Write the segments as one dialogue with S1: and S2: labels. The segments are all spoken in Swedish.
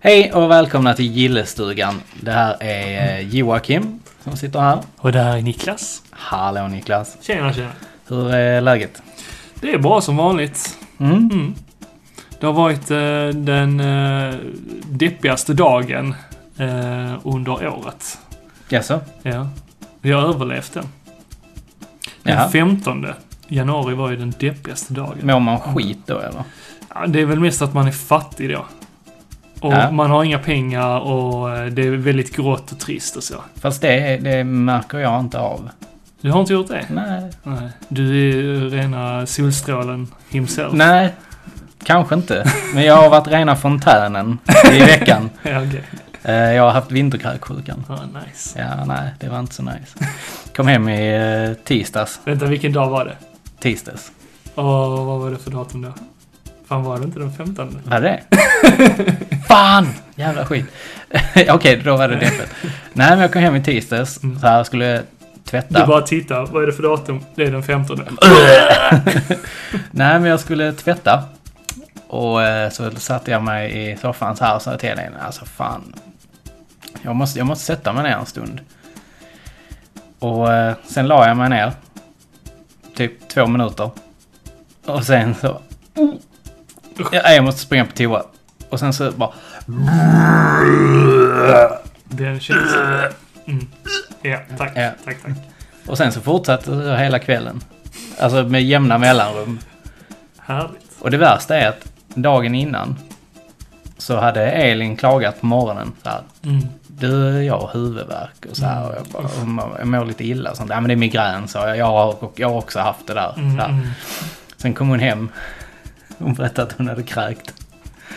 S1: Hej och välkomna till Gillestugan. Det här är eh, Joakim som sitter här.
S2: Och det här är Niklas.
S1: Hallå Niklas.
S2: Tjena, tjena.
S1: Hur är läget?
S2: Det är bra som vanligt.
S1: Mm.
S2: Mm. Det har varit eh, den eh, deppigaste dagen eh, under året.
S1: Jaså?
S2: Ja. Vi har överlevt den. Den
S1: Jaha.
S2: 15 januari var ju den deppigaste dagen.
S1: Mår man skit då eller?
S2: Ja, det är väl mest att man är fattig då. Och
S1: Ja.
S2: man har inga pengar och eh, det är väldigt grått och trist och så.
S1: Fast det, det märker jag inte av.
S2: Du har inte gjort det?
S1: Nej.
S2: Nej. Du är ju rena solstrålen himself.
S1: Nej, kanske inte. Men jag har varit rena fontänen i veckan.
S2: Ja, okej.
S1: Eh, Jag har haft vinterkräksjukan.
S2: Ja, nice.
S1: Ja, nej, det var inte så nice. Kom hem i eh, tisdags.
S2: Vänta, vilken dag var det?
S1: Tisdags.
S2: Åh, vad var det för datum då? Fan, var det inte den 15?
S1: Vad är det? Fan! Jävla skit. Okej, då var det deppigt. Nej, men jag kom hem i tisdags.
S2: Mm.
S1: Så här skulle
S2: Du
S1: tvätta.
S2: bara tittar. Vad är det för datum? Det är den 15.
S1: Nej, men jag skulle tvätta. Och eh, så satte jag mig i soffan så här och sa till henne, alltså fan. Jag måste, jag måste sätta mig ner en stund. Och eh, sen la jag mig ner. Typ två minuter. Och sen så... oh. Ja, jag måste springa på toa. Och sen så bara...
S2: Den känslan. Mm. Ja, tack.
S1: Ja.
S2: Tack, tack.
S1: Och sen så fortsatte det hela kvällen. Alltså med jämna mellanrum.
S2: Härligt.
S1: Och det värsta är att dagen innan så hade Elin klagat på morgonen. Så här,
S2: Mm.
S1: du, jag har huvudvärk och så här. Och jag, bara, och mår- jag mår lite illa och sånt. Ja men det är migrän sa jag. Jag har, och jag har också haft det där.
S2: Mm.
S1: Så här.
S2: mm.
S1: Sen kom hon hem. Hon berättade att hon hade kräkt.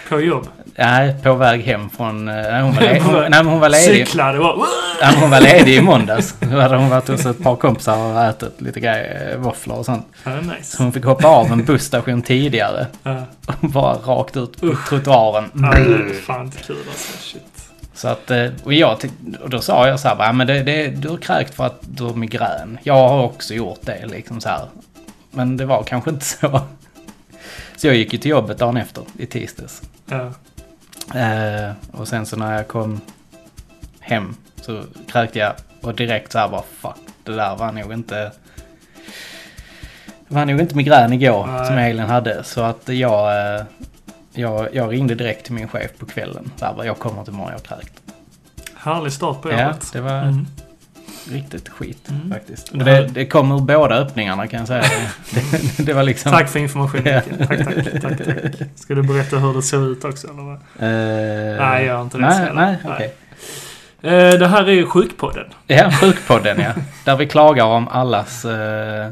S2: På jobb.
S1: Nej, på väg hem från... eh, Nej, hon var, le- hon, nej, men hon var ledig.
S2: Cykla, det var...
S1: Ja, men hon var ledig i måndags. Då hade hon varit hos ett par kompisar och ätit lite grejer, eh, våfflor och sånt.
S2: Ja, det är
S1: Så
S2: nice.
S1: hon fick hoppa av en busstation tidigare.
S2: Ja,
S1: Och bara rakt ut på trottoaren.
S2: Mm. ja, det är fan inte kul alltså. Shit.
S1: Så att, eh, och, jag tyck- och då sa jag så här, "Ja, men det, det, du har kräkt för att du har migrän. Jag har också gjort det liksom så här. Men det var kanske inte så. Så jag gick ju till jobbet dagen efter, i tisdags.
S2: Ja.
S1: Eh, och sen så när jag kom hem så kräkte jag och direkt så här bara fuck, det där var nog inte... Det var nog inte migrän igår
S2: Nej.
S1: som Elin hade. Så att jag, eh, jag, jag ringde direkt till min chef på kvällen. Så här bara, jag kommer inte imorgon, jag har kräkt.
S2: Härlig start på
S1: Ja,
S2: året.
S1: det var
S2: Mm.
S1: riktigt skit
S2: Mm.
S1: faktiskt.
S2: Det
S1: Och det,
S2: här-
S1: det kom ur båda öppningarna kan jag säga. det, det var liksom...
S2: Tack för informationen.
S1: Ja.
S2: Micke. Tack, tack, tack, tack. Ska du berätta hur det såg ut också? Eller vad?
S1: Eh,
S2: Nej, jag har inte det
S1: Nej,
S2: heller.
S1: nej,
S2: Nej.
S1: okej.
S2: Eh, Det här är ju Sjukpodden.
S1: Ja, Sjukpodden ja. Där vi klagar om allas eh,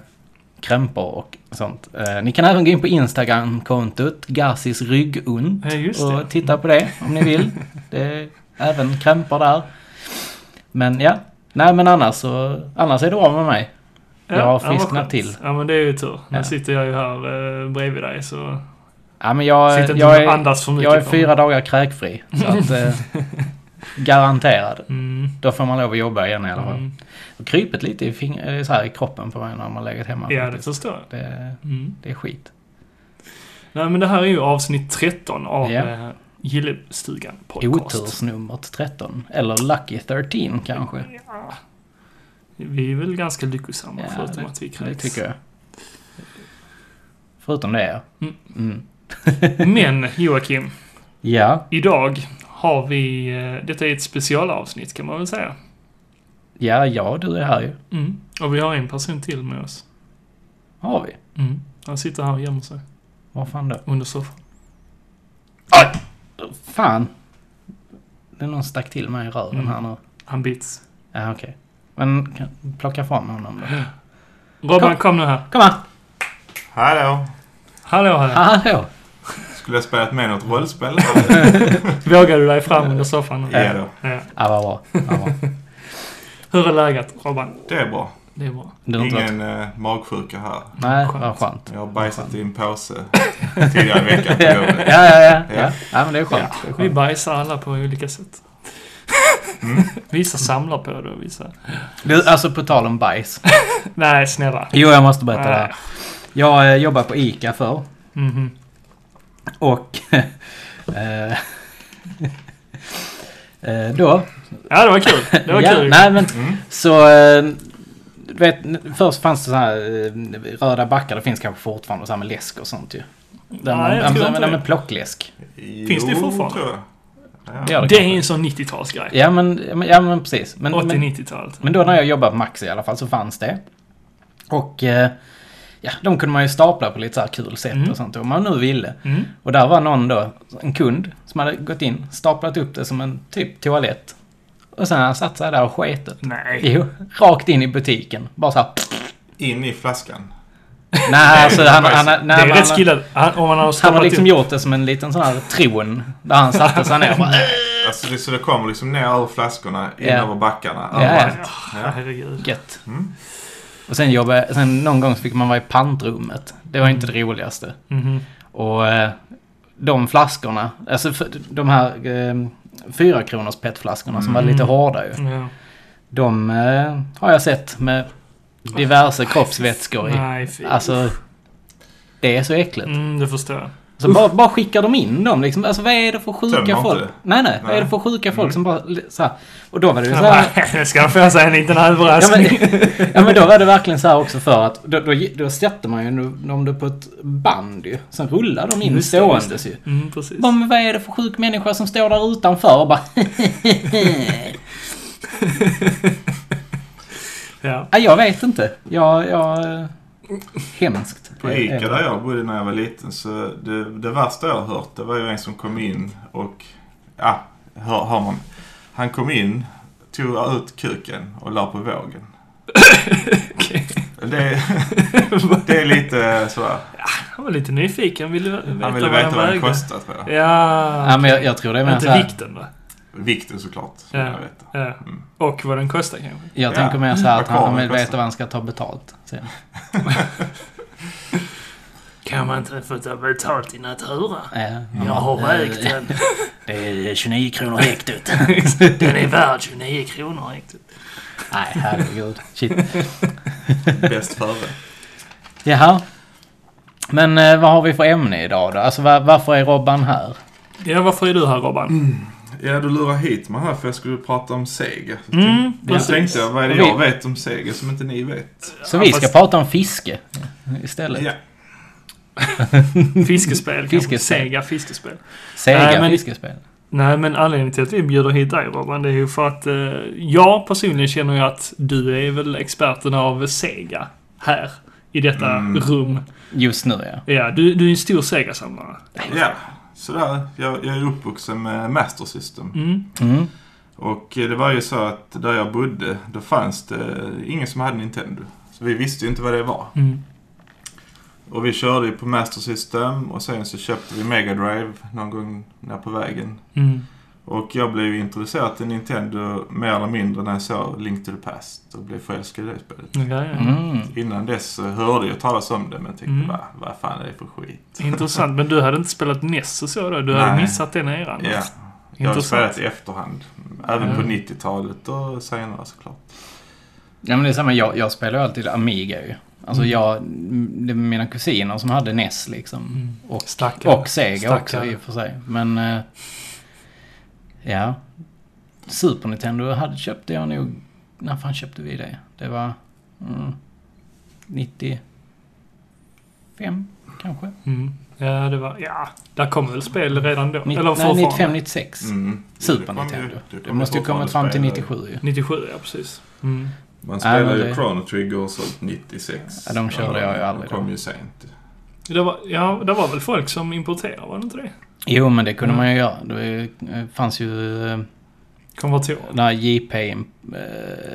S1: krämpor och sånt. Eh, ni kan även gå in på Instagram-kontot, Garcis ryggont.
S2: Ja, Eh, just det.
S1: Och titta på det om ni vill. Det är även krämpor där. Men ja. Nej men annars så, annars är det bra med mig. Jag har
S2: ja, vad
S1: frisknat
S2: skönt.
S1: till.
S2: Ja, men det är ju tur. Nu
S1: Ja.
S2: sitter jag ju här eh, bredvid dig, så...
S1: Ja men jag,
S2: Sitter inte
S1: jag
S2: och
S1: är,
S2: andas för mycket.
S1: jag är
S2: på
S1: fyra
S2: mig.
S1: dagar kräkfri. Så att, eh, garanterad.
S2: Mm.
S1: Då får man lov att jobba igen i alla fall.
S2: Mm.
S1: Och krypet lite i, fing- eh, så här, i kroppen på mig när man har legat hemma.
S2: Ja, det
S1: faktiskt.
S2: förstår jag.
S1: det,
S2: Mm.
S1: det är skit.
S2: Nej, men det här är ju avsnitt 13 av
S1: Ja.
S2: eh, Gillestugan podcast.
S1: Otursnumret 13. Eller Lucky 13 kanske.
S2: Ja. Vi är väl ganska lyckosamma,
S1: Ja,
S2: förutom att vi
S1: Det
S2: kräks.
S1: tycker jag. Förutom det ja.
S2: Mm.
S1: Mm.
S2: Men, Joakim.
S1: Ja,
S2: Idag har vi... eh, Detta är ett specialavsnitt, kan man väl säga.
S1: ja, ja, du är här ju.
S2: Mm. Och vi har en person till med oss.
S1: Har vi?
S2: Mm. Han sitter här och gömmer sig.
S1: Var fan då?
S2: Under soffan.
S1: Fan! Det är någon stack till mig i röven
S2: Mm.
S1: här nu.
S2: Han bits.
S1: Ja, okej. Men kan, plocka fram honom då.
S2: Robban,
S1: Kom.
S2: kom nu här.
S1: Kom här!
S3: Hallå!
S2: Hallå, hallå.
S1: Hallå!
S3: Skulle jag spelat med något rollspel? eller?
S2: Vågar du dig fram under soffan?
S3: ja då.
S2: Ja.
S1: Ja, vad bra. Vad bra.
S2: Hur är läget, Robban?
S3: Det är bra.
S2: Det är bra.
S1: Du har inte varit...
S3: Ingen eh, magsjuka här.
S1: Nej,
S2: Skönt.
S1: vad skönt.
S3: Jag har bajsat i en påse tidigare i veckan på
S1: ja,
S3: jobbet.
S1: ja, ja, ja.
S3: Ja.
S1: Ja, men det är skönt. Det är
S2: Vi
S1: skönt. Mm.
S2: bajsar alla på olika sätt. Vissa samlar på det och vissa...
S1: Du, alltså på tal om bajs.
S2: Nej, snälla.
S1: Jo, jag måste berätta det
S2: Nej.
S1: här. Jag eh, jobbade på ICA förr.
S2: Mhm.
S1: Och... eh, Eh, då.
S2: Ja, det var kul. Det var
S1: ja,
S2: kul.
S1: Nej, men
S3: Mm.
S1: så... eh, Du vet, först fanns det så här eh, röda backar. Det finns kanske fortfarande så här med läsk och sånt ju. Där man,
S2: Nej, jag tror
S1: men,
S2: inte
S1: men,
S2: det.
S1: men plockläsk.
S2: Finns det
S3: Jo,
S2: fortfarande?
S3: tror jag.
S1: Det gör det
S2: Det
S1: kanske.
S2: är en sån 90-talsgrej.
S1: Ja men, ja, men, ja, men precis. Men, men,
S2: 80-90-talet.
S1: men då när jag jobbade på Maxi i alla fall så fanns det. Och eh, ja, de kunde man ju stapla på lite så här kul sätt
S2: Mm.
S1: och sånt om man nu ville.
S2: Mm.
S1: Och där var någon då, en kund, som hade gått in, staplat upp det som en typ toalett. Och sen hade han satt sig där och sketet.
S2: Nej.
S1: Jo, rakt in i butiken. Bara så här.
S3: In i flaskan.
S1: Nej, alltså han, han, han,
S2: Det
S1: nej,
S2: är
S1: men
S2: rätt
S1: han,
S2: skillad. Han- Om man har
S1: han har
S2: stoppat
S1: liksom
S2: upp.
S1: gjort det som en liten sån här tron. Där han satte sig ner och bara, "Äh,
S3: Alltså det, så det kommer liksom ner ur flaskorna, in
S1: Ja.
S3: över backarna,
S1: Ja,
S3: överallt.
S2: Ja, herregud.
S1: gött.
S3: Mm.
S1: Och sen jobbade, sen någon gång så fick man vara i pantrummet. Det var inte det roligaste.
S2: Mhm.
S1: Och eh, de flaskorna, alltså för, de här eh, fyra kronors petflaskorna som var lite
S2: Mm.
S1: hårda ju.
S2: Ja.
S1: De eh, har jag sett med
S2: Ah,
S1: diverse kroppsvätskor i.
S2: Nej, fy.
S1: Alltså, det är så äckligt.
S2: ah, Mm, det förstår jag.
S1: Så bara, bara skickar de in dem liksom. Alltså vad är det för
S3: Tömmer
S1: sjuka
S3: inte.
S1: folk? Nej, nej. Vad är det
S3: Nej.
S1: för sjuka
S2: Mm.
S1: folk som bara så här. Och då var det ju så här.
S2: Nej, Nu ska han få sig en liten
S1: Ja
S2: överraskning.
S1: men,
S2: Alltså.
S1: ja men då var det verkligen så här också för att då, då, då sätter man ju dem då på ett band ju. Sen rullar de in
S2: Just det, just
S1: ståendes ju.
S2: Mm, precis.
S1: Bara, men vad är det för sjuk människa som står där utanför och bara
S2: Ja.
S1: Nej, jag vet inte. Jag, jag... eh,
S2: Mm.
S1: Hemskt.
S3: På ICA där jag bodde när jag var liten så det, det värsta jag har hört det var ju en som kom in och... Ja, hör, hör man. Han kom in, tog ut kuken och la på vågen.
S2: Okej.
S3: Det, det är lite sådär.
S2: Han var lite nyfiken. Ville veta
S3: Han ville
S2: vad
S3: veta
S2: den
S3: vad den
S2: vägde.
S3: kostade tror jag.
S2: Ja.
S1: Ja, men jag, jag tror det är mer
S2: inte
S1: så här,
S2: vikten va?
S3: Vikten såklart.
S2: Ja.
S3: Ja. Jag vet.
S2: Ja.
S3: Mm.
S2: Och vad den kostar kanske.
S1: Jag
S3: Ja.
S1: tänker mer så här att
S3: Vad kommer
S1: han vill
S3: kosta?
S1: veta vad han ska ta betalt. sen.
S2: Kan man inte få ta betalt i natura?
S1: Eh,
S2: Jag har ägt den.
S1: Det är 29 kronor hektot.
S2: Den är värd 29 kronor riktigt.
S1: Nej, herregud. Shit.
S3: Bäst före.
S1: Jaha. Men eh, vad har vi för ämne idag då? Alltså va- varför är Robban här?
S2: Ja, varför är du här
S1: Mm.
S2: Robban?
S3: Ja, du lurar hit mig här för jag skulle prata om Sega. Så
S2: Mm,
S3: tänkte- Då
S2: precis.
S3: tänkte jag, vad är det
S1: Och vi-
S3: jag vet om Sega som inte ni vet?
S1: Så
S2: Ja,
S1: vi ska
S2: fast-
S1: prata om fiske istället.
S3: Ja.
S2: Fiskespel kanske.
S1: Fiskespel.
S2: Sega fiskespel.
S1: Sega
S2: Nej, men-
S1: fiskespel.
S2: Nej, men anledningen till att vi bjuder hit dig Robban, det är ju för att eh, jag personligen känner ju att du är väl experten av Sega här. I detta
S3: Mm.
S2: rum.
S1: Just nu ja.
S2: Ja, du, du är en stor Sega-samlare.
S3: Ja, sådär. Jag, jag är uppvuxen med Master System.
S2: Mm.
S1: Mm.
S3: Och eh, det var ju så att där jag bodde, då fanns det ingen som hade Nintendo. Så vi visste ju inte vad det var.
S2: Mm.
S3: Och vi körde ju på Master System och sen så köpte vi Mega Drive någon gång där på vägen.
S2: Mm.
S3: Och jag blev ju introducerad till Nintendo mer eller mindre när jag såg Link to the Past och blev förälskad i det spelet.
S2: Ja, ja.
S1: Mm.
S3: Innan dess så hörde jag talas om det men tänkte
S2: Mm.
S3: bara, vad fan är det för skit?
S2: Intressant, men du hade inte spelat NES och så då? Du hade
S3: Nej.
S2: missat den eran?
S3: Ja, jag har
S2: Intressant.
S3: spelat i efterhand. Även på
S2: Mm.
S3: 90-talet och senare såklart.
S1: Ja men det är samma, jag, jag spelar ju alltid Amiga ju. Alltså
S2: Mm.
S1: jag, det var mina kusiner som hade NES liksom.
S2: Mm.
S1: Och,
S2: Stackare.
S1: och Sega också
S2: Stackare.
S1: i och för sig. Men... eh, ja. Super Nintendo hade, köpte jag nog... När fan köpte vi det? Det var... Mm, 95 kanske?
S2: Mm. Ja, det var... Ja, där kom väl spel redan då?
S1: Ni-
S2: Eller
S1: nej,
S2: fortfarande?
S1: 95, 96.
S3: Mm.
S1: Super
S3: Det kom ju-
S1: Nintendo.
S3: det
S1: Det,
S3: kom ju
S1: måste ju kommit fram till
S3: fortfarande
S1: 97 ju.
S2: 97, ja precis. Mm.
S3: Man
S1: Ja, men
S3: spelade
S1: det-
S3: ju Chrono Trigger och sånt 96.
S1: Ja, de körde jag ju aldrig
S3: De kom
S1: då.
S3: ju sent.
S2: Det var, ja, det var väl folk som importerade, var det inte det?
S1: Jo, men det kunde
S2: Mm.
S1: man ju göra. Det eh, fanns ju... eh,
S2: Konverterat.
S1: Den här JP... eh,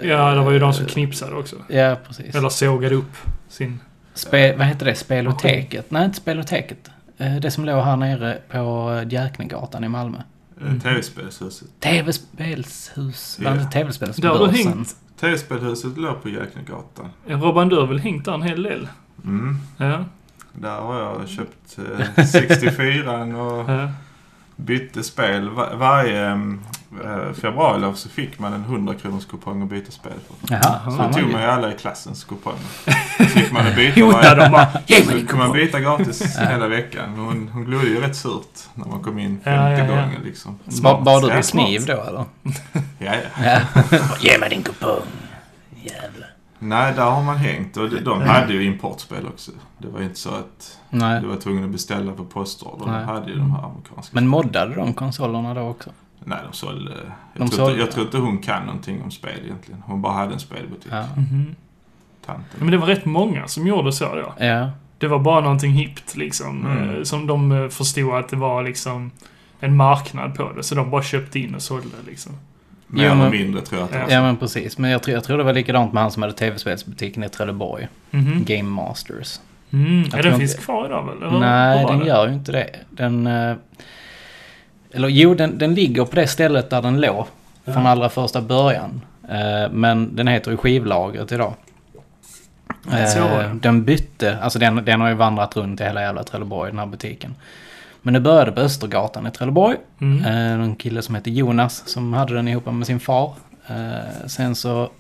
S2: Ja, det var ju de som knipsade också.
S1: Ja, precis.
S2: Eller sågade upp sin...
S1: Spe, vad heter det? Speloteket? Nej, inte Speloteket. Eh, Det som låg här nere på eh, Djäknegatan i Malmö.
S2: Mm.
S3: Mm. TV-spelshuset.
S1: TV-spelshuset.
S3: Ja.
S1: Yeah. TV-spelshuset.
S2: Där har du hängt.
S3: TV-spelhuset låg på Jäknegatan.
S2: Robban, du har väl hängt där en hel del?
S3: Mm.
S2: Ja.
S3: Där har jag köpt eh, 64 och
S2: ja.
S3: bytte spel. Va- varje, mm, eh, februarilov så fick man en 100 kronors kupong att byta spel för.
S1: Jaha,
S3: Så
S1: fan vad
S3: tog
S1: gött.
S3: man ju alla i klassens kuponger. Så fick man att byta
S2: Hota
S3: varje...
S2: dem bara. Ge mig
S3: Så
S2: din
S3: kunde Alltså,
S2: kupong.
S3: man byta gratis hela veckan. Men Hon, hon glodde ju rätt surt när man kom in
S2: Ja, ja,
S3: femte
S2: ja.
S3: gången liksom.
S1: Smart, bar du
S3: Ja,
S1: med
S3: smart.
S1: kniv då eller?
S3: Ja, ja.
S1: Ja. Ge mig din kupong. Jävlar.
S3: Nej, där har man hängt. Och de- de hade ju importspel också. Det var ju inte så att
S1: Nej.
S3: du var tvungen att beställa på postorder.
S1: Nej.
S3: De hade ju de här amerikanska.
S1: Men moddade de konsolerna då också?
S3: Nej, de sålde... Jag,
S1: De
S3: tror,
S1: sålde,
S3: inte, jag tror inte hon kan någonting om spel egentligen. Hon bara hade en spelbutik.
S1: Ja.
S2: Mhm. Ja,
S3: Tanten.
S2: Men det var rätt många som gjorde så då.
S1: Ja.
S2: Det var bara någonting hippt liksom.
S3: Mm.
S2: eh, Som de eh, förstod att det var liksom en marknad på det. Så de bara köpte in och sålde liksom.
S3: Mer
S1: Jo,
S3: eller
S1: men-
S3: mindre tror jag att det var.
S1: ja men precis. Men jag tror, jag tror det var likadant med han som hade tv-spelsbutiken i Trelleborg.
S2: Mhm.
S1: Game Masters.
S2: Mm.
S1: Jag
S2: Ja,
S1: tror
S2: den finns
S1: inte-
S2: kvar idag väl? Eller?
S1: Nej,
S2: Vad var
S1: den
S2: det?
S1: gör ju inte det. Den... eh, Eller jo, den, den ligger på det stället där den låg från allra första början. Eh, Men den heter ju Skivlagret idag.
S2: Ja, så var
S1: Eh,
S2: det.
S1: Den bytte, alltså den, den har ju vandrat runt i hela jävla Trelleborg, den här butiken. Men det började på Östergatan i Trelleborg.
S2: Mm.
S1: Eh, någon kille som hette Jonas som hade den ihop med sin far. Eh, sen så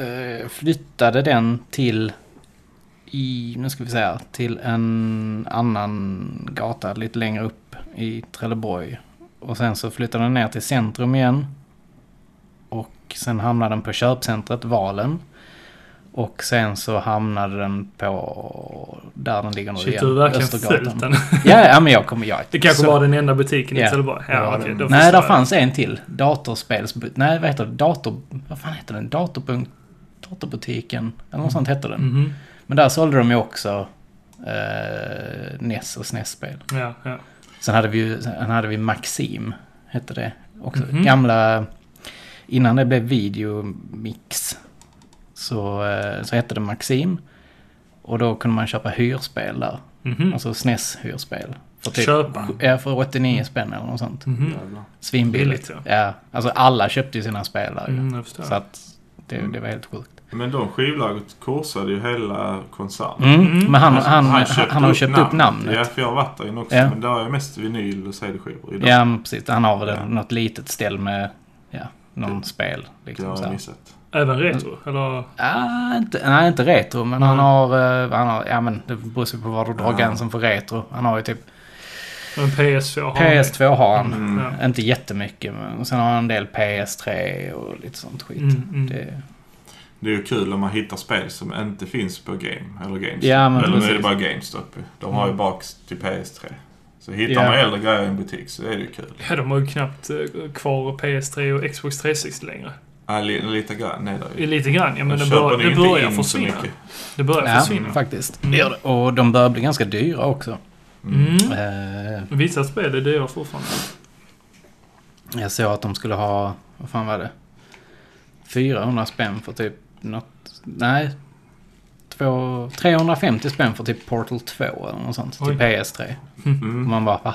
S1: eh, flyttade den till i, nu ska vi säga, till en annan gata lite längre upp i Trelleborg. Och sen så flyttade den ner till centrum igen. Och sen hamnade den på köpcentret Valen. Och sen så hamnade den på där den ligger nu
S2: Shit,
S1: igen.
S2: du har verkligen
S1: Östergatan.
S2: följt den.
S1: Ja, ja, men jag kommer... Jag,
S2: Det kanske
S1: så-
S2: var den enda butiken i
S1: Ja.
S2: Trelleborg.
S1: det var
S2: Ja, okej.
S1: det.
S2: då
S1: Nej,
S2: förstår
S1: där
S2: jag.
S1: fanns en till. Datorspels... Nej, vad heter det? Dator... Vad fan heter den? Datorpunkt... Datorbutiken. Eller något sånt hette den.
S2: Mhm.
S1: Men där sålde de ju också eh, NES och SNES-spel.
S2: Ja, ja.
S1: Sen hade vi ju... Sen hade vi Maxim. Hette det också.
S2: Mhm.
S1: Gamla... Innan det blev videomix. Så, eh, så hette det Maxim. Och då kunde man köpa hyrspel där.
S2: Mhm.
S1: Alltså SNES-hyrspel. För typ-
S2: Köpa.
S1: Ja, för 89 spänn eller något sånt.
S2: Mhm.
S3: Jävlar.
S1: Svinbilligt.
S2: Billigt,
S1: ja. Alltså alla köpte ju sina spel där ju.
S2: Mm, jag förstår.
S1: Så att det, det var helt sjukt.
S3: Men de skivlaget kursade ju hela koncernen.
S2: Mm.
S1: Men han,
S3: Alltså,
S1: han, han,
S3: köpte
S1: han har ju köpt upp namnet.
S3: Ja, för jag har varit där inne också.
S1: Ja.
S3: Men där har jag mest vinyl och CD-skivor
S1: Ja,
S3: idag.
S1: men precis. Han har väl
S3: Ja.
S1: något litet ställ med ja, någon spel.
S3: Det
S1: Liksom,
S3: har
S1: så.
S3: jag
S1: här.
S3: missat.
S2: Även retro,
S1: Mm.
S2: eller?
S1: Ah, inte, nej, inte retro, men han
S2: Nej.
S1: har... eh, Han har ja, men det beror sig på var du drar
S3: Ja.
S1: gränsen för retro. Han har ju typ...
S2: En PS4 har man ju.
S1: PS2 har han.
S3: Mm.
S2: Ja.
S1: Inte jättemycket, men sen har han en del PS3 och lite sånt skit.
S2: Mm, mm.
S1: Det,
S3: Det är ju kul om man hittar spel som inte finns på Game eller GameStop.
S1: Ja, men
S3: eller nu är det
S1: precis. Mm.
S3: bara GameStop. ju. De har ju baks till PS3. Så hittar
S1: Ja.
S3: man äldre grejer i en butik så är det ju kul.
S2: Ja, de har ju knappt eh, kvar PS3 och Xbox 360 längre.
S3: Ja, li- lite grann är det ju.
S2: Lite grann, ja men
S3: Då
S2: det,
S3: köper
S2: bör,
S3: ni
S2: det
S3: inte
S2: börjar
S3: in så
S2: försvinna.
S3: mycket.
S2: Det börjar
S1: ja,
S2: försvinna.
S1: faktiskt.
S2: Mm.
S1: Det gör det. Och de börjar bli ganska dyra också.
S2: Mm.
S1: Eh,
S2: Vissa spel är dyra fortfarande.
S1: Jag såg att de skulle ha, vad fan var det? 400 spänn för typ något, nej. Två, 350 spänn för typ Portal 2 eller något sånt.
S2: Oj.
S1: Till PS3. Och
S3: Mm.
S1: man bara, va?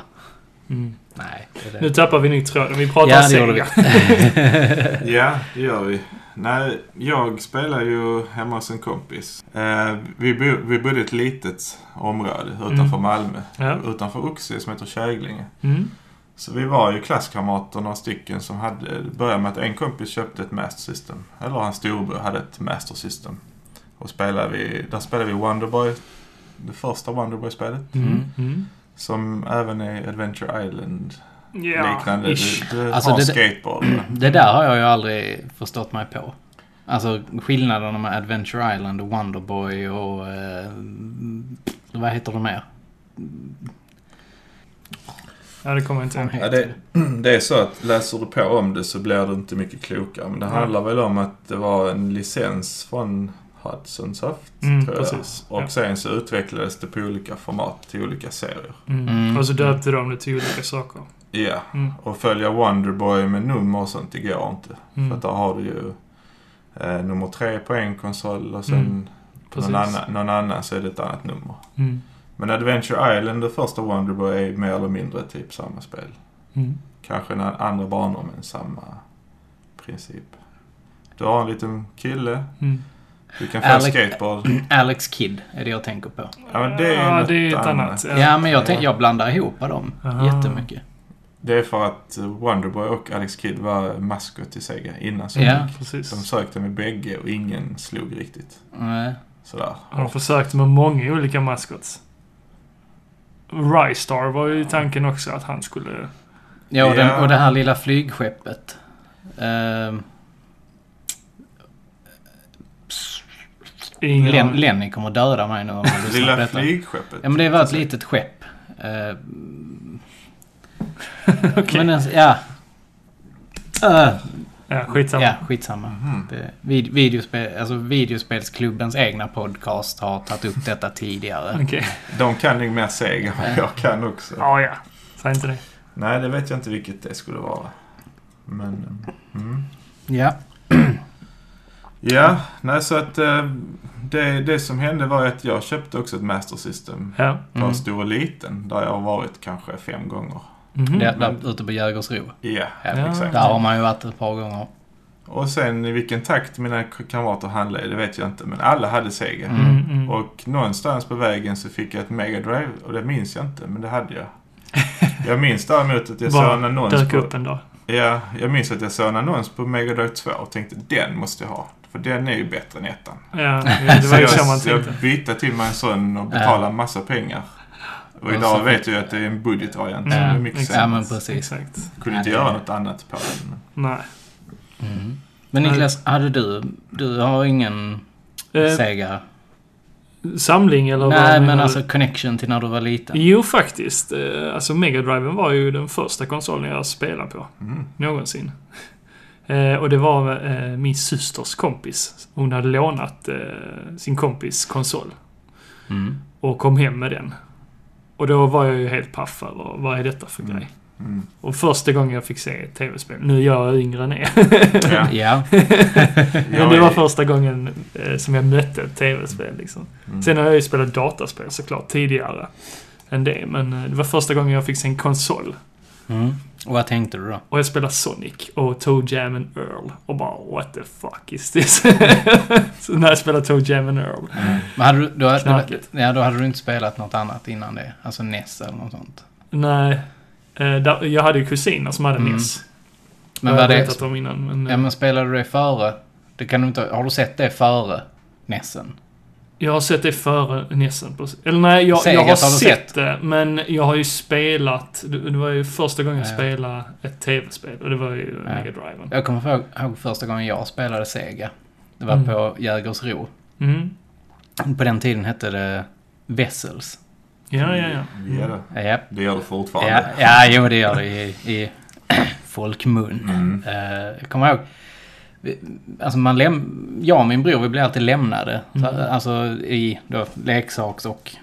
S2: Mm.
S1: Nej. Det är
S2: Nu
S1: det.
S2: tappar vi nog tråden. Vi pratar
S1: Ja,
S2: om
S1: det gjorde vi.
S2: Sega.
S3: Mm. Ja, det gör vi. Nej, jag spelar ju hemma hos en kompis. Eh, vi, bo, vi bodde i ett litet område utanför
S2: Mm.
S3: Malmö.
S2: Ja.
S3: Utanför Oxie som heter Käglinge.
S2: Mm.
S3: Så vi var ju klasskamrater några stycken som hade det började med att en kompis köpte ett Master System. Eller hans storbror hade ett Master System. Och spelade vi, där spelade vi Wonderboy. Det första Wonderboy-spelet.
S2: Mm.
S1: Mm.
S2: Mm.
S3: Som även är Adventure Island-liknande.
S2: Ja, ish.
S3: Du, du
S1: Alltså,
S3: har
S1: det-
S3: skateboard. va?
S1: det där har jag ju aldrig förstått mig på. Alltså skillnaderna med Adventure Island och Wonderboy och... Eh, vad heter de mer?
S2: Ja, det kommer jag inte
S1: Vad
S2: ihåg.
S1: heter
S3: Ja, det, det är så att läser du på om det så blir du inte mycket klokare. Men det
S2: Nej.
S3: handlar väl om att det var en licens från Hudson Soft,
S2: Mm,
S3: tror jag.
S2: precis.
S3: Och
S2: Ja.
S3: sen så utvecklades det på olika format till olika serier.
S2: Mm.
S1: Mm.
S2: Och så döpte de det till olika saker.
S3: Ja,
S2: Mm.
S3: och följa Wonderboy med nummer och sånt, det går inte. För
S2: Mm.
S3: att där har du ju eh, nummer tre på en konsol och sen
S2: Mm,
S3: på någon
S2: precis.
S3: annan, någon annan så är det ett annat nummer.
S2: Mm.
S3: Men Adventure Island, det första Wonderboy, är mer eller mindre typ samma spel.
S2: Mm.
S3: Kanske en an- andra banor men samma princip. Du har en liten kille.
S2: Mm.
S3: Du kan få
S1: Alex-
S3: en skateboard.
S1: Alex Kidd är det jag tänker på.
S3: Ja, men det är
S2: ja,
S3: något
S2: det är ett
S3: annat.
S2: annat.
S1: Ja, men jag, tänk,
S3: Ja.
S1: jag blandar ihop dem
S2: Aha.
S1: jättemycket.
S3: Det är för att Wonderboy och Alex Kidd var maskot till Sega innan Sonic.
S1: Ja,
S2: Precis.
S3: De sökte med bägge och ingen slog riktigt.
S1: nej.
S3: Sådär.
S2: Har de försökt med många olika maskots. Rystar var ju tanken också att han skulle...
S1: Ja, och, den,
S3: Ja.
S1: och det här lilla flygskeppet. Ehm,
S2: Ingen
S1: Len,
S2: aning.
S1: Lenny kommer döda mig nu om han lyssnar på
S3: Lilla
S1: detta.
S3: flygskeppet.
S1: Ja, men det var
S2: Alltså.
S1: ett litet skepp. Eh,
S2: Okej.
S1: Men ens, ja. Eh,
S2: Ja, skitsamma.
S1: ja, skitsamma.
S3: Mhm.
S1: Det, vid, videospel, alltså videospelsklubbens egna podcast har tagit upp detta tidigare.
S2: Okej.
S3: De kan ju mer Sega än jag kan också.
S2: Ja, ja. Säg inte det.
S3: Nej, det vet jag inte vilket det skulle vara. Men... Mm.
S1: Ja.
S3: Ja, nej så att eh, det, det som hände var att jag köpte också ett Master System.
S2: Ja.
S3: På
S1: Mm.
S3: stor och liten, där jag har varit kanske fem gånger.
S2: Mhm.
S1: Där, där ute på Jägersro.
S3: Ja,
S1: Ja.
S3: exakt.
S1: Där har man ju varit ett par gånger.
S3: Och sen i vilken takt mina k- kamrater handlade, det vet jag inte. Men alla hade Sega.
S1: Mm.
S2: Mm, mm.
S3: Och någonstans på vägen så fick jag ett Mega Drive och det minns jag inte, men det hade jag. Jag minns däremot att jag såg en
S2: Bara
S3: annons
S2: dök
S3: på...
S2: upp en dag.
S3: Ja, jag minns att jag såg en annons på Mega Drive 2 och tänkte den måste jag ha. För den är ju bättre än ettan.
S2: Ja, det
S3: Så
S2: var ju
S3: jag,
S2: så man
S3: jag
S2: tänkte.
S3: bytte till mig en sån och betalade massa pengar. Och
S1: Och så
S3: idag vet
S1: fick-
S3: jag att det är en budgetvariant.
S2: Ja,
S3: så det är mycket
S2: Mm, exakt.
S1: Ja,
S3: sämre.
S1: men precis.
S2: Exakt.
S3: Kunde inte göra något annat på den.
S2: Nej.
S1: Mm. Men Niklas, hade du... Du har ingen
S2: Eh,
S1: Sega?
S2: samling eller vad
S1: Nej,
S2: menar
S1: men
S2: du?
S1: alltså connection till när du var liten.
S2: Jo, faktiskt. Eh, Alltså Mega Driven var ju den första konsolen jag spelade på.
S3: Mm.
S2: Någonsin. Eh, Och det var eh, min systers kompis. Hon hade lånat eh, sin kompis konsol
S1: Mm.
S2: och kom hem med den. Och då var jag ju helt paff över vad är detta för
S3: Mm.
S2: grej?
S3: Mm.
S2: Och första gången jag fick se ett tv-spel, nu är jag yngre än er,
S3: Ja.
S1: Ja.
S2: men det var första gången eh, som jag mötte ett tv-spel liksom.
S3: Mm.
S2: Sen har jag ju spelat dataspel såklart tidigare än det, men eh, det var första gången jag fick se en konsol.
S1: Mm. Och vad tänkte du då?
S2: Och jag spelade Sonic och Toe Jam and Earl och bara what the fuck is this? så när jag spelade Toe Jam and Earl.
S3: Mm.
S1: Men hade du, då, då,
S2: Knarkigt.
S1: ja, då hade du inte spelat något annat innan det? Alltså NES eller något sånt?
S2: Nej, eh, där, jag hade ju kusiner som hade
S1: Mm.
S2: NES.
S1: Men
S2: jag
S1: var
S2: har
S1: det...
S2: vetat om innan, men, eh,
S1: Ja, men spelade du det före? Det kan du inte... Har du sett det före E NESen?
S2: Jag har sett det före E Nessen. precis. Eller nej, jag,
S1: Sega
S2: jag har
S1: har du
S2: sett, det, men jag har ju spelat... Det, det var ju första gången jag
S1: Ja.
S2: spelade ett tv-spel och det var ju
S1: Ja.
S2: Mega Driven.
S1: Jag kommer ihåg, ihåg första gången jag spelade Sega. Det var
S2: Mm.
S1: på Jägersro.
S2: Mm.
S1: På den tiden hette det Vessels.
S2: Ja, ja, ja.
S3: Ja, då.
S1: Ja,
S3: det gör det
S1: ja,
S3: fortfarande.
S1: ja jo det gör det i, i folkmun.
S3: Mm.
S1: Eh, jag kommer ihåg. vi- Alltså man läm- jag och min bror vi blev alltid lämnade. Så,
S2: Mm.
S1: alltså i då, leksaks och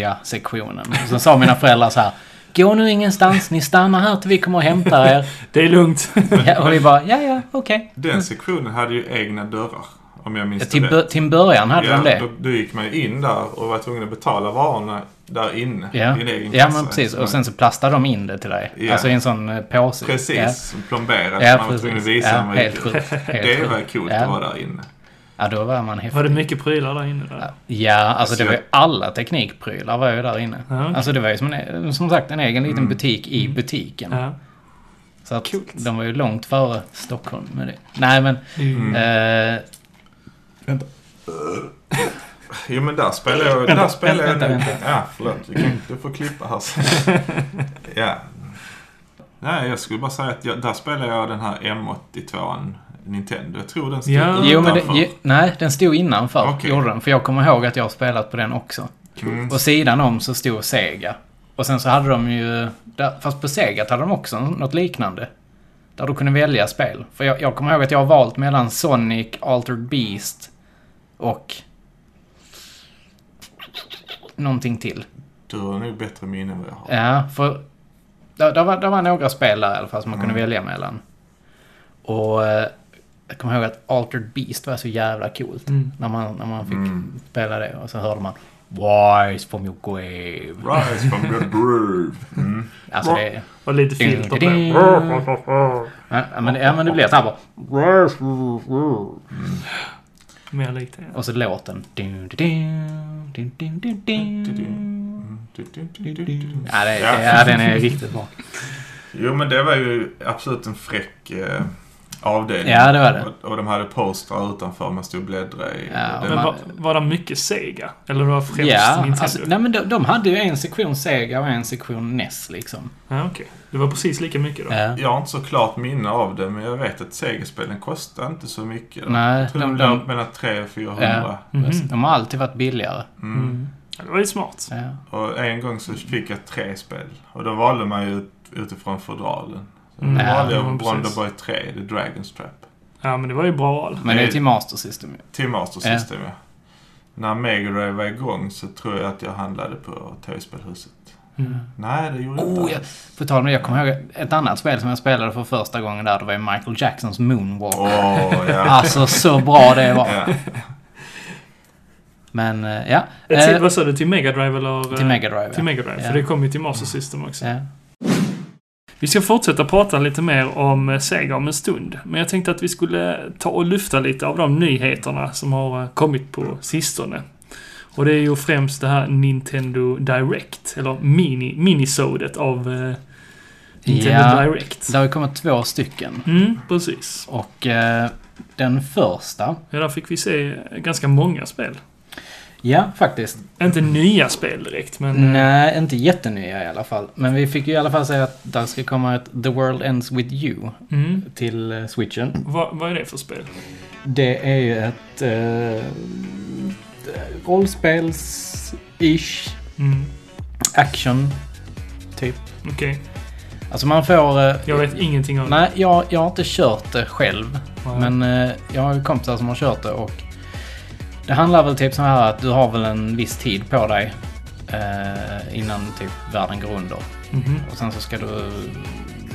S1: mediasektionen. Och Sen sa mina föräldrar så här. Gå nu ingenstans, ni stannar här till vi kommer och hämtar er.
S2: Det är lugnt.
S1: Ja, och vi bara, ja ja, okej.
S3: Den sektionen hade ju egna dörrar. Om jag minns
S1: Till,
S3: det
S1: bö- till början hade de det.
S3: Då, då gick man ju in där och var tvungen att betala varorna där inne.
S1: Ja,
S3: I en egen
S1: ja
S3: kassa.
S1: men precis.
S3: Man-
S1: Och sen så plastade de in det till dig.
S3: Ja.
S1: Alltså i en sån eh, påse.
S3: Precis,
S1: Ja.
S3: som plomberat.
S1: Ja,
S3: man var tvungen att
S1: precis.
S3: visa
S1: Ja,
S3: hur man
S1: helt
S3: gick ut.
S1: sjukt. Helt
S3: Det
S1: sjukt.
S3: var coolt
S1: Ja.
S3: att vara där inne.
S1: Ja, då var man
S2: Var det
S1: häftig.
S2: mycket prylar där inne? Där?
S1: Ja, alltså det
S3: Så
S1: var ju
S3: jag-
S1: alla teknikprylar var ju där inne.
S2: Ja, okej.
S1: Alltså det var ju som, en, som sagt en egen liten
S3: Mm.
S1: butik i
S2: Mm.
S1: butiken.
S2: Ja.
S1: Så att
S2: Coolt.
S1: de var ju långt före Stockholm med det. Nej men...
S2: Det är ju-
S3: Mm.
S1: eh,
S3: Jo men där spelar jag...
S1: Vänta,
S3: där spelar jag
S1: vänta,
S3: nu.
S1: vänta,
S3: Ja, förlåt. Vi kan, du får klippa här sen. ja. Nej, jag skulle bara säga att jag, där spelar jag den här M82an Nintendo. Jag tror den stod
S2: Ja.
S1: jo men det,
S3: utanför.
S1: ju, Nej, den stod innanför.
S3: Okej.
S1: Gjorde den. För jag kommer ihåg att jag har spelat på den också.
S3: Mm.
S1: Och sidan om så stod Sega. Och sen så hade de ju... Där, fast på Sega hade de också något liknande. Där du kunde välja spel. För jag, jag kommer ihåg att jag har valt mellan Sonic, Altered Beast och... Någonting till.
S3: Du har nog bättre minne än vad jag har.
S1: Ja, för... Där, där, var, där var några spel där i alla fall som man kunde
S3: Mm.
S1: välja mellan. Och... eh, Jag kommer ihåg att Altered Beast var så jävla coolt.
S2: Mm.
S1: När, man, när man fick
S3: Mm.
S1: spela det och så hörde man... Wise from your grave.
S3: Rise from the groove. Mm.
S1: Alltså det...
S2: Och lite
S1: Ding,
S2: filter
S1: ding.
S2: på.
S1: Ja, men, ja, men det blir så här bara...
S2: Mer likt det.
S1: Och så låten. Dun, dun, dun, dun, dun, dun, dun.
S3: Mm. Du, du, du, du, du.
S1: Ja, det,
S3: Ja.
S1: ja, den är riktigt bra.
S3: Jo, men det var ju absolut en fräck eh, avdelning.
S1: Ja, det var det.
S3: Och, och de hade postrar utanför man stod och bläddrade i.
S1: Ja,
S3: det,
S2: Men
S1: man-
S2: var, var det mycket Sega? Eller var det främst
S1: Ja,
S2: Nintendo?
S1: alltså, nej, men de, de hade ju en sektion Sega och en sektion NES liksom.
S2: Ja, okej. Det var precis lika mycket då.
S1: Ja.
S3: jag har inte så klart minne av det, men jag vet att segerspelen kostar inte så mycket.
S1: Nej,
S3: jag tror
S1: de,
S3: de låg
S1: de,
S3: mellan 300 och 400.
S2: Mhm.
S1: de har alltid varit billigare.
S3: Mm.
S2: Ja, det var ju smart.
S1: Ja.
S3: Och en gång så fick jag tre spel. Och då valde man ju ut, utifrån fodralen. Så
S2: Mm.
S3: Då valde
S2: Ja,
S3: jag
S2: men
S3: Wonder
S2: precis.
S3: Boy 3, The Dragon's Trap.
S2: Ja, men det var ju bra val.
S1: Men det är
S3: Nej.
S1: till Master System ju.
S3: Till Master System, ja. När Mega Drive var igång så tror jag att jag handlade på TV-spelhuset.
S2: Mm.
S3: Nej, det gjorde
S1: Oh,
S3: inte
S1: jag, på tal om det, jag kommer ihåg ett annat spel som jag spelade för första gången där. Det var ju Michael Jacksons Moonwalk.
S3: Åh, ja.
S1: Alltså så bra det var.
S3: ja.
S1: Men eh, ja.
S2: Ett till,
S1: Eh,
S2: vad sa du? Till Mega Drive eller? eh,
S1: till Mega Drive.
S2: Till Mega Drive,
S1: Ja. Mm.
S2: för det kom ju till Master System också.
S1: Ja.
S2: Vi ska fortsätta prata lite mer om eh, Sega om en stund. Men jag tänkte att vi skulle ta och lyfta lite av de nyheterna som har eh, kommit på sistone. Och det är ju främst det här Nintendo Direct, eller mini, minisodet av eh, Nintendo
S1: Ja.
S2: Direct.
S1: Det har ju kommit två stycken.
S2: Mm, precis.
S1: Och eh, den första,
S2: Ja, där fick vi se ganska många spel.
S1: ja faktiskt.
S2: Inte nya spel direkt, men... eh,
S1: Nej, inte jättenya i alla fall. Men vi fick ju i alla fall säga att där ska komma ett The World Ends With You
S2: Mm.
S1: till eh, switchen.
S2: Vad, vad är det för spel?
S1: Det är ju ett eh, rollspels-ish
S2: Mm.
S1: action, typ.
S2: Okej,
S1: Alltså man får... Eh,
S2: jag vet ingenting om det.
S1: Nej, jag, jag har inte kört det själv.
S2: Nej.
S1: Men eh, jag har ju kompisar som har kört det och det handlar väl typ så här att du har väl en viss tid på dig eh, innan typ världen går under.
S2: Mhm.
S1: Och sen så ska du...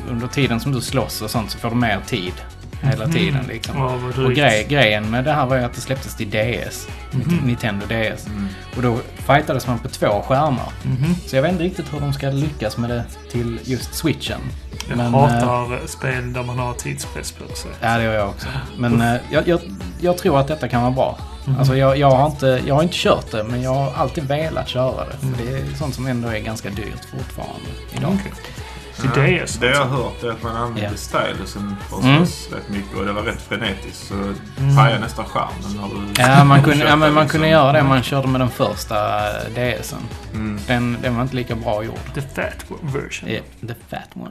S1: Under tiden som du slåss och sånt så får du mer tid. Hela
S2: Mhm.
S1: tiden liksom.
S2: Ja, vad
S1: Och
S2: drygt.
S1: grej, grejen med det här var ju att det släpptes till DS.
S2: Mhm.
S1: Nintendo DS.
S3: Mm.
S1: Och då fightades man på två skärmar.
S2: Mhm.
S1: Så jag vet inte riktigt hur de ska lyckas med det till just switchen.
S2: Jag
S1: Men, eh,
S2: hatar spel där man har tidspress på sig.
S1: Ja, det gör jag också. Men eh, jag, jag, jag tror att detta kan vara bra. Alltså jag, jag, har inte, jag har inte kört det, men jag har alltid velat köra det. För det är sånt som ändå är ganska dyrt fortfarande idag.
S2: Okej. Till DS
S3: Det jag
S2: alltså.
S3: har hört är att man använde
S1: Ja.
S3: stylusen för att
S1: Mm.
S3: slåss rätt mycket och det var rätt frenetiskt så
S2: Mm.
S3: pajade nästan skärmen. när du-
S1: Ja, man kunde,
S3: försökte
S1: ja, men man
S3: liksom-
S1: kunde göra det. Man körde med den första eh, DSen.
S3: Mm.
S1: Den, den var inte lika bra gjord.
S2: The Fat Version.
S1: Yeah, the fat one.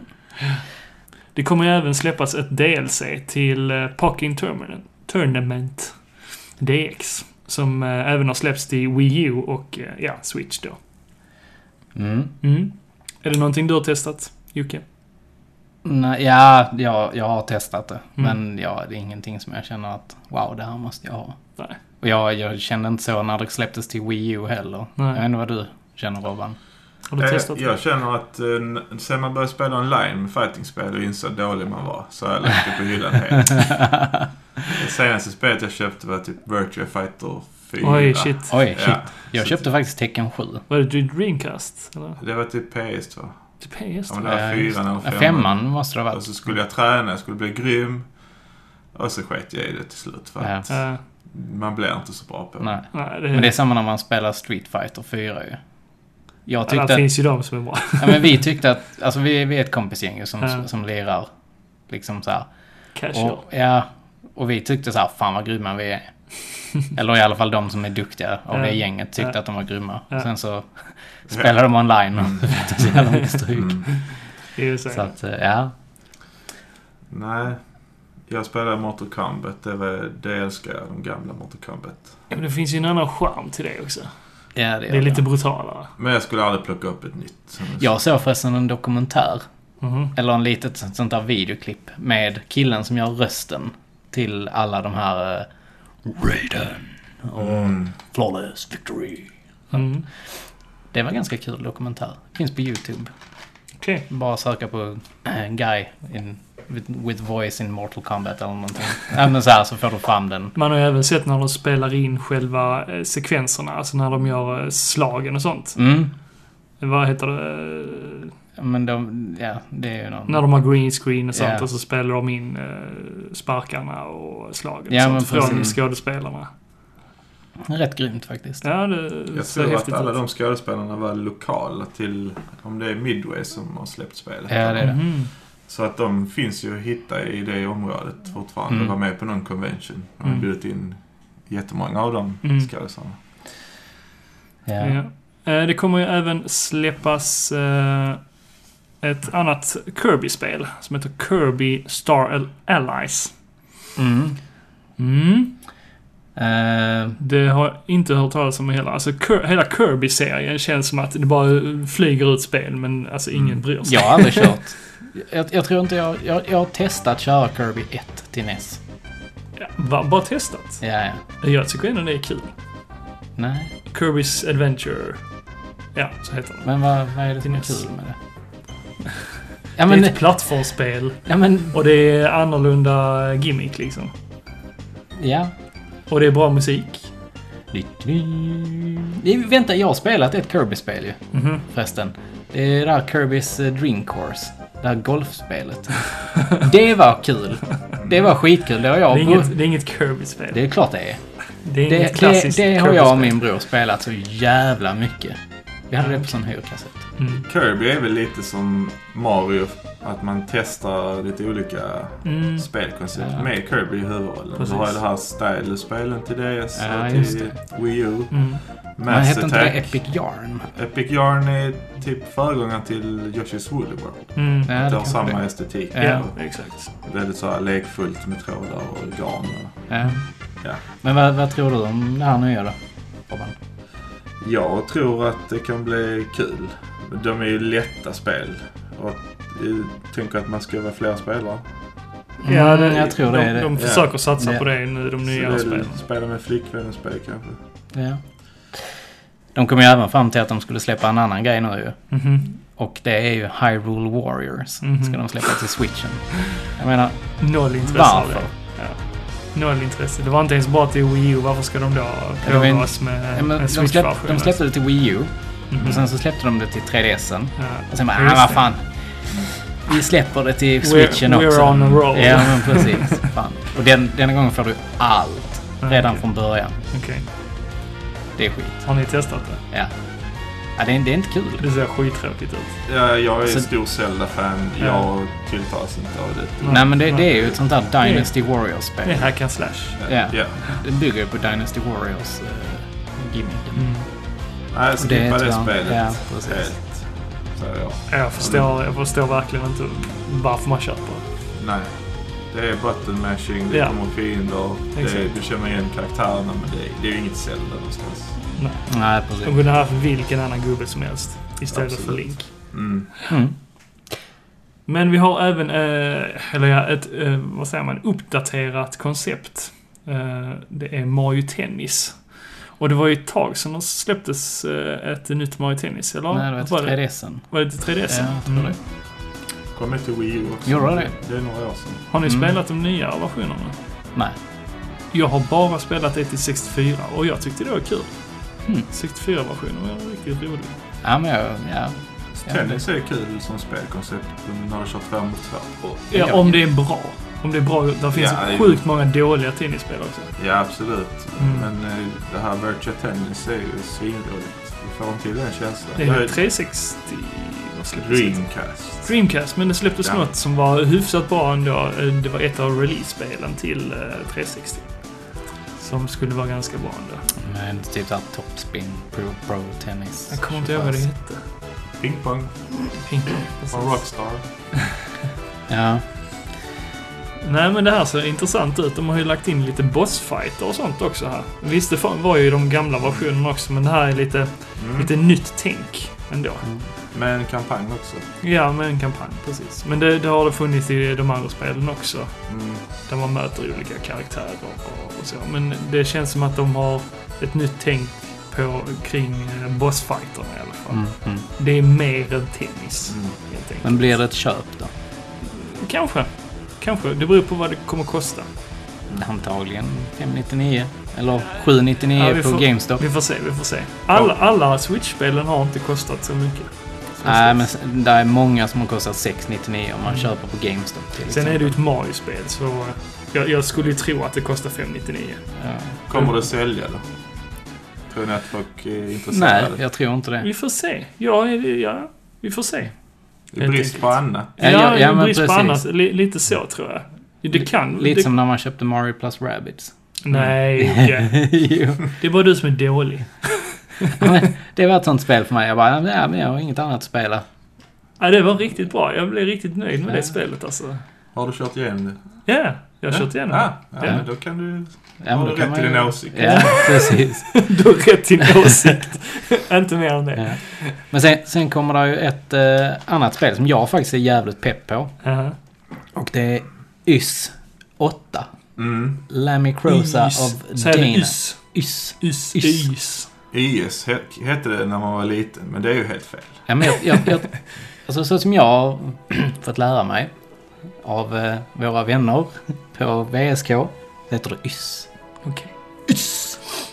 S2: Det kommer ju även släppas ett DLC till eh, Pokin Tournament, Tournament DX. Som eh, även har släppts till Wii U och eh, ja, Switch då.
S1: Mm.
S2: Mm. Är det någonting du har testat, Jocke?
S1: Nej, ja, jag, jag har testat det.
S2: Mm.
S1: Men ja, det är ingenting som jag känner att wow, det här måste jag ha.
S2: Nej.
S1: Och jag, jag kände inte så när det släpptes till Wii U heller.
S2: Nej.
S1: Jag vet inte vad du känner Robban.
S2: Har du
S3: Eh,
S2: testat det?
S3: Jag känner att eh, n- sen man började spela online med fightingspel och insåg hur dålig man var så har jag typ lagt det på hyllan helt. Det senaste spelet jag köpte var typ Virtua Fighter 4.
S2: Oj, shit.
S1: Oj, shit.
S3: Ja.
S1: Jag
S3: Så-
S1: köpte faktiskt Tecken 7.
S2: Var det till Dreamcast? Eller?
S3: Det var typ PS2.
S2: Till PS?
S3: Ja, men det
S2: då?
S1: Ja,
S3: var fyran eller
S1: Ja,
S3: femman.
S1: Femman måste det ha
S3: Och
S1: varit.
S3: så skulle jag träna, jag skulle bli grym. Och så sket jag i det till slut för
S1: Ja.
S3: att
S2: Eh,
S3: man blir inte så bra på det.
S1: Nej.
S2: nej, det,
S1: Men det är samma när man spelar Street Fighter 4 ju. Jag
S2: ja,
S1: tyckte
S2: där
S1: att,
S2: finns ju de som är bra.
S1: ja, men vi tyckte att, alltså vi, vi är ett kompisgäng ju som,
S2: Ja.
S1: som lirar. Liksom så här.
S2: Casual.
S1: Och, ja, och vi tyckte så här, fan vad grymma vi är. Eller i alla fall de som är duktiga av
S2: Ja.
S1: det gänget tyckte
S2: Ja.
S1: att de var grymma.
S2: Ja. Mm.
S1: Sen så spelade de online och fick så jävla mycket stryk.
S3: Mm.
S2: Det är ju så.
S1: Så att, eh, ja.
S3: Nej. Jag spelade Mortal Kombat. Det, var, det älskar jag, de gamla Mortal Kombat.
S2: Men det finns ju en annan charm till det också.
S1: ja det,
S2: Det är
S1: gör
S2: lite
S1: jag.
S2: brutalare.
S3: Men jag skulle aldrig plocka upp ett nytt.
S1: jag såg förresten en dokumentär
S2: Mhm.
S1: Eller en litet sånt sånt där videoklipp med killen som gör rösten till alla de här... Uh, Raiden. Och
S3: Mm.
S1: Flawless Victory.
S2: Mm.
S1: Det var en ganska kul dokumentär. Finns på YouTube.
S2: Okej.
S1: Bara söka på eh, Guy in, with, with voice in Mortal Kombat eller någonting. ja men så här så får du fram den.
S2: Man har ju även sett när de spelar in själva eh, sekvenserna, alltså när de gör eh, slagen och sånt.
S1: Mm.
S2: Vad heter det? Eh,
S1: Men de, ja det är ju någon...
S2: När de har green screen och sånt
S1: Ja.
S2: och så spelar de in eh, sparkarna och slagen
S1: Ja,
S2: och
S1: men
S2: sånt från
S1: precis.
S2: skådespelarna.
S1: Rätt grymt faktiskt.
S2: Ja, det
S3: Jag
S2: ser
S3: tror att
S2: häftigt
S3: alla
S2: ut.
S3: de skådespelarna var lokala till, om det är Midway som har släppt spelet.
S1: Ja, det är det.
S2: Mhm.
S3: Så att de finns ju att hitta i det området fortfarande.
S1: Mm.
S3: Var med på någon convention. De har
S2: Mm.
S3: bjudit in jättemånga av de
S2: Mm.
S3: skådespelarna.
S1: Ja.
S2: Ja. Eh, Det kommer ju även släppas eh, ett annat Kirby-spel som heter Kirby Star Al- Allies.
S1: Mm.
S2: Mm.
S1: Eh,
S2: Det har jag inte hört talas om heller. Alltså, Kir- hela Kirby-serien känns som att det bara flyger ut spel, men alltså ingen
S3: Mm.
S2: bryr sig.
S1: jag har aldrig kört. Jag, jag tror inte jag, jag... Jag har testat köra Kirby 1 till NES.
S2: Ja, va- bara testat.
S1: Ja, ja.
S2: Jag tycker ändå det är kul.
S1: Nej,
S2: Kirby's Adventure. Ja, så heter det.
S1: men vad, vad är det som är
S2: NES.
S1: kul med det? Ja,
S2: E Det
S1: men...
S2: är ett plattformsspel
S1: Ja, men...
S2: och det är annorlunda gimmick liksom.
S1: Ja.
S2: Och det är bra musik.
S1: Det- Vänta, jag har spelat ett Kirby-spel ju.
S2: Mhm.
S1: förresten. Det är det här Kirbys eh, Dream Course. Det här golfspelet. Det var kul. Det var skitkul. Det har jag
S2: Det är
S1: och bror...
S2: inget, det är inget Kirby-spel.
S1: Det är klart det är.
S2: Det är inget
S1: Det, det,
S2: klassiskt
S1: det har jag och
S2: Kirby-spel.
S1: min bror spelat så jävla mycket. Vi hade det på sån hyrkassett.
S2: Mm.
S3: Kirby är väl lite som Mario. Att man testar lite olika
S2: Mm.
S3: spelkoncept
S1: Ja.
S3: med Kirby i huvudrollen. Du
S2: Precis.
S3: har ju det här Stylus-spelen till DS
S1: Ja,
S3: och
S1: just
S3: till Wii U.
S2: Mm.
S1: Men
S3: Mass
S1: hette inte det
S3: Attack.
S1: Epic Yarn?
S3: Epic Yarn är typ föregångaren till Yoshi's Woolly World.
S2: Mm.
S1: Ja,
S3: det har
S1: kanske
S3: samma
S1: det.
S3: estetik.
S1: Ja.
S2: Ja, exakt.
S3: Väldigt så här lekfullt med trådar och garn. och-
S1: Ja.
S3: Ja.
S1: Men vad, vad tror du om det här nya då? Robban?
S3: Jag tror att det kan bli kul. De är ju lätta spel. Och jag tänker att man ska vara fler spelare.
S1: Mm, jag tror det
S2: de,
S1: är det.
S2: De
S3: Ja.
S2: försöker satsa
S1: Ja.
S2: på det nu, de
S3: Så
S2: nya
S3: det är
S2: spelen.
S3: Spela med flickvännens spel kanske.
S1: Ja. De kom ju även fram till att de skulle släppa en annan grej nu ju.
S2: Mhm.
S1: Och det är ju Hyrule Warriors.
S2: Mhm.
S1: Ska de släppa till switchen. Jag menar,
S2: Noll intresse av
S1: varför?
S2: det. Noll intresse. Det var inte ens bara till Wii U. Varför ska de då
S1: det var
S2: plåga
S1: en-
S2: oss med alltså?
S1: Ja, men
S2: en
S1: de, släpp,
S2: Switch-version?
S1: de släppte det till Wii U
S2: Mhm.
S1: och sen så släppte de det till 3DSen.
S2: Ja.
S1: Och sen bara,
S2: Just
S1: ah, vad
S2: det.
S1: fan. Vi släpper det till switchen
S2: we're
S1: också.
S2: on a roll.
S1: Ja, men precis. fan. Och den, denna gången får du allt. Redan
S2: okej.
S1: från början.
S2: Okej.
S1: Det är skit.
S2: Har ni testat det?
S1: Ja. ja det, är, det är inte kul.
S2: Det ser skittråkigt ut.
S3: Ja, jag är
S1: Alltså-
S3: stor Zelda-fan.
S2: Ja.
S3: Jag tilltalas inte av det.
S1: Nej, men det, det är ju ett sånt där Dynasty
S2: Det är
S1: Warriors-spel.
S2: hack and slash.
S1: Ja.
S3: Ja.
S1: Det bygger ju på Dynasty Warriors eh, gimmicken.
S2: Mm.
S3: Nej, skippa
S1: är
S3: det,
S1: tyvärr-
S3: spelet.
S1: ja, precis.
S3: Helt. Så ja.
S2: Ja, Jag förstår, jag förstår verkligen inte varför man köper det.
S3: Nej. Det är button mashing, det
S2: Ja.
S3: kommer fiender. Det,
S2: Exakt.
S3: du känner igen karaktärerna men det, det är ju inget Zelda någonstans.
S2: Nej.
S1: Nej,
S2: De
S1: precis.
S2: kunde ha haft vilken annan gubbe som helst istället för
S3: Absolut.
S2: Link.
S3: Mm.
S1: Mm.
S2: Men vi har även, eh, eller ja, ett, eh, vad säger man, uppdaterat koncept. Eh, det är Mario Tennis. Och det var ju ett tag sedan det släpptes eh, ett nytt Mario Tennis, eller?
S1: Nej, det var till 3DSen.
S2: Var det till 3DS?
S1: Ja, jag tror
S2: Mm.
S1: det.
S3: Kom inte till Wii U också.
S1: Gjorde det?
S3: Det är några år sedan.
S2: Har ni
S1: Mm.
S2: spelat de nya versionerna?
S1: Nej.
S2: Jag har bara spelat det till 64 och jag tyckte det var kul.
S1: Mm.
S2: 64-versionen var riktigt rolig.
S1: Ja, men jag... Ja. Ja,
S3: Tennis är kul som spelkoncept när du kör två mot två.
S2: Ja,
S1: Ja.
S2: om det är bra. Om det är bra. Där finns
S3: Ja,
S2: sjukt många dåliga tennisspel också.
S3: Ja, absolut.
S2: Mm.
S3: Men eh, det här Virtua Tennis är ju svinroligt. Du får inte till den känslan.
S2: Det är
S3: Jag-
S2: 360... Vad släpptes det?
S3: Dreamcast.
S2: Dreamcast, men det släpptes
S3: Ja.
S2: något som var hyfsat bra ändå. Eh, Det var ett av release-spelen till eh, 360. Som skulle vara ganska bra ändå.
S1: Men typ såhär topspin, pro, pro tennis.
S2: Jag kommer inte ihåg vad det hette.
S3: Ping Pong
S2: Pingpong,
S3: från
S2: precis.
S3: Rockstar.
S1: Ja.
S2: Nej, men det här ser intressant ut. De har ju lagt in lite bossfighter och sånt också här. Visst, det var ju i de gamla versionerna också, men det här är lite,
S3: Mm.
S2: lite nytt tänk ändå.
S3: Med en kampanj också.
S2: Ja, med en kampanj, precis. Men det, det har det funnits i de andra spelen också.
S3: Mm.
S2: Där man möter olika karaktärer och, och så. Men det känns som att de har ett nytt tänk på, kring eh, bossfighterna i alla fall.
S1: Mm, mm.
S2: Det är mer än tennis,
S3: Mm.
S2: helt enkelt.
S1: Men blir det ett köp då?
S2: Kanske. Kanske. Det beror på vad det kommer kosta.
S1: Antagligen 599. Eller 799
S2: Ja, vi
S1: på
S2: får-
S1: GameStop.
S2: Vi får se, vi får se. Alla, alla Switch-spelen har inte kostat så mycket.
S1: Nej, men s- det är många som har kostat 699 om man köper på GameStop till
S2: Mm. Sen
S1: exempel.
S2: är det ju ett Mario-spel, så eh, jag, jag skulle ju tro att det kostar 599.
S1: Ja.
S3: Kommer det sälja då? Tror ni att folk är
S1: Nej,
S3: intresserade?
S1: jag tror inte det.
S2: Vi får se. Ja, ja vi får se.
S3: I brist
S2: helt
S3: på annat.
S1: Ja,
S2: Ja,
S1: ja, ja,
S2: i
S1: men
S2: brist på
S1: precis.
S2: annat. Li- Lite så tror jag. Det kan...
S1: Lite
S2: det,
S1: som när man köpte Mario plus Rabbids.
S2: Nej, Jocke.
S1: Jo.
S2: Det är bara du som är dålig.
S1: Men det var ett sånt spel för mig. Jag bara, ja, men jag har inget annat att spela.
S2: Ja, det var riktigt bra. Jag blev riktigt nöjd med
S1: Ja.
S2: det spelet alltså.
S3: Har du kört igenom det?
S2: Ja, jag har kört igenom
S3: ah,
S2: det.
S3: ja,
S1: Ja.
S3: men då kan du...
S1: Ja,
S3: Har
S1: men
S3: du
S1: då kan
S3: rätt
S1: man
S3: till
S1: ju-
S3: din åsikt?
S1: Ja, precis.
S2: Du har rätt till din åsikt. Inte mer än det.
S1: Ja. Men sen, sen kommer det ju ett eh, annat spel som jag faktiskt är jävligt pepp på.
S2: Ja.
S1: Och det är YS 8.
S3: Mm.
S1: Lammy Crosa
S2: Ys.
S1: of
S2: Säger du
S1: Dana.
S2: ys?
S1: YS.
S2: Ys.
S1: Ys.
S2: Ys.
S3: IS he- hette det när man var liten, men det är ju helt fel.
S1: Ja, men jag, jag, jag, alltså, så som jag har fått lära mig av eh, våra vänner på VSK. Det heter det YS.
S2: Okej.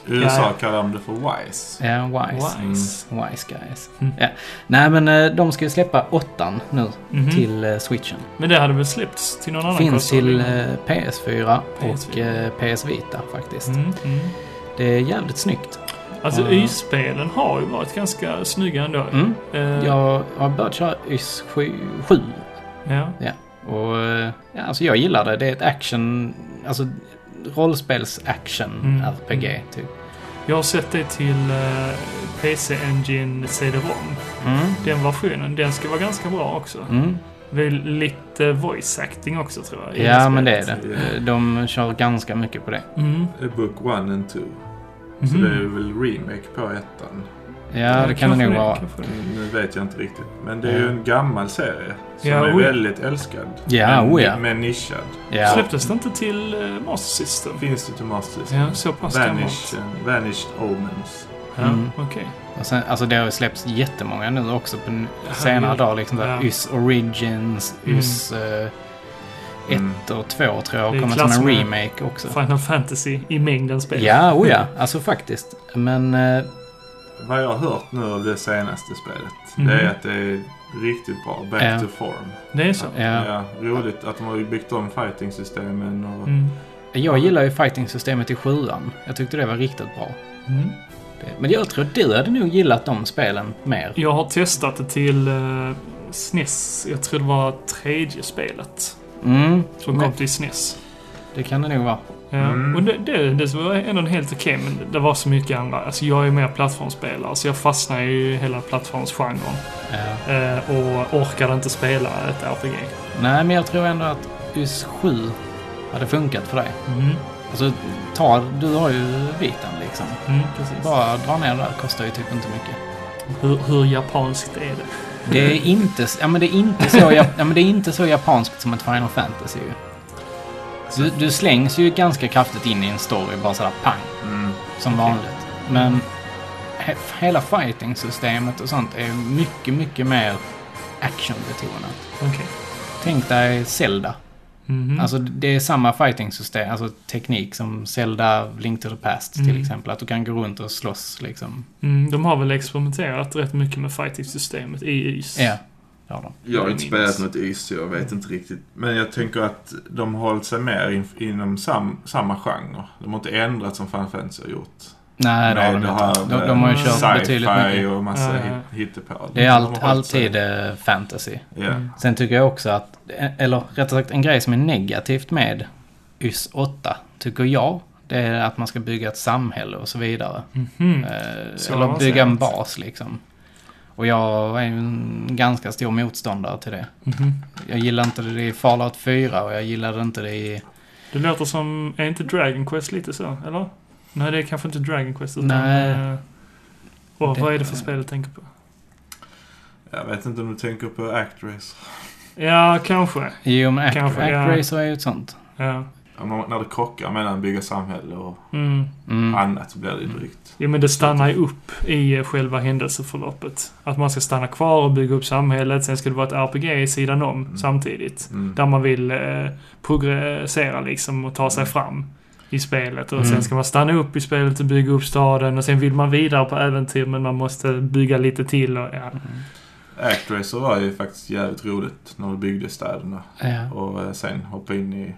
S3: I USA
S2: Ja,
S3: kallar de det för WISE.
S1: Ja, Wise.
S2: Wise.
S1: Wise guys.
S2: Mm.
S1: Ja. Nej men eh, de ska ju släppa åttan nu
S3: Mm.
S2: Mhm.
S1: till eh, switchen.
S2: Men det hade väl släppts till någon annan
S1: Finns
S2: konsol?
S1: till eh, PS4 och
S2: PS4.
S1: eh, PS Vita faktiskt.
S2: Mm, mm.
S1: Det är jävligt snyggt.
S2: Alltså
S1: Ja.
S2: Y-spelen har ju varit ganska snygga ändå.
S1: Mm.
S2: Eh,
S1: Jag har börjat köra YS 7. 7.
S2: ja.
S1: Och eh, ja, alltså jag gillar det. Det är ett action, alltså rollspels-action
S2: Mm.
S1: RPG typ.
S2: Jag har sett det till eh, PC Engine CD-ROM.
S1: Mm.
S2: Den versionen, den ska vara ganska bra också.
S1: Mm.
S2: Väl lite voice acting också tror jag. i
S1: Ja,
S2: spelet.
S1: men det är det. Eh, De kör ganska mycket på det.
S2: Mm.
S3: A Book 1 and 2. Så
S2: Mhm.
S3: det är väl remake på ettan.
S1: Ja, det kan det
S2: kanske
S1: nog vara.
S2: kanske det.
S3: Mm, Nu vet jag inte riktigt. Men det är ju en gammal serie. Som
S2: Ja, oh
S3: är
S2: oj.
S3: väldigt älskad.
S1: Ja,
S3: men,
S1: oj, ja.
S3: men nischad.
S1: Ja.
S2: Släpptes det inte till eh, Master System?
S3: Finns det till Master System.
S2: Ja, så pass gammalt.
S3: Vanish, eh, Vanished Omens.
S2: Ja,
S1: Mm.
S2: okej.
S1: Och sen, alltså det har ju släppts jättemånga nu också på n-
S2: Ja,
S1: senare
S2: det-
S1: dagar. Liksom där
S2: ja.
S1: YS Origins,
S2: Mm.
S1: YS eh, 1
S3: Mm.
S1: och 2 tror jag
S2: Det
S1: har
S2: är
S1: kommit
S2: klass
S1: som en
S2: med-
S1: remake också.
S2: Final Fantasy i mängden spel.
S1: Ja, oh ja. Alltså faktiskt. Men eh,
S3: Vad jag har hört nu av det senaste spelet,
S2: Mhm.
S3: det är att det är riktigt bra. Back
S1: Mm. Ja.
S3: to form.
S2: Det är så.
S1: ja,
S3: Ja, roligt att de har byggt om fighting-systemen och...
S2: Mm.
S1: jag gillar ju fighting-systemet i sjuan. Jag tyckte det var riktigt bra.
S2: Mm.
S1: Det- Men jag tror du hade nog gillat de spelen mer.
S2: Jag har testat det till eh, SNES. Jag tror det var tredje spelet
S1: Mm,
S2: som
S1: men
S2: kom till SNES.
S1: det kan det nog vara.
S2: Ja.
S3: Mm.
S2: Och det, det, det var ändå helt okej, men det var så mycket andra. Alltså, jag är mer plattformsspelare, så jag fastnar ju i hela plattformsgenren.
S1: Ja.
S2: Eh, och orkade inte spela ett RPG.
S1: Nej, men jag tror ändå att YS 7 hade funkat för dig.
S2: Mm.
S1: Alltså, ta, du har ju vitan liksom.
S2: Mm, precis.
S1: Bara dra ner det där kostar ju typ inte mycket.
S2: Hur, hur japanskt är det?
S1: Det är inte, s- ja, men det är inte, så, ja, ja, men det är inte så japanskt som ett Final Fantasy ju. Du, du slängs ju ganska kraftigt in i en story, bara sådär pang,
S3: Mm.
S1: som vanligt. Men he, hela fighting-systemet och sånt är mycket, mycket mer actionbetonat.
S2: Okej.
S1: Tänk dig Zelda.
S2: Mhm.
S1: Alltså det är samma fighting-system, alltså teknik som Zelda, Link to the Past till
S2: Mm.
S1: exempel. Att du kan gå runt och slåss liksom.
S2: mm, de har väl experimenterat rätt mycket med fighting-systemet i YS.
S1: Ja, det har de.
S3: Jag har inte
S2: Minns.
S3: spelat något YS, så jag vet inte riktigt. Men jag tänker att de har hållit sig mer in, inom sam, samma genre. De har inte ändrat som Final Fantasy har gjort.
S1: Nej, det har eh, de
S3: Med
S1: inte. De, de har ju
S3: här,
S2: med
S1: kört betydligt
S3: sci-fi
S1: mycket.
S3: och massa
S2: Ja, ja.
S3: hit- hittepå.
S1: Det är
S3: Mm, De
S1: allt,
S3: har hållit sig-
S1: alltid eh, fantasy.
S3: Ja.
S2: Mm.
S1: Sen tycker jag också att, eh, eller rättare sagt en grej som är negativt med YS 8, tycker jag, det är att man ska bygga ett samhälle och så vidare.
S2: Mhm.
S1: Eh,
S2: Så
S1: eller bygga en
S2: avancerat.
S1: bas liksom. Och jag är ju en ganska stor motståndare till det.
S2: Mhm.
S1: Jag gillar inte det i Fallout 4 och jag gillade inte det i...
S2: Det låter som, är inte Dragon Quest lite så, eller? Nej, det är kanske inte Dragon Quest utan...
S1: Nej.
S2: eh, åh,
S1: Det-
S2: vad är det för spel du tänker på?
S3: Jag vet inte om du tänker på Actress.
S2: Ja, kanske.
S1: Jo, men Act-
S2: Kanske, ja.
S1: ActRacer är ju ett sånt.
S2: Ja.
S3: Om man- När det krockar mellan bygga samhälle och
S2: Mm.
S1: Mm.
S3: annat så blir det drygt.
S2: Jo, men det stannar ju upp i eh, själva händelseförloppet. Att man ska stanna kvar och bygga upp samhället, sen ska det vara ett RPG i sidan om
S3: Mm.
S2: samtidigt.
S3: Mm.
S2: Där man vill eh, progressera liksom och ta sig fram i spelet. Och
S1: Mm.
S2: sen ska man stanna upp i spelet och bygga upp staden och sen vill man vidare på äventyr men man måste bygga lite till och
S1: Mm.
S2: ja.
S3: Actress var ju faktiskt jävligt roligt när du byggde städerna.
S1: Ja.
S3: Och eh, sen hoppa in i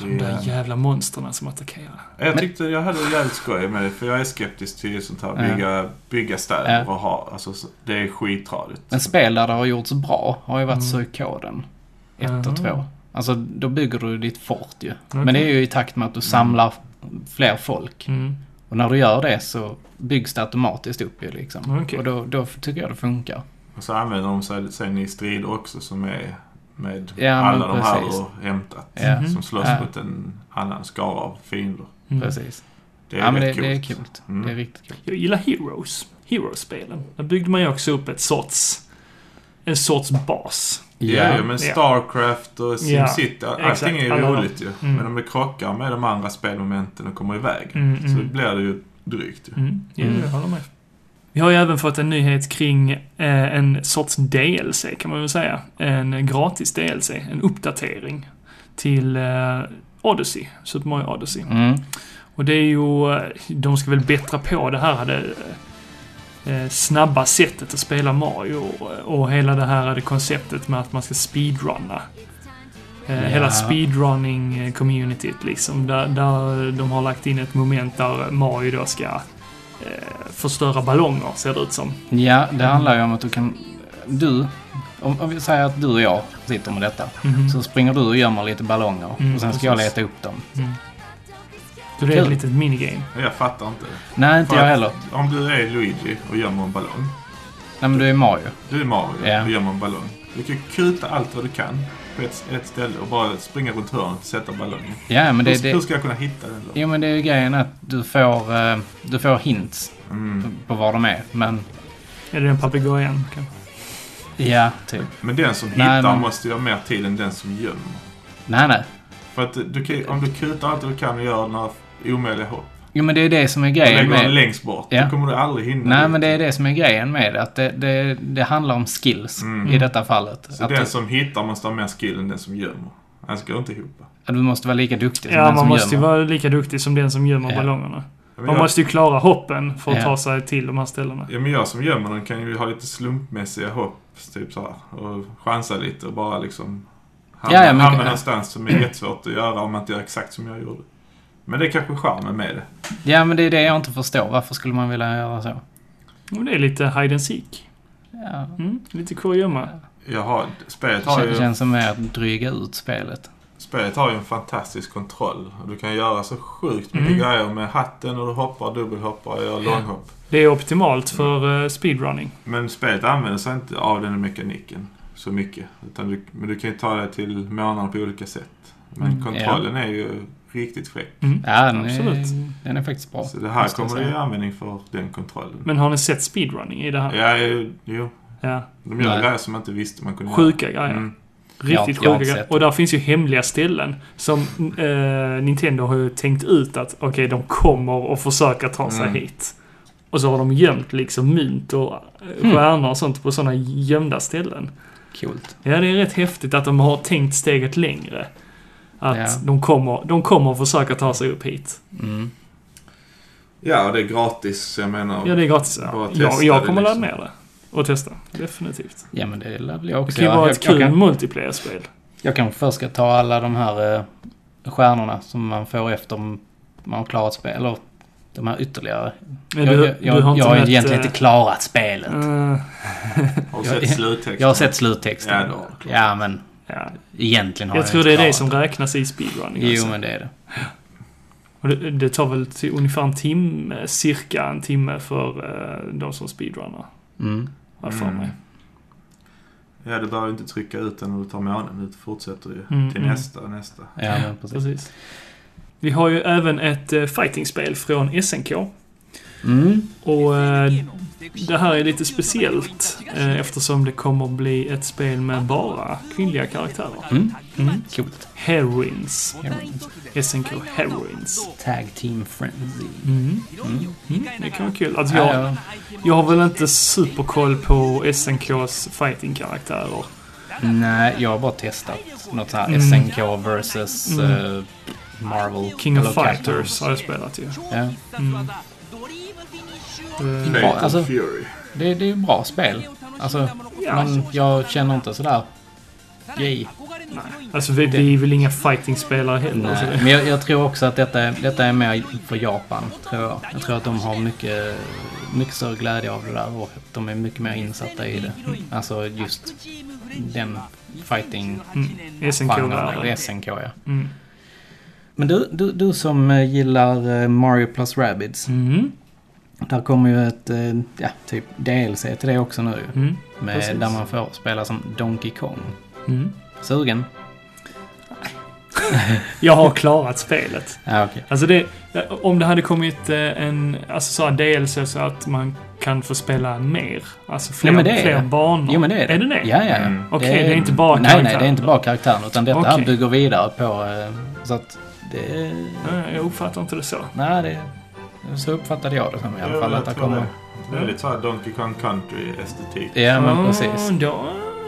S2: De där jävla monsterna som attackerar.
S3: Jag tyckte jag hade jävligt skoj med det, för jag är skeptisk till sånt här
S1: Ja.
S3: bygga, bygga städer
S1: Ja.
S3: och ha. Alltså, så- det är skittradigt.
S1: Men spel där det har gjorts bra har ju varit
S2: Mm.
S1: Suikoden 1
S2: Mhm.
S1: och 2. Alltså då bygger du ditt fort ju.
S2: Okej.
S1: Men det är ju i takt med att du samlar fler folk.
S2: Mm.
S1: Och när du gör det så byggs det automatiskt upp ju liksom.
S2: Okej.
S1: Och då, då tycker jag det funkar.
S3: Och så använder de sig sen i strider också som är med
S1: Ja, men
S3: alla de här
S1: precis.
S3: och hämtat.
S1: Ja.
S3: Som slåss
S1: Ja.
S3: mot en annan skara av fiender.
S2: Mhm. Mm.
S1: Precis.
S3: Det är
S1: Ja men det,
S3: rätt
S1: det är
S3: coolt.
S1: kul.
S3: Mm.
S1: Det är riktigt kul.
S2: Jag gillar Heroes. Heroes-spelen. Där byggde man ju också upp ett sorts... En sorts bas.
S3: Ja, ja, men
S2: Ja.
S3: Starcraft och
S2: Ja,
S3: SimCity,
S2: exakt.
S3: allting är ju
S2: Alla de-
S3: roligt ju.
S2: Mm.
S3: Men om det krockar med de andra spelmomenten och kommer i vägen
S2: Mm,
S3: så
S2: mm.
S3: blir det ju drygt ju.
S2: Mm. Ja,
S1: Mm.
S2: jag håller med. Vi har ju även fått en nyhet kring eh, en sorts DLC kan man väl säga. En gratis DLC, en uppdatering till eh, Odyssey, Super Mario Odyssey.
S1: Mm.
S2: Och det är ju, eh, de ska väl bättra på det här det, eh, snabba sättet att spela Mario och- och hela det här det konceptet med att man ska speedrunna. Eh, Hela
S1: Ja.
S2: speedrunning-communityt liksom, där, där de har lagt in ett moment där Mario då ska eh, förstöra ballonger, ser det ut som.
S1: Ja, det handlar ju om att du kan... Du, om, om vi säger att du och jag sitter med detta.
S2: Mhm.
S1: Så springer du och gömmer lite ballonger.
S2: Mm,
S1: och sen ska jag
S2: precis.
S1: leta upp dem.
S2: Mm. Så det är ett
S1: Kul.
S2: litet minigame.
S3: Jag fattar inte.
S1: Nej, inte
S3: För
S1: jag
S3: att
S1: heller.
S3: Om du är Luigi och gömmer en ballong.
S1: Nej, men du är Mario.
S3: Du är Mario
S1: Ja.
S3: och gömmer en ballong. Du kan kuta allt vad du kan på ett, ett ställe och bara springa runt hörnet och sätta ballongen.
S1: Ja, men
S3: hur,
S1: det, det,
S3: hur ska jag kunna hitta den då?
S1: Jo men det är ju grejen att du får, eh, du får hints
S3: Mm.
S1: på var de är. Men
S2: Är det en papegojan kanske?
S1: ja, typ.
S3: Men den som
S1: Nej,
S3: hittar
S1: men-
S3: måste ju ha mer tid än den som gömmer.
S1: Nej nej.
S3: För att du kan, ju- om du kutar allt du kan och gör några omöjliga hopp.
S1: Jo men det är det som är
S3: Och
S1: grejen
S3: lägger den
S1: med...
S3: längst bort.
S1: Ja.
S3: Då kommer du aldrig hinna
S1: Nej
S3: dit.
S1: men det är det som är grejen med det, att det. Det, det handlar om skills
S3: Mm.
S1: i detta fallet.
S3: Så
S1: att
S3: den
S1: du,
S3: som hittar måste ha mer skill än den som gömmer. Annars går det inte ihop.
S1: att du måste vara lika duktig som
S2: Ja,
S1: den
S2: man
S1: som
S2: måste ju
S1: gömmer.
S2: vara lika duktig som den som gömmer
S1: Ja.
S2: ballongerna.
S3: Ja, men
S2: Man
S3: jag,
S2: måste ju klara hoppen för att
S1: Ja.
S2: ta sig till de här ställena.
S3: ja, men jag som gömmer den kan ju ha lite slumpmässiga hopp. Typ så här, Och chansa lite och bara liksom hamna,
S1: Ja, ja, men-
S3: hamna
S1: ja.
S3: någonstans som är jättesvårt att göra om man inte gör exakt som jag gjorde. Men det är kanske charmen med det.
S1: Ja men det är det jag inte förstår. Varför skulle man vilja göra så?
S2: Och det är lite hide and seek.
S1: Ja.
S2: Mm, lite kurragömma.
S3: Jag har, spelet, har
S1: Det
S3: ju,
S1: känns som mer att dryga ut spelet.
S3: spelet har ju en fantastisk kontroll. Och Du kan göra så sjukt mycket
S2: Mm.
S3: grejer med hatten och du hoppar, dubbelhoppar och gör långhopp.
S2: Det är optimalt för eh, speedrunning.
S3: Men spelet använder sig inte av den mekaniken så mycket. Utan du, men du kan ju ta det till månader på olika sätt. Men
S2: Mm.
S3: kontrollen är ju riktigt fräck.
S2: Mm.
S1: Ja, eh, den, är,
S2: Absolut.
S1: den är faktiskt bra.
S3: Så det här
S1: måste jag
S3: kommer du ju
S1: säga.
S3: användning för den kontrollen.
S2: Men har ni sett speedrunning i det här?
S3: ja, ju- jo.
S2: Ja.
S3: De gör
S1: Nej.
S3: grejer som man inte visste man kunde
S2: Sjuka grejer.
S3: göra. Mm.
S1: Ja,
S2: Riktigt
S1: jag har
S2: sjuka
S1: sett
S2: grejer.
S1: det.
S2: Och där finns ju hemliga ställen som eh, Nintendo har ju tänkt ut att okej, de kommer och försöker ta sig
S3: Mm.
S2: hit. Och så har de gömt liksom mynt och eh,
S1: Mm.
S2: stjärnor och sånt på sådana gömda ställen.
S1: Coolt.
S2: Ja, det är rätt häftigt att de har tänkt steget längre. Att
S1: Ja.
S2: de, kommer, de kommer att försöka ta sig upp hit.
S1: Mm.
S3: Ja, och det är gratis. så Jag menar,
S2: Ja, det är gratis.
S3: Bara
S2: Ja.
S3: testa
S2: Jag, jag
S3: det
S2: kommer
S3: liksom.
S2: ladda ner det. Och testa. Definitivt.
S1: Ja men det lär väl jag
S2: Det
S1: också
S2: kan ju
S1: göra.
S2: vara
S1: jag,
S2: ett
S1: jag,
S2: kul
S1: kan,
S2: multiplayer-spel.
S1: Jag kanske först ska ta alla de här eh, stjärnorna som man får efter m- man har klarat spelet. Eller de här ytterligare.
S2: Men
S1: jag
S2: du-
S1: jag, jag,
S2: du har
S1: jag
S2: inte
S1: har
S2: mätt,
S1: egentligen
S2: eh,
S1: inte klarat spelet.
S2: eh,
S3: Har du
S1: Jag-
S3: sett sluttexten?
S1: Jag har sett sluttexten.
S3: Ja, det har du klart.
S1: Ja, men
S2: ja.
S1: egentligen har jag,
S2: Jag tror
S1: inte
S2: det är det
S1: klarat
S2: som räknas i speedrunning.
S1: Jo
S2: alltså.
S1: men det är det.
S2: Och det, det tar väl till ungefär en timme, cirka en timme för eh, de som speedrunnar.
S1: Mm.
S2: Har jag för mig.
S3: Ja, du behöver inte trycka ut den när du tar månen. Du fortsätter ju
S2: Mm,
S3: till
S2: mm.
S3: nästa, nästa.
S1: Ja, men precis.
S2: Precis. Vi har ju även ett eh, fightingspel från SNK.
S1: Mm.
S2: Och eh, det här är lite speciellt eh, eftersom det kommer bli ett spel med bara kvinnliga karaktärer.
S1: Mm.
S2: Mm.
S1: Coolt.
S2: Heroines.
S1: Heroines.
S2: SNK Heroines.
S1: Tag Team Frenzy.
S2: Mm.
S1: Mm.
S2: Mm. Det kan vara kul. Alltså
S1: Ja,
S2: jag,
S1: ja.
S2: jag har väl inte superkoll på SNKs fighting-karaktärer.
S1: Nej, jag har bara testat något sånt här
S2: Mm.
S1: SNK versus
S2: Mm.
S1: eh, Marvel.
S2: King of
S1: eller Capcom.
S2: Fighters har jag spelat ju.
S1: Ja.
S2: Mm. Eh,
S3: Fate of
S1: alltså-
S3: Fury.
S1: Det, det är ju bra spel. Alltså,
S4: Ja.
S1: men jag känner inte sådär... Yay.
S2: Alltså vi, vi är väl inga fighting-spelare heller. så
S1: Nej,
S2: det-
S1: men jag, jag tror också att detta, är- detta är mer för Japan, tror jag. Jag tror att de har mycket, mycket större glädje av det där och att de är mycket mer insatta i det.
S2: Mm.
S1: Alltså just den fighting
S2: Mm. SNK
S1: genren,
S2: där.
S1: eller SNK ja.
S2: Mm.
S1: Men du, du, du som eh, gillar eh, Mario plus Rabbids.
S2: Mm.
S1: Där kommer ju ett, eh, ja, typ DLC till det också nu. ju.
S2: Mm.
S1: Med,
S2: precis.
S1: där man får spela som Donkey Kong.
S2: Mm.
S1: Sugen?
S2: Jag har klarat spelet.
S1: Ja, okej.
S2: Alltså det, om det hade kommit eh, en alltså så här DLC så att man kan få spela mer, alltså fler,
S1: Ja, men det är
S2: fler
S1: det.
S2: banor.
S1: Jo, men det är det.
S2: Är det det?
S1: Ja, ja, ja.
S3: Mm.
S2: Okej, det är inte bara
S1: Nej, nej,
S2: karaktärer.
S1: det är inte bara karaktären. Utan detta
S2: Okej.
S1: här bygger vidare på... eh, Så att det...
S2: Nej, Jag uppfattar inte det så.
S1: Nej, det... Så uppfattade jag det som i alla fall.
S3: Jag
S1: Att det
S3: tror
S1: kommer...
S3: det. Det är lite såhär Donkey Kong Country-estetik.
S1: Ja, men
S2: Ah,
S1: precis.
S2: Då,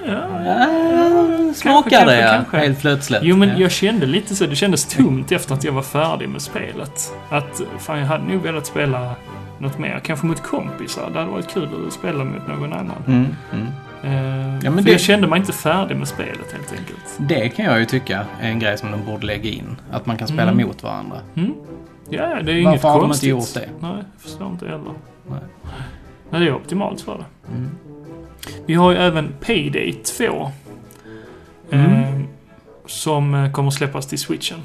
S2: ja.
S1: Ah, Smakar
S2: kanske,
S1: det ja.
S2: kanske.
S1: Helt plötsligt.
S2: Jo, men
S1: Ja.
S2: jag kände lite så. Det kändes tomt efter att jag var färdig med spelet. Att fan, jag hade nog velat spela något mer. Kanske mot kompisar. Det hade varit kul att spela mot någon annan.
S1: Mm, mm.
S2: Eh,
S1: Ja, men
S2: för
S1: det-
S2: Jag kände mig inte färdig med spelet helt enkelt.
S1: Det kan jag ju tycka är en grej som de borde lägga in. Att man kan spela
S2: Mm.
S1: mot varandra.
S2: Mm? Ja, det är
S1: Varför
S2: inget
S1: har de inte
S2: konstigt.
S1: gjort det?
S2: Nej, jag förstår inte heller.
S1: Nej.
S2: Nej, det är optimalt för det.
S1: Mm.
S2: Vi har ju även Payday 2.
S1: Mm.
S2: Eh, som eh, kommer släppas till switchen.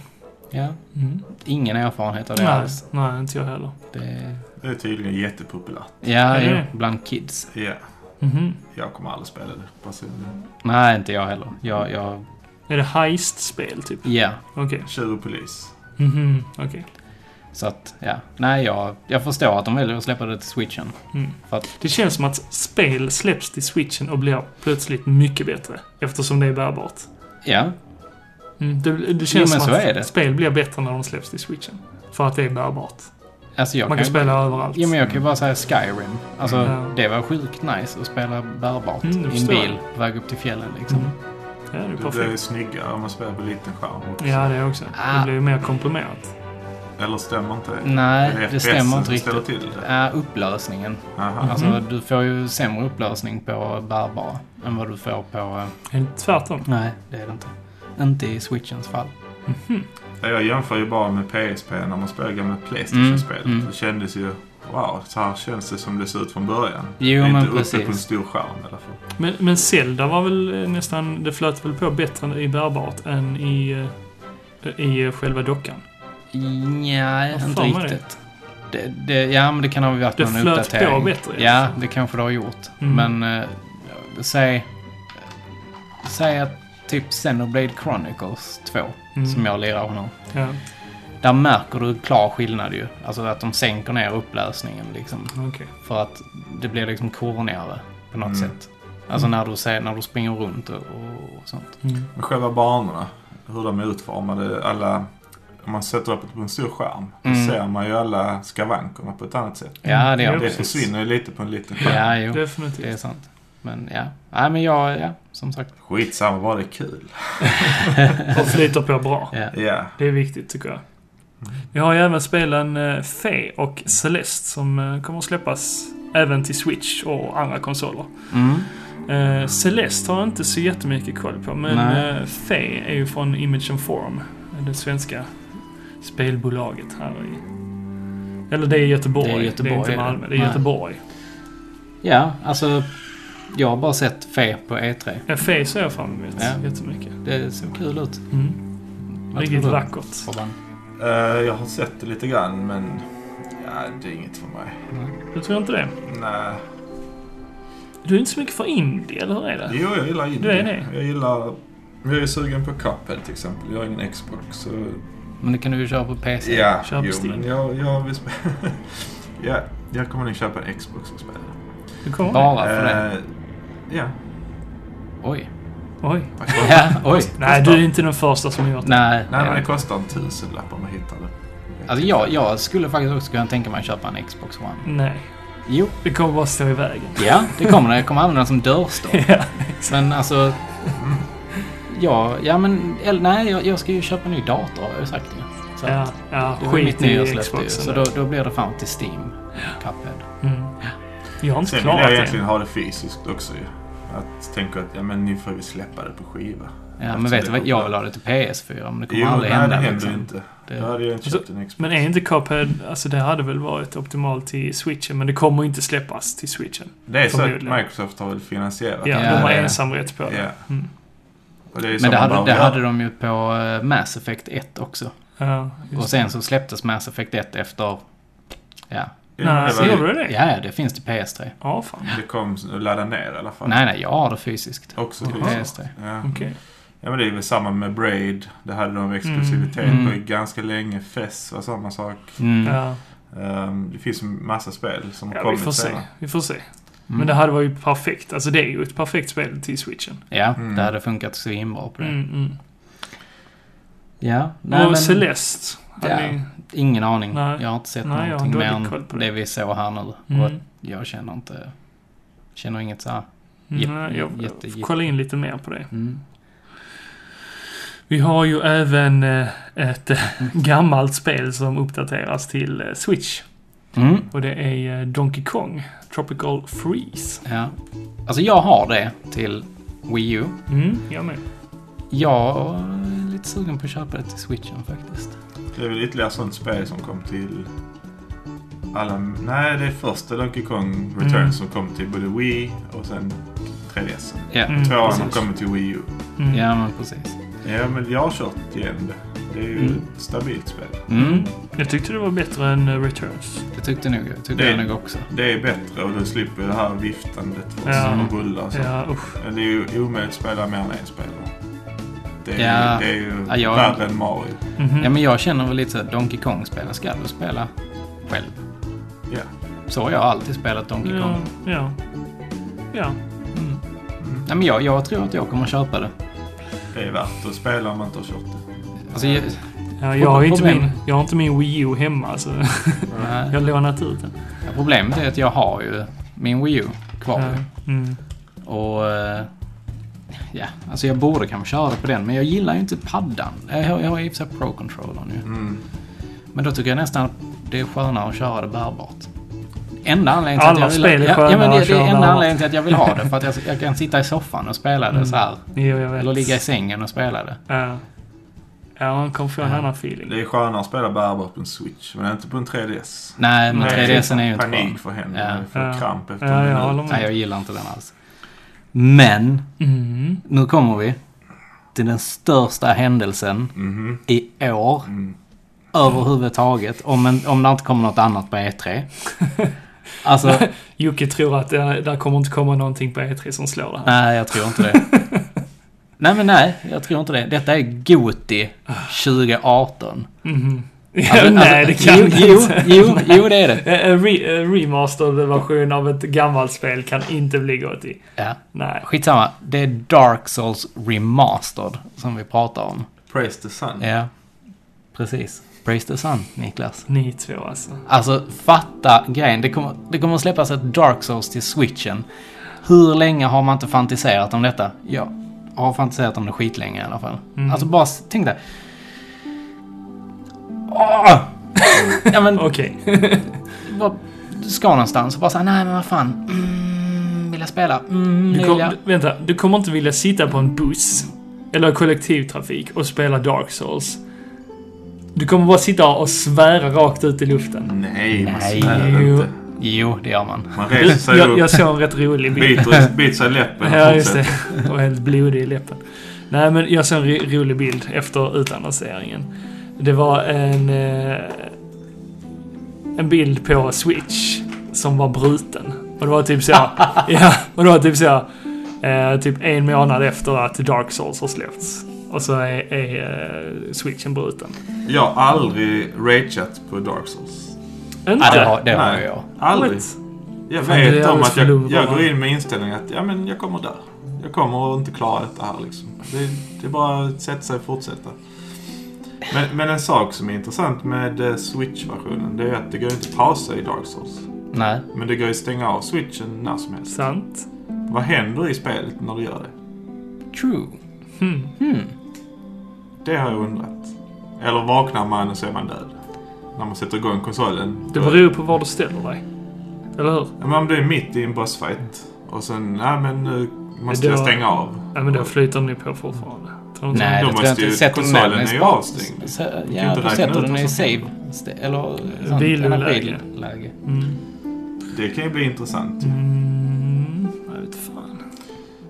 S1: Ja.
S2: Mm.
S1: Ingen erfarenhet av det alltså-
S2: Nej,
S1: alls.
S2: nej, inte jag heller.
S1: Det...
S3: Det är tydligen jättepopulärt.
S1: Ja,
S2: Är
S1: jo,
S2: det?
S1: bland kids.
S3: Ja,
S2: Mhm.
S3: jag kommer aldrig spela det personligen.
S1: Nej, inte jag heller. Jag, jag,
S2: Är det heist-spel, typ?
S1: ja.
S2: Okej.
S3: Tjuv och polis.
S2: Mhm, okej.
S1: Så att, ja. Nej, jag, jag förstår att de väljer att släppa det till switchen.
S2: Mm.
S1: För att,
S2: Det känns som att spel släpps till switchen och blir plötsligt mycket bättre. Eftersom det är bärbart.
S1: ja.
S2: Mm, det, det
S1: Jo,
S2: känns
S1: men
S2: som
S1: så
S2: att
S1: är det.
S2: spel blir bättre när de släpps till switchen. För att det är bärbart.
S1: Alltså jag
S2: Man kan
S1: ju-
S2: spela överallt.
S1: Ja, men jag kan ju bara säga Skyrim. Alltså,
S2: Ja.
S1: det var sjukt nice att spela bärbart
S2: Mm, det
S1: i en
S2: förstår
S1: bil på väg upp till fjällen liksom.
S2: Mm. Ja, det är
S3: Det blir ju
S2: perfekt.
S3: snyggare om man spelar på liten skärm också.
S2: Ja, det är också. Det
S1: Ah.
S2: blir ju mer komprimerat.
S3: Eller stämmer inte det?
S1: Nej,
S3: Är
S1: det,
S3: FPS
S1: stämmer inte
S3: som ställer
S1: riktigt.
S3: till det?
S1: Ja, upplösningen.
S2: Mhm.
S3: Aha.
S1: Alltså, du får ju sämre upplösning på bärbara än vad du får på... eh,
S2: Helt tvärtom.
S1: Nej, det är det inte. Inte i switchens fall.
S2: Mhm.
S3: Ja, Jag jämför ju bara med PSP när man spelar gamla Playstation-spel.
S1: Mm. Mm, mm.
S3: Det kändes ju... Wow, så här känns det som det ser ut från början.
S1: Jo,
S3: det är
S1: men
S3: inte uppe på en
S1: precis.
S3: stor skärm i alla fall.
S2: Men, men Zelda var väl eh, nästan... Det flöt väl på bättre i bärbart än i, eh, i eh, själva dockan.
S1: Nej,
S2: Vad fan
S1: inte
S2: var det?
S1: riktigt. Det, det, ja, men det kan ha varit
S2: Det
S1: någon
S2: flöt på
S1: uppdatering.
S2: bättre,
S1: Ja,
S2: liksom.
S1: det kanske det har gjort.
S2: Mm.
S1: Men eh, säg... Säg att typ Xenoblade Chronicles 2,
S2: Mm.
S1: som jag lirar honom.
S2: Ja,
S1: Där märker du klar skillnad ju. Alltså att de sänker ner upplösningen liksom.
S2: okej.
S1: För att det blir liksom kornigare på något
S3: Mm.
S1: sätt. Alltså
S2: Mm.
S1: när, du, ser- när du springer runt och, och sånt.
S2: Mm.
S3: Men själva banorna, hur de är utformade, alla... Om man sätter upp det på en stor skärm,
S1: Mm.
S3: då ser man ju alla skavankerna på ett annat sätt.
S1: Ja, det
S2: Ja,
S1: gör
S3: Mm. Det
S1: det.
S2: precis.
S3: försvinner ju lite på en liten skärm.
S1: Ja, jo. Det är
S2: Definitivt.
S1: sant. Men ja. Nej, men jag, ja, som sagt.
S3: Skitsamma, bara det är kul.
S2: Och flyter på bra.
S1: Ja.
S3: Ja.
S2: Det är viktigt tycker jag.
S3: Mm.
S2: Vi har ju även spelen eh, Fe och Celeste som eh, kommer att släppas även till Switch och andra konsoler.
S1: Mm.
S2: Eh, Celeste har jag inte så jättemycket koll på, men
S1: Nej.
S2: eh, Fe är ju från Image and Form, det svenska spelbolaget här i... Eller det är Göteborg.
S1: Det är Göteborg,
S2: inte
S1: är det.
S2: Malmö. Det är
S1: Nej.
S2: Göteborg.
S1: Ja, alltså. Jag har bara sett Fe på E3.
S2: Eh, Fe ser jag fram emot
S1: Ja.
S2: jättemycket.
S1: Det såg kul ut.
S2: Mm.
S1: Vad
S2: Riktigt
S1: tror du?
S2: vackert.
S1: Robban?
S3: Eh, jag har sett det lite grann, men... Ja, det är inget för mig.
S2: Du tror inte det?
S3: Nej.
S2: Du är inte så mycket för indie, eller hur är det?
S3: Jo, jag gillar
S2: Du
S3: indie.
S2: är det?
S3: Jag gillar... Jag är sugen på Cuphead till exempel. Jag har ingen Xbox, så
S1: Men det kan du ju köra på PC.
S3: Ja,
S2: Köp
S3: jo,
S2: Steam.
S3: men jag, jag vill spela... ja, jag kommer nog köpa en Xbox och spela.
S2: Du kommer det?
S1: Bara för det.
S3: Eh, ja. Eh.
S1: Oj.
S2: Oj.
S3: vad kostar det?
S1: Ja, oj.
S2: Nej, du är inte den första som gjort det.
S1: Nej.
S3: Nej, men det
S1: det-
S3: kostar en tusenlapp om man hittar det.
S1: Alltså jag, jag skulle faktiskt också kunna tänka mig att köpa en Xbox One.
S2: Nej,
S1: Jo.
S2: det kommer bara stå i vägen.
S1: Ja, det kommer det. Jag kommer använda den som dörrstopp.
S2: Ja.
S1: Men alltså... Ja, ja men... Eller, nej, jag, jag ska ju köpa en ny dator har jag ju sagt ju. Så
S2: Ja,
S1: att
S2: ja,
S1: det var mitt
S2: skit i
S1: nyårslöfte ju.
S2: Xboxen.
S1: Så då, då blir det fan till Steam. Cuphead.
S2: Mm. Jag har inte
S3: Sen vill jag
S2: klarat det.
S3: egentligen ha det fysiskt också ju. Att tänka att, ja men nu får vi släppa det på skiva.
S1: Ja, men vet du vad? Jag vill ha det till PS4, men det kommer
S3: Jo,
S1: aldrig
S3: nej,
S1: hända.
S3: det händer
S1: liksom.
S3: ju inte.
S1: Det-
S3: Då hade jag inte
S2: Alltså,
S3: köpt en Xbox.
S2: Men är inte Cuphead, alltså det hade väl varit optimalt till switchen, men det kommer inte släppas till switchen.
S3: det är så att
S2: förmodligen.
S3: Microsoft har väl finansierat
S1: Ja,
S2: Ja, de har
S1: det-
S2: ensamrätt på det.
S3: Ja.
S2: Mm.
S3: Och det är ju så
S1: Men det
S3: man
S1: hade,
S3: behöver
S1: det
S3: göra.
S1: hade de ju på eh, Mass Effect 1 också.
S2: Ja, just
S1: Och sen så släpptes Mass Effect 1 efter... Ja,
S2: det.
S3: Ja,
S2: Nej,
S3: det,
S2: så
S3: var-
S2: gjorde du det? Ja,
S1: ja ja, det finns till PS3.
S2: fan.
S3: det kom att ladda ner i alla fall.
S1: Nej, nej, jag har det fysiskt.
S3: Också
S2: Jaha.
S3: till
S1: PS3.
S3: Ja.
S2: Okej.
S3: ja, men det är väl samma med Braid. Det hade de exklusivitet
S1: Mm.
S3: på ganska länge. Fess var samma sak.
S1: Mm.
S2: Ja,
S3: Ehm, det finns en massa spel som har
S2: ja, vi
S3: kommit
S2: får se.
S3: senare.
S2: Vi får se.
S1: Mm.
S2: Men det hade varit perfekt. Alltså det är ju ett perfekt spel till switchen.
S1: Ja,
S3: Mm.
S1: det hade funkat svinbra på det.
S2: Mm, mm.
S1: Ja,
S2: och
S1: nej, men,
S2: Celeste.
S1: Ja.
S2: Ja. Ni...
S1: ingen aning.
S2: Nej.
S1: Jag har inte sett
S2: Nej, jag har
S1: någonting mer
S2: dålig koll
S1: än
S2: på
S1: det.
S2: det.
S1: vi såg här nu. Och
S2: Mm.
S1: jag känner inte... Känner inget så här.
S2: Mm,
S1: Jätte-
S2: nej, jag
S1: jätte-
S2: får kolla in lite mer på det.
S1: Mm.
S2: Vi har ju även eh, ett eh, gammalt spel som uppdateras till eh, Switch.
S1: Mm.
S2: Och det är eh, Donkey Kong Tropical Freeze.
S1: Ja. Alltså jag har det till Wii U.
S2: Mm, jag med.
S1: Jag är lite sugen på att köpa det till switchen faktiskt.
S3: Det är väl ytterligare sånt spel som kom till alla... Nej, det är första Donkey Kong Returns
S2: Mm.
S3: som kom till både Wii och sen 3DS.
S1: Ja,
S2: Mm,
S3: Tvåan har
S2: precis.
S3: kommit till Wii U.
S2: Mm.
S1: ja men precis.
S3: Ja, men jag har kört igen det. Det är ju
S1: Mm.
S3: ett stabilt spel.
S1: Mm.
S2: Jag tyckte det var bättre än eh, Returns.
S1: Det tyckte, nog, tyckte
S3: Det-
S1: jag nog också.
S3: Det är bättre och du slipper det här viftandet och
S2: Ja.
S3: och rullar och
S1: Alltså.
S3: så.
S2: Ja, usch.
S3: Men Det är ju omöjligt att spela mer än en spelare. Det är,
S1: Ja.
S3: ju, det är ju
S1: Ja, jag-
S3: värre än Mario.
S2: Mhm.
S1: Ja men jag känner väl lite så här, Donkey Kong-spelen ska du spela själv.
S3: Ja.
S1: Så har jag alltid spelat Donkey Kong.
S2: Ja, ja. ja.
S1: Mm. Nej men jag, jag tror att jag kommer köpa det.
S3: Det är värt att spela om man inte har kört det.
S1: Alltså, jag,
S2: ja jag, har inte
S1: Problem.
S2: min, jag har inte min Wii U hemma, så
S3: Mm.
S1: nej.
S2: jag har lånat ut den.
S1: Ja, Problemet är att jag har ju min Wii U kvar.
S2: Ja.
S1: ju.
S2: Mm.
S1: Och... eh, Ja, alltså jag borde kanske köra det på den, men jag gillar ju inte paddan. Jag har, jag har i och för sig Pro-controllern ju.
S3: Mm.
S1: Men då tycker jag nästan att det är skönare att köra det bärbart. Enda anledningen till
S2: Alla
S1: att jag
S2: spel
S1: vill,
S2: är
S1: ja, ja, men
S2: skönare
S1: det,
S2: att
S1: det är
S2: köra
S1: enda
S2: bärbart.
S1: anledningen till att jag vill ha det. För att jag, jag kan sitta i soffan och spela det så här.
S2: Jo, jag vet.
S1: Eller ligga i sängen och spela det.
S2: Ja. Ja, man kommer få en annan feeling.
S3: Det är skönare att spela bärbart på en Switch, men inte på en 3DS.
S1: Nej, men
S3: Det liksom
S1: 3DSen är ju inte bra.
S3: Panik för händerna.
S1: Ja.
S3: Du får
S2: Ja.
S3: kramp efter
S2: Ja, jag
S3: en
S2: håller
S3: minut.
S1: Nej,
S2: med.
S1: jag gillar inte den alls. Men,
S2: Mm.
S1: nu kommer vi till den största händelsen
S3: Mhm.
S1: i år.
S3: Mm.
S1: Överhuvudtaget. Om, en, om det inte kommer något annat på E3. Alltså,
S2: Jocke tror att det, där kommer inte komma någonting på E3 som slår det här.
S1: Nej, jag tror inte det. nej, men nej, jag tror inte det. Detta är Goti 2018.
S2: Mhm. Ja,
S1: Alltså,
S2: nej,
S1: alltså,
S2: det kan
S1: jo,
S2: det
S1: jo,
S2: inte.
S1: jo, jo, det är det.
S2: En- En re, en remastered version av ett gammalt spel kan inte bli Gotti.
S1: Ja,
S2: Nej.
S1: skitsamma. Det är Dark Souls Remastered som vi pratar om.
S3: Praise the Sun.
S1: Ja, precis. Praise the sun, Niklas.
S2: Ni två alltså.
S1: Alltså, fatta grejen. Det kommer, det kommer att släppas ett Dark Souls till switchen. Hur länge har man inte fantiserat om detta? Jag har fantiserat om det skitlänge i alla fall.
S3: Mhm.
S1: Alltså, bara s- tänk Ah! dig. Åh! ja, men
S2: Okej.
S1: vad- du ska någonstans och bara såhär, nej men vad fan. Mm, vill jag spela? Mm,
S2: Du
S1: det
S2: kom-
S1: vill jag.
S2: du- Vänta, du kommer inte vilja sitta på en buss eller kollektivtrafik och spela Dark Souls. Du kommer bara sitta och svära rakt ut i luften.
S3: Nej, man
S1: Nej.
S3: snälla inte.
S1: Jo, det gör man.
S3: Man
S2: Du,
S3: reser sig
S2: jag,
S3: upp,
S2: jag såg en rätt rolig bild.
S3: biter, biter sig i läppen och
S2: Ja, just det.
S3: fortsätter.
S2: Och helt blodig i läppen. Nej, men jag såg en ro- rolig bild efter utannonseringen. Det var en, eh, en bild på Switch som var bruten. Och det var typ så... ja, och det var typ så... Eh, typ en månad efter att Dark Souls har släppts. Och så är, är eh, switchen bruten.
S3: Jag har aldrig rageat på Dark Souls.
S2: Inte?
S1: Ja, Ah, det har, det har
S3: Nej.
S1: jag.
S3: Aldrig. Jag
S2: Fan, det
S3: vet
S2: är
S3: om
S2: alldeles
S3: att
S2: för
S3: jag,
S2: lugnt
S3: jag
S2: bara.
S3: går in med inställningen att ja, men jag kommer dö. Jag kommer inte klara detta här liksom. Det, det är bara att sätta sig och fortsätta. Men, men en sak som är intressant med eh, Switch-versionen det är att det går inte att pausa i Dark Souls.
S1: Nej.
S3: Men det går ju att stänga av switchen när som helst.
S2: Sant.
S3: Vad händer i spelet när du gör det?
S1: True.
S2: Hmm.
S1: Hmm.
S3: Det har jag undrat. Eller vaknar man och så är man död. När man sätter igång konsolen.
S2: Det beror på var du ställer dig. Eller hur?
S3: Ja, Men om du är mitt i en bossfight och sen, nej men nu måste
S2: Det
S3: jag
S2: var-
S3: stänga av.
S2: Nej, men då flyter ni på fortfarande. eller något
S1: Nej,
S3: då
S2: sånt.
S1: det tror jag
S3: måste
S1: inte.
S3: ju-
S1: Sätter du ner den
S3: konsolen
S1: i
S3: är ju
S1: spa-
S3: avstängd.
S1: s- s-
S3: Du kan
S1: Ja,
S3: inte
S1: då
S3: räkna
S1: sätter du
S3: ut
S1: den i
S3: något sånt.
S1: save. st- Eller sånt,
S2: Viloläge.
S1: energiläge.
S2: Mm.
S3: Det kan ju bli intressant.
S2: Mm, jag vet fan.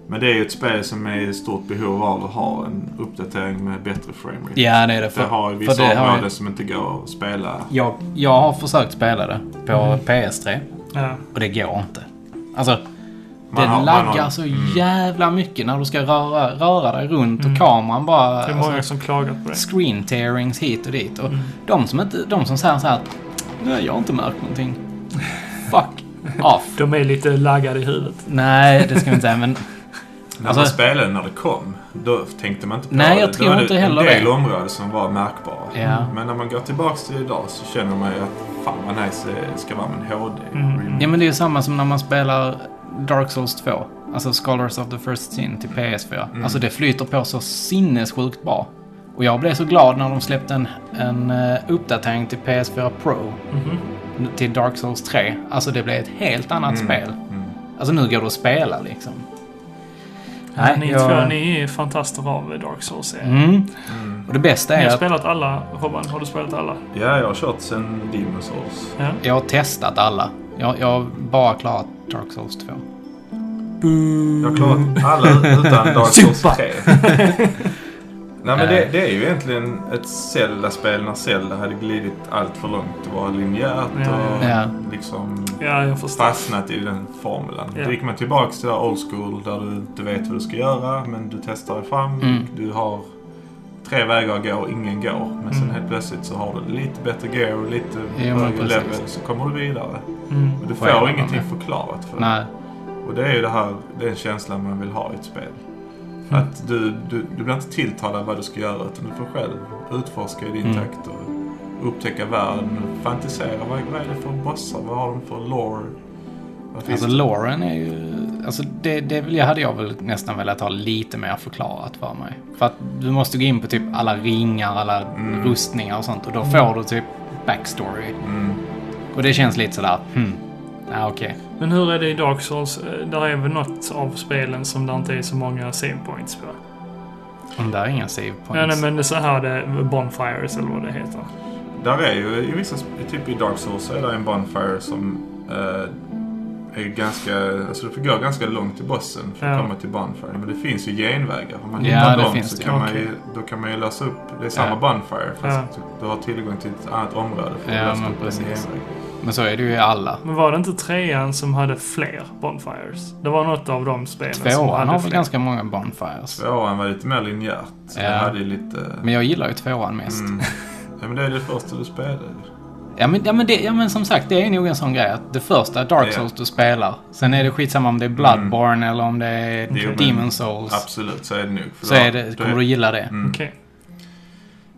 S3: Men det är ju ett spel som är i stort behov av att ha en uppdatering med bättre framerate.
S1: Ja, det är det.
S3: Det
S1: För,
S3: har ju
S1: för
S3: vissa
S1: det har
S3: områden
S1: jag,
S3: som inte går att spela.
S1: jag, jag har försökt spela det på
S3: Mm.
S1: PS3
S2: Ja.
S1: och det går inte. Alltså,
S3: Man
S1: det
S3: har- man
S1: laggar
S3: har-
S1: så
S3: mm.
S1: jävla mycket när du ska röra, röra dig runt
S2: Mm.
S1: och kameran bara...
S2: Det är
S1: alltså,
S2: många som klagat på det.
S1: screen tearings hit och dit. Och
S2: Mm.
S1: de, som inte, de som säger så här att Nej, jag har inte märkt någonting. Fuck off.
S2: De är lite laggade i huvudet.
S1: Nej, det ska vi inte säga, men
S3: När man
S1: Alltså-
S3: spelade när det kom, då tänkte man inte på
S1: Nej,
S3: det.
S1: jag
S3: Då
S1: tror
S3: var det
S1: inte heller
S3: en del
S1: det.
S3: områden som var märkbara.
S1: Ja.
S3: Men när man går tillbaks till idag så känner man ju att fan vad nice det ska vara med en HD.
S2: Mm.
S1: Ja men det är ju samma som när man spelar Dark Souls 2. Alltså Scholars of the First Sin till PS4.
S3: Mm.
S1: Alltså det flyter på så sinnessjukt bra. Och jag blev så glad när de släppte en, en eh, uppdatering till PS4 Pro.
S2: Mhm.
S1: Till Dark Souls 3. Alltså det blev ett helt annat
S3: Mm.
S1: spel.
S3: Mm.
S1: Alltså nu går det att spela liksom.
S2: Nej, ni
S1: jag-
S2: två, ni är fantaster av Dark Souls-serien.
S1: Mm.
S3: Mm.
S1: Och det bästa
S2: Ni
S1: är
S2: har
S1: att
S2: spelat alla, Robban? Har du spelat alla?
S3: Ja, jag har kört sen Demon's Souls.
S2: Ja.
S1: jag har testat alla. Jag, jag har bara klarat Dark Souls 2.
S3: Jag har
S2: Mm.
S3: klarat alla utan Dark Souls
S2: Super.
S3: 3. Nej men det, det är ju egentligen ett Zelda-spel när Zelda hade glidit allt för långt och var linjärt
S2: Ja, ja,
S3: och
S1: ja. Ja.
S3: liksom
S2: Ja, jag förstår.
S3: fastnat i den formulan.
S2: Ja.
S3: Då gick man tillbaks till det där old school där du inte vet vad du ska göra men du testar dig fram.
S1: Mm.
S3: Du har tre vägar att gå och ingen går. Men sen
S2: Mm.
S3: helt plötsligt så har du lite bättre gear, lite
S1: men
S3: högre
S1: precis.
S3: level så kommer du vidare.
S2: Mm.
S3: Men du
S1: Får jag
S3: får
S1: vara
S3: ingenting
S1: med?
S3: förklarat för dig.
S1: Nej.
S3: Och det är ju det här, den känslan man vill ha i ett spel.
S1: Mm.
S3: Att du, du, du blir inte tilltalad vad du ska göra utan du får själv utforska i din
S1: Mm.
S3: takt och upptäcka världen, fantisera. Vad, vad är det för bossar? Vad har de för lore? Vad finns
S1: Alltså Lauren är ju... Alltså det, det vill jag, hade jag väl nästan velat ha lite mer förklarat för mig. För att du måste gå in på typ alla ringar, alla
S3: Mm.
S1: rustningar och sånt och då får du typ backstory.
S3: det? Mm.
S1: Och det känns lite sådär, hmm. Ja, okej.
S2: Men hur är det i Dark Souls? Eh, Där är väl något av spelen som där inte är så många save points på?
S1: Om där är inga save
S2: Ja, nej,
S1: points.
S2: men det är så här det är Bonfires eller vad det heter.
S3: Där är ju i vissa, sp- typ i Dark Souls så är det en Bonfire som eh, är ganska, alltså du får gå ganska långt till bossen för att
S2: Ja.
S3: komma till Bonfire. Men det finns ju genvägar. Om man
S1: Ja,
S3: hittar
S1: det
S3: dem
S1: finns
S3: så
S1: det.
S3: kan man
S2: Okej.
S3: ju, då kan man ju lösa upp, det är samma
S1: Ja.
S3: Bonfire fast typ, du har tillgång till ett annat område för att
S1: Ja,
S3: lösa
S1: men
S3: upp en
S1: precis.
S3: genväg.
S1: Men så är det ju i alla.
S2: Men var det inte trean som hade fler Bonfires? Det var något av de spelen som
S1: Tvåan
S2: hade
S1: har
S2: fler.
S1: väl ganska många bonfires.
S3: Tvåan var lite mer linjärt. Så
S1: Ja.
S3: det hade ju lite...
S1: Men jag gillar ju tvåan mest.
S3: Mm. Ja, men det är det första du spelar ju.
S1: Ja men, ja, men det, ja men som sagt, det är nog en sån grej att det första är
S3: Ja. Mm.
S1: Dark Souls du spelar. Sen är det skitsamma om det är Bloodborne eller om det är
S3: Jo, men-
S1: Demon Souls.
S3: Absolut, så är det nog. För
S1: så
S3: då-
S1: är det,
S3: då
S1: kommer du gilla det.
S3: Mm.
S2: Okej.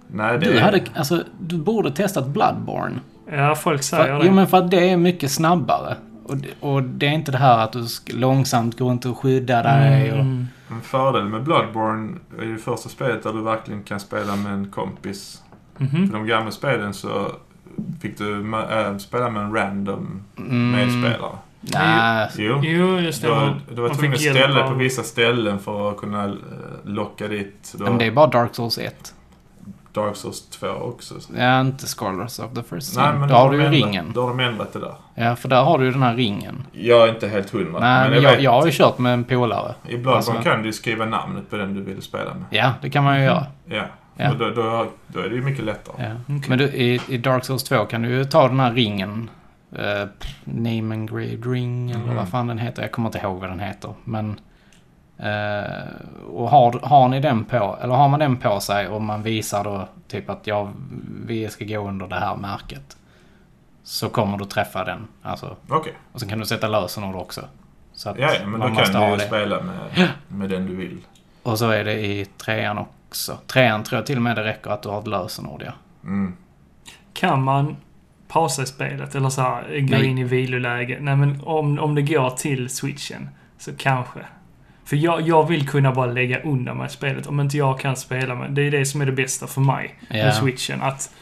S3: Nej, det
S1: Du,
S3: är...
S1: hade, alltså, du borde testat Bloodborne.
S2: Ja, folk säger
S1: För,
S2: det.
S1: jo, men för att det är mycket snabbare. Och, det- och det är inte det här att du sk- långsamt går runt och skyddar dig. Och,
S2: Mm.
S3: En fördel med Bloodborne är ju det första spelet där du verkligen kan spela med en kompis.
S2: Mhm.
S3: För de gamla spelen så fick du ma- äh, spela med en random
S1: mm,
S3: medspelare.
S1: Nej,
S3: Jo.
S2: Jo, just det.
S3: Du var,
S2: Man,
S3: du var
S2: man
S3: tvungen att
S2: fick hjälp
S3: ställa
S2: av-
S3: på vissa ställen för att kunna eh, locka dit. Du
S1: men det är
S3: har
S1: bara Dark Souls 1.
S3: Dark Souls 2 också.
S1: Ja, inte Scholars of the First
S3: Nej,
S1: Sin.
S3: men
S1: Mm. Då har du
S3: de
S1: ju
S3: ändrat-
S1: ringen.
S3: Då har de ändrat det där.
S1: Ja, för där har du ju den här ringen.
S3: Jag är inte helt hundra.
S1: Nej, men
S3: jag
S1: jag,
S3: vet-
S1: jag har ju kört med en polare.
S3: I Bloodborne
S1: alltså-
S3: kan du ju skriva namnet på den du vill spela med.
S1: Ja, det kan
S3: Mm.
S1: man ju göra.
S3: Ja.
S1: Ja.
S3: Och då, då, då är det ju mycket lättare.
S1: Ja.
S2: Okej.
S1: Men du, i, i Dark Souls 2 kan du ju ta den här ringen. Uh, name engraved ring eller
S3: Mm.
S1: vad fan den heter. Jag kommer inte ihåg vad den heter. Men... eh, och har, har ni den på, eller har man den på sig och man visar då typ att jag, vi ska gå under det här märket. Så kommer du träffa den. Alltså,
S3: Okej.
S1: och sen kan du sätta lösenord också. Så att
S3: Ja, ja, men
S1: man
S3: då
S1: måste
S3: kan du
S1: ha
S3: ju
S1: det.
S3: spela med, med den du vill.
S1: Och så är det i trean också. Trean tror jag till och med det räcker att du har ett lösenord ja.
S3: Mm.
S2: Kan man pausa i spelet eller så här, gå
S1: Nej.
S2: in i viloläge? Nej, men om, om det går till switchen så kanske. För jag, jag vill kunna bara lägga undan mig spelet om inte jag kan spela med. Det är det som är det bästa för mig
S1: Ja.
S2: med switchen. Att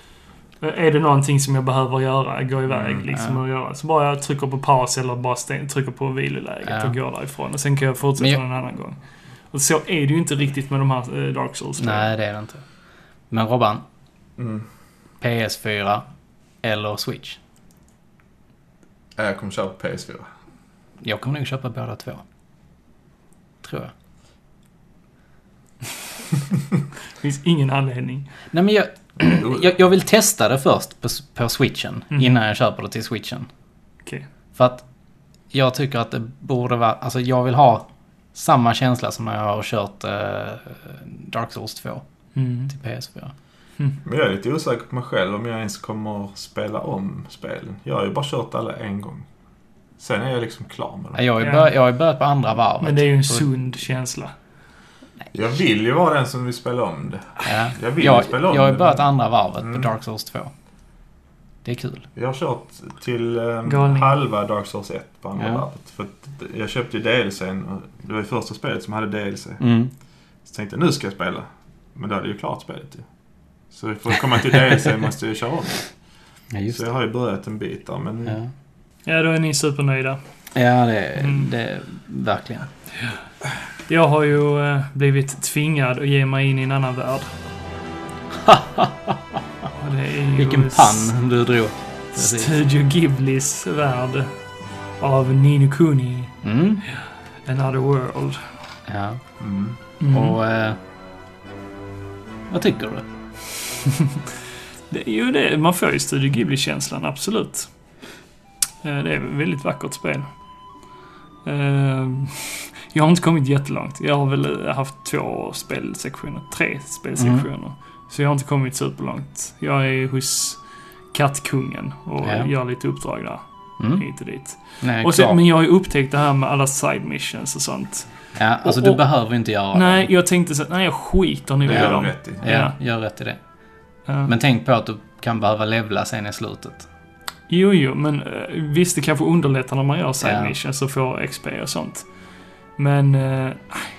S2: eh, är det någonting som jag behöver göra, gå iväg
S3: Mm,
S2: liksom
S1: ja.
S2: och göra. Så bara jag trycker på paus eller bara stäng, trycker på viloläget
S1: Ja.
S2: och går därifrån. Och sen kan jag fortsätta
S1: Men jag-
S2: någon annan gång. Och så är det ju inte riktigt med de här eh, Dark souls
S1: Nej, det är det inte. Men Robban,
S3: Mm.
S1: PS4 eller Switch?
S3: Ja, Jag kommer köra på PS4.
S1: Jag kommer nog köpa båda två. Tror jag.
S2: Det finns ingen anledning.
S1: Nej, men jag,
S3: Mm, oj.
S1: jag, jag vill testa det först på, på switchen
S2: Mm.
S1: innan jag köper det till switchen.
S2: Okej.
S1: För att jag tycker att det borde vara, alltså jag vill ha samma känsla som när jag har kört eh, Dark Souls 2
S2: Mm.
S1: till PS4.
S3: Men jag är lite osäker på mig själv om jag ens kommer spela om spelen. Jag har ju bara kört alla en gång. Sen är jag liksom klar med dem.
S1: Jag har ju
S2: Ja.
S1: bör, jag har ju börjat på andra varvet.
S2: Men det är ju en
S1: Så-
S2: sund känsla.
S3: Jag vill ju vara den som vill spela om det.
S1: Ja.
S3: Jag vill ju
S1: Jag,
S3: spela om
S1: jag har ju
S3: det,
S1: börjat
S3: men-
S1: andra varvet
S3: Mm.
S1: på Dark Souls 2. Det är kul.
S3: Jag har kört till ehm,
S2: Galning.
S3: halva Dark Souls 1 på andra
S1: Ja.
S3: varvet. För att jag köpte ju DLCn och det var ju första spelet som hade DLC.
S1: Mm.
S3: Så tänkte jag nu ska jag spela. Men då hade jag ju klart spelet ju. Så för att komma till DLC måste jag ju köra om det.
S1: Ja, just
S3: Så jag har ju börjat en bit där. Men mm,
S1: det.
S2: Ja, då är ni supernöjda.
S1: Ja, ja det,
S2: Mm.
S1: det verkligen.
S2: Jag har ju eh, blivit tvingad att ge mig in i en annan värld. Och det är ju
S1: Vilken
S2: s-
S1: pann du drog. Precis.
S2: Studio Ghiblis värld av Nino Kuni,
S1: Mm.
S2: Another World.
S1: Ja.
S3: mm.
S2: Mm.
S1: Och... Eh, vad tycker du?
S2: Det, jo, det, man får ju Studio Ghibli-känslan, absolut. Eh, Det är ett väldigt vackert spel. Eh, Jag har inte kommit jättelångt. Jag har väl eh, haft två spelsektioner, tre spelsektioner. Så jag har inte kommit superlångt. Jag är hos Kattkungen och
S1: Ja.
S2: gör lite uppdrag där,
S1: Mm.
S2: hit och dit.
S1: Nej,
S2: Och sen,
S1: klar.
S2: men jag har ju upptäckt det här med alla side missions och sånt.
S1: ja, alltså
S2: och-
S1: du
S2: och-
S1: behöver ju inte göra
S2: Nej, jag tänkte så att, nej jag skiter nu
S3: Det
S2: i
S3: gör
S2: dem. Eh,
S3: du rätt i.
S1: det. Ja, gör rätt i det.
S2: Ja.
S1: Men tänk på att du kan behöva levla sen i slutet.
S2: Jo, jo, men eh, visst det kanske underlättar när man gör side
S1: Ja.
S2: missions och får XP och sånt. Men eh,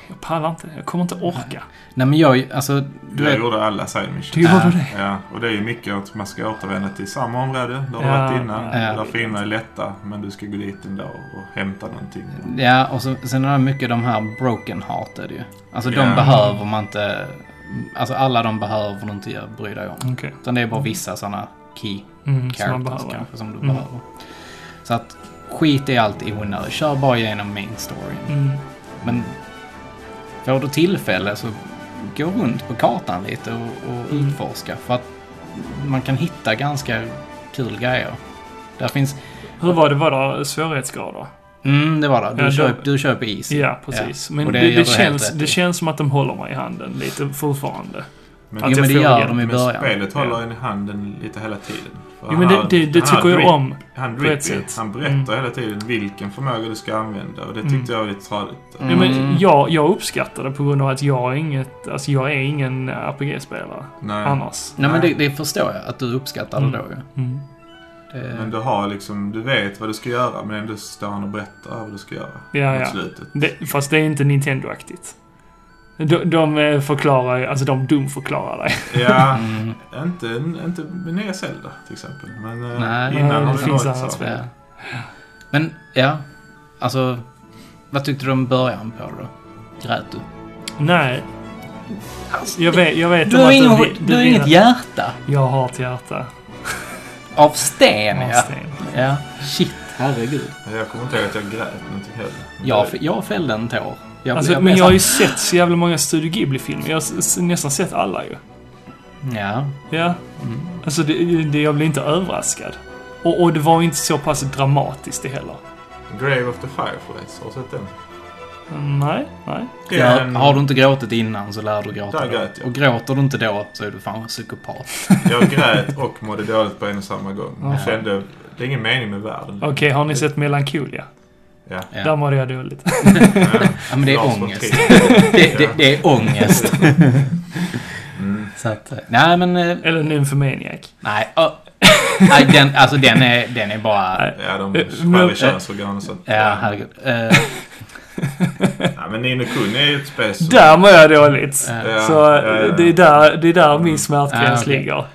S2: jag pallar inte. Jag kommer inte orka.
S1: Nej men jag, alltså... Du
S3: Jag
S1: vet,
S3: gjorde alla side
S2: Du
S3: missions.
S2: gjorde
S1: Ja.
S2: det.
S3: Ja, och det är ju mycket att man ska återvända till samma område. Det har
S2: Ja.
S3: du varit innan.
S1: Ja.
S3: Där fienderna är lätta, men du ska gå dit ändå och hämta någonting.
S1: ja, och så, sen är det mycket de här broken hearted ju. Alltså de
S3: Ja.
S1: behöver man inte... Alltså alla de behöver du inte göra- bry dig om.
S2: Okej.
S1: Utan det är bara vissa sådana key
S2: Mm, som man
S1: characters
S2: behöver.
S1: kanske som du
S2: Mm.
S1: behöver. Så att skit i allt i onödan. Kör bara igenom main storyn.
S2: Mm.
S1: Men får du tillfälle så gå runt på kartan lite och, och
S2: Mm.
S1: utforska. För att man kan hitta ganska kul grejer. Där finns...
S2: Hur var det? Var det svårighetsgrader?
S1: Mm, det var det. Du,
S2: Ja,
S1: kör,
S2: då-
S1: du kör på is.
S2: Ja, precis. Men
S1: Och det
S2: det,
S1: gör
S2: det,
S1: du
S2: känns,
S1: helt rätt
S2: det
S1: i.
S2: känns som att de håller mig i handen lite fortfarande.
S3: Men-
S2: att
S1: jo,
S2: jag
S1: men det
S2: får
S1: gör
S2: igenom
S1: de i
S3: Men
S1: början.
S3: spelet håller en i handen lite hela tiden. För
S2: Jo, men det,
S3: han-
S2: det, det
S3: han
S2: tycker jag
S3: Drippy-
S2: om.
S3: Han
S2: på
S3: Drippy,
S2: ett sätt.
S3: han berättar hela tiden vilken förmåga du ska använda. Och det tyckte
S2: Mm.
S3: jag var lite tradigt.
S1: Mm.
S2: Jo, men jag, jag uppskattar det på grund av att jag är, inget, alltså jag är ingen RPG-spelare
S3: Nej.
S2: annars.
S1: Nej, men det,
S3: Nej.
S1: det förstår jag att du uppskattar det
S2: Mm.
S1: då ju.
S2: Mm.
S1: Det-
S3: Men du har liksom, du vet vad du ska göra men ändå står han och berättar vad du ska göra.
S2: Ja,
S3: mot
S2: ja.
S3: slutet.
S2: Det, fast det är inte Nintendo-aktigt. De, de eh, förklarar ju- alltså de dumförklarar dig.
S3: Ja,
S1: Mm.
S3: inte, inte med nya Zelda till exempel. Men eh,
S1: Nej,
S2: nej,
S3: innan
S2: det
S3: har det
S2: finns
S3: varit
S2: annat
S3: så.
S2: spel.
S1: Ja. typ, eh, Men, ja. Alltså, vad tyckte du om början på det då? Grät du?
S2: Nej. Jag vet, jag vet
S1: Du
S2: om
S1: har,
S2: att
S1: ingen,
S2: vill-
S1: du har
S2: vill
S1: inget
S2: att-
S1: hjärta.
S2: Jag har ett hjärta.
S1: Av sten,
S2: av
S1: ja.
S2: sten.
S1: ja. Shit, herregud.
S3: Jag kommer inte ihåg att jag grät någonting heller. Men
S1: Jag,
S3: det-
S1: jag fällde en tår. Jag,
S2: Alltså,
S1: jag blev
S2: men jag har
S1: så-
S2: ju sett så jävla många Studio Ghibli-filmer. Jag har s- s- nästan sett alla ju.
S1: Ja.
S2: Ja.
S1: Mm.
S2: Alltså, det, det, jag blev inte överraskad. Och, och det var ju inte så pass dramatiskt det heller.
S3: Grave of the Fireflies, har du sett den?
S2: Mm, Nej, nej.
S1: Har, har du inte gråtit innan så lär du gråta
S3: Där
S1: då.
S3: grät jag.
S1: Och gråter du inte då så är du fan en psykopat.
S3: Jag grät och mådde dåligt på en och samma gång.
S2: Ja.
S3: Jag kände, det är ingen mening med världen.
S2: Okej, har ni sett Melancholia?
S3: Ja.
S2: Där
S1: Ja.
S2: mådde jag dåligt.
S3: Ja.
S1: ja, men det är
S3: Lars von
S1: ångest.
S3: Trier.
S1: Det, det, det är ångest.
S3: Mm.
S1: Så att, eh, nej men, eh,
S2: Eller Nymphomaniac.
S1: nej. ö- nej den, alltså den är, den är bara...
S2: Nej.
S3: Ja,
S2: Eh,
S3: de
S2: men-
S3: skär i könsorgan och sånt.
S1: Ja, herregud. Eh,
S3: Ja, men Nino Kuni är ju ett spel som...
S2: Där mår jag dåligt.
S1: eh,
S3: Ja,
S2: Så
S3: ja, ja.
S2: det är där, det är där min smärtgräns
S1: Ah, okej.
S2: ligger.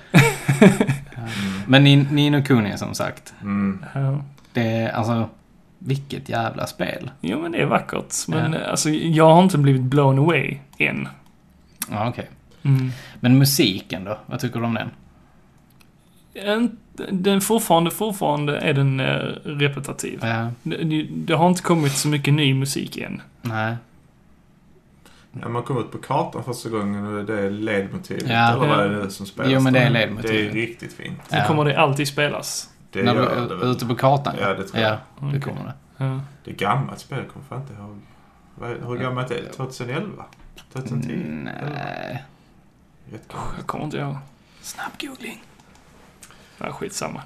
S1: Men Nin- Nino Kuni som sagt.
S3: Mm.
S2: Ja.
S1: Det är alltså... Vilket jävla spel.
S2: Jo, men det är vackert. Men alltså, jag har inte blivit blown away än.
S1: Ja, okej.
S2: Mm.
S1: Men musiken då? Vad tycker du om den?
S2: En- Den fortfarande, fortfarande är den eh, repetitiv.
S1: Ja,
S2: Det, det- det har inte kommit så mycket ny musik än.
S1: nej.
S3: När man kom ut på kartan första gången och det är ledmotivet
S1: Ja.
S3: eller vad
S2: Ja.
S3: är det nu som spelas?
S1: Jo, men det är
S3: där?
S1: ledmotivet.
S3: Det är riktigt fint.
S2: Så
S1: Ja.
S2: kommer det alltid spelas.
S3: Det
S1: Eh, När
S3: gör det
S1: du är
S3: väl.
S1: ute på kartan?
S3: Ja, det tror jag.
S1: Ja, det kommer det.
S2: Ja.
S3: Det är gammalt spel, jag kommer fan inte ihåg. Vad är- Hur gammalt är det? 2011? 2010? Eller?
S1: Mm, Nej.
S3: Jättegammalt.
S2: Usch, Jag kommer inte ihåg. Snabb googling. Ja, skitsamma.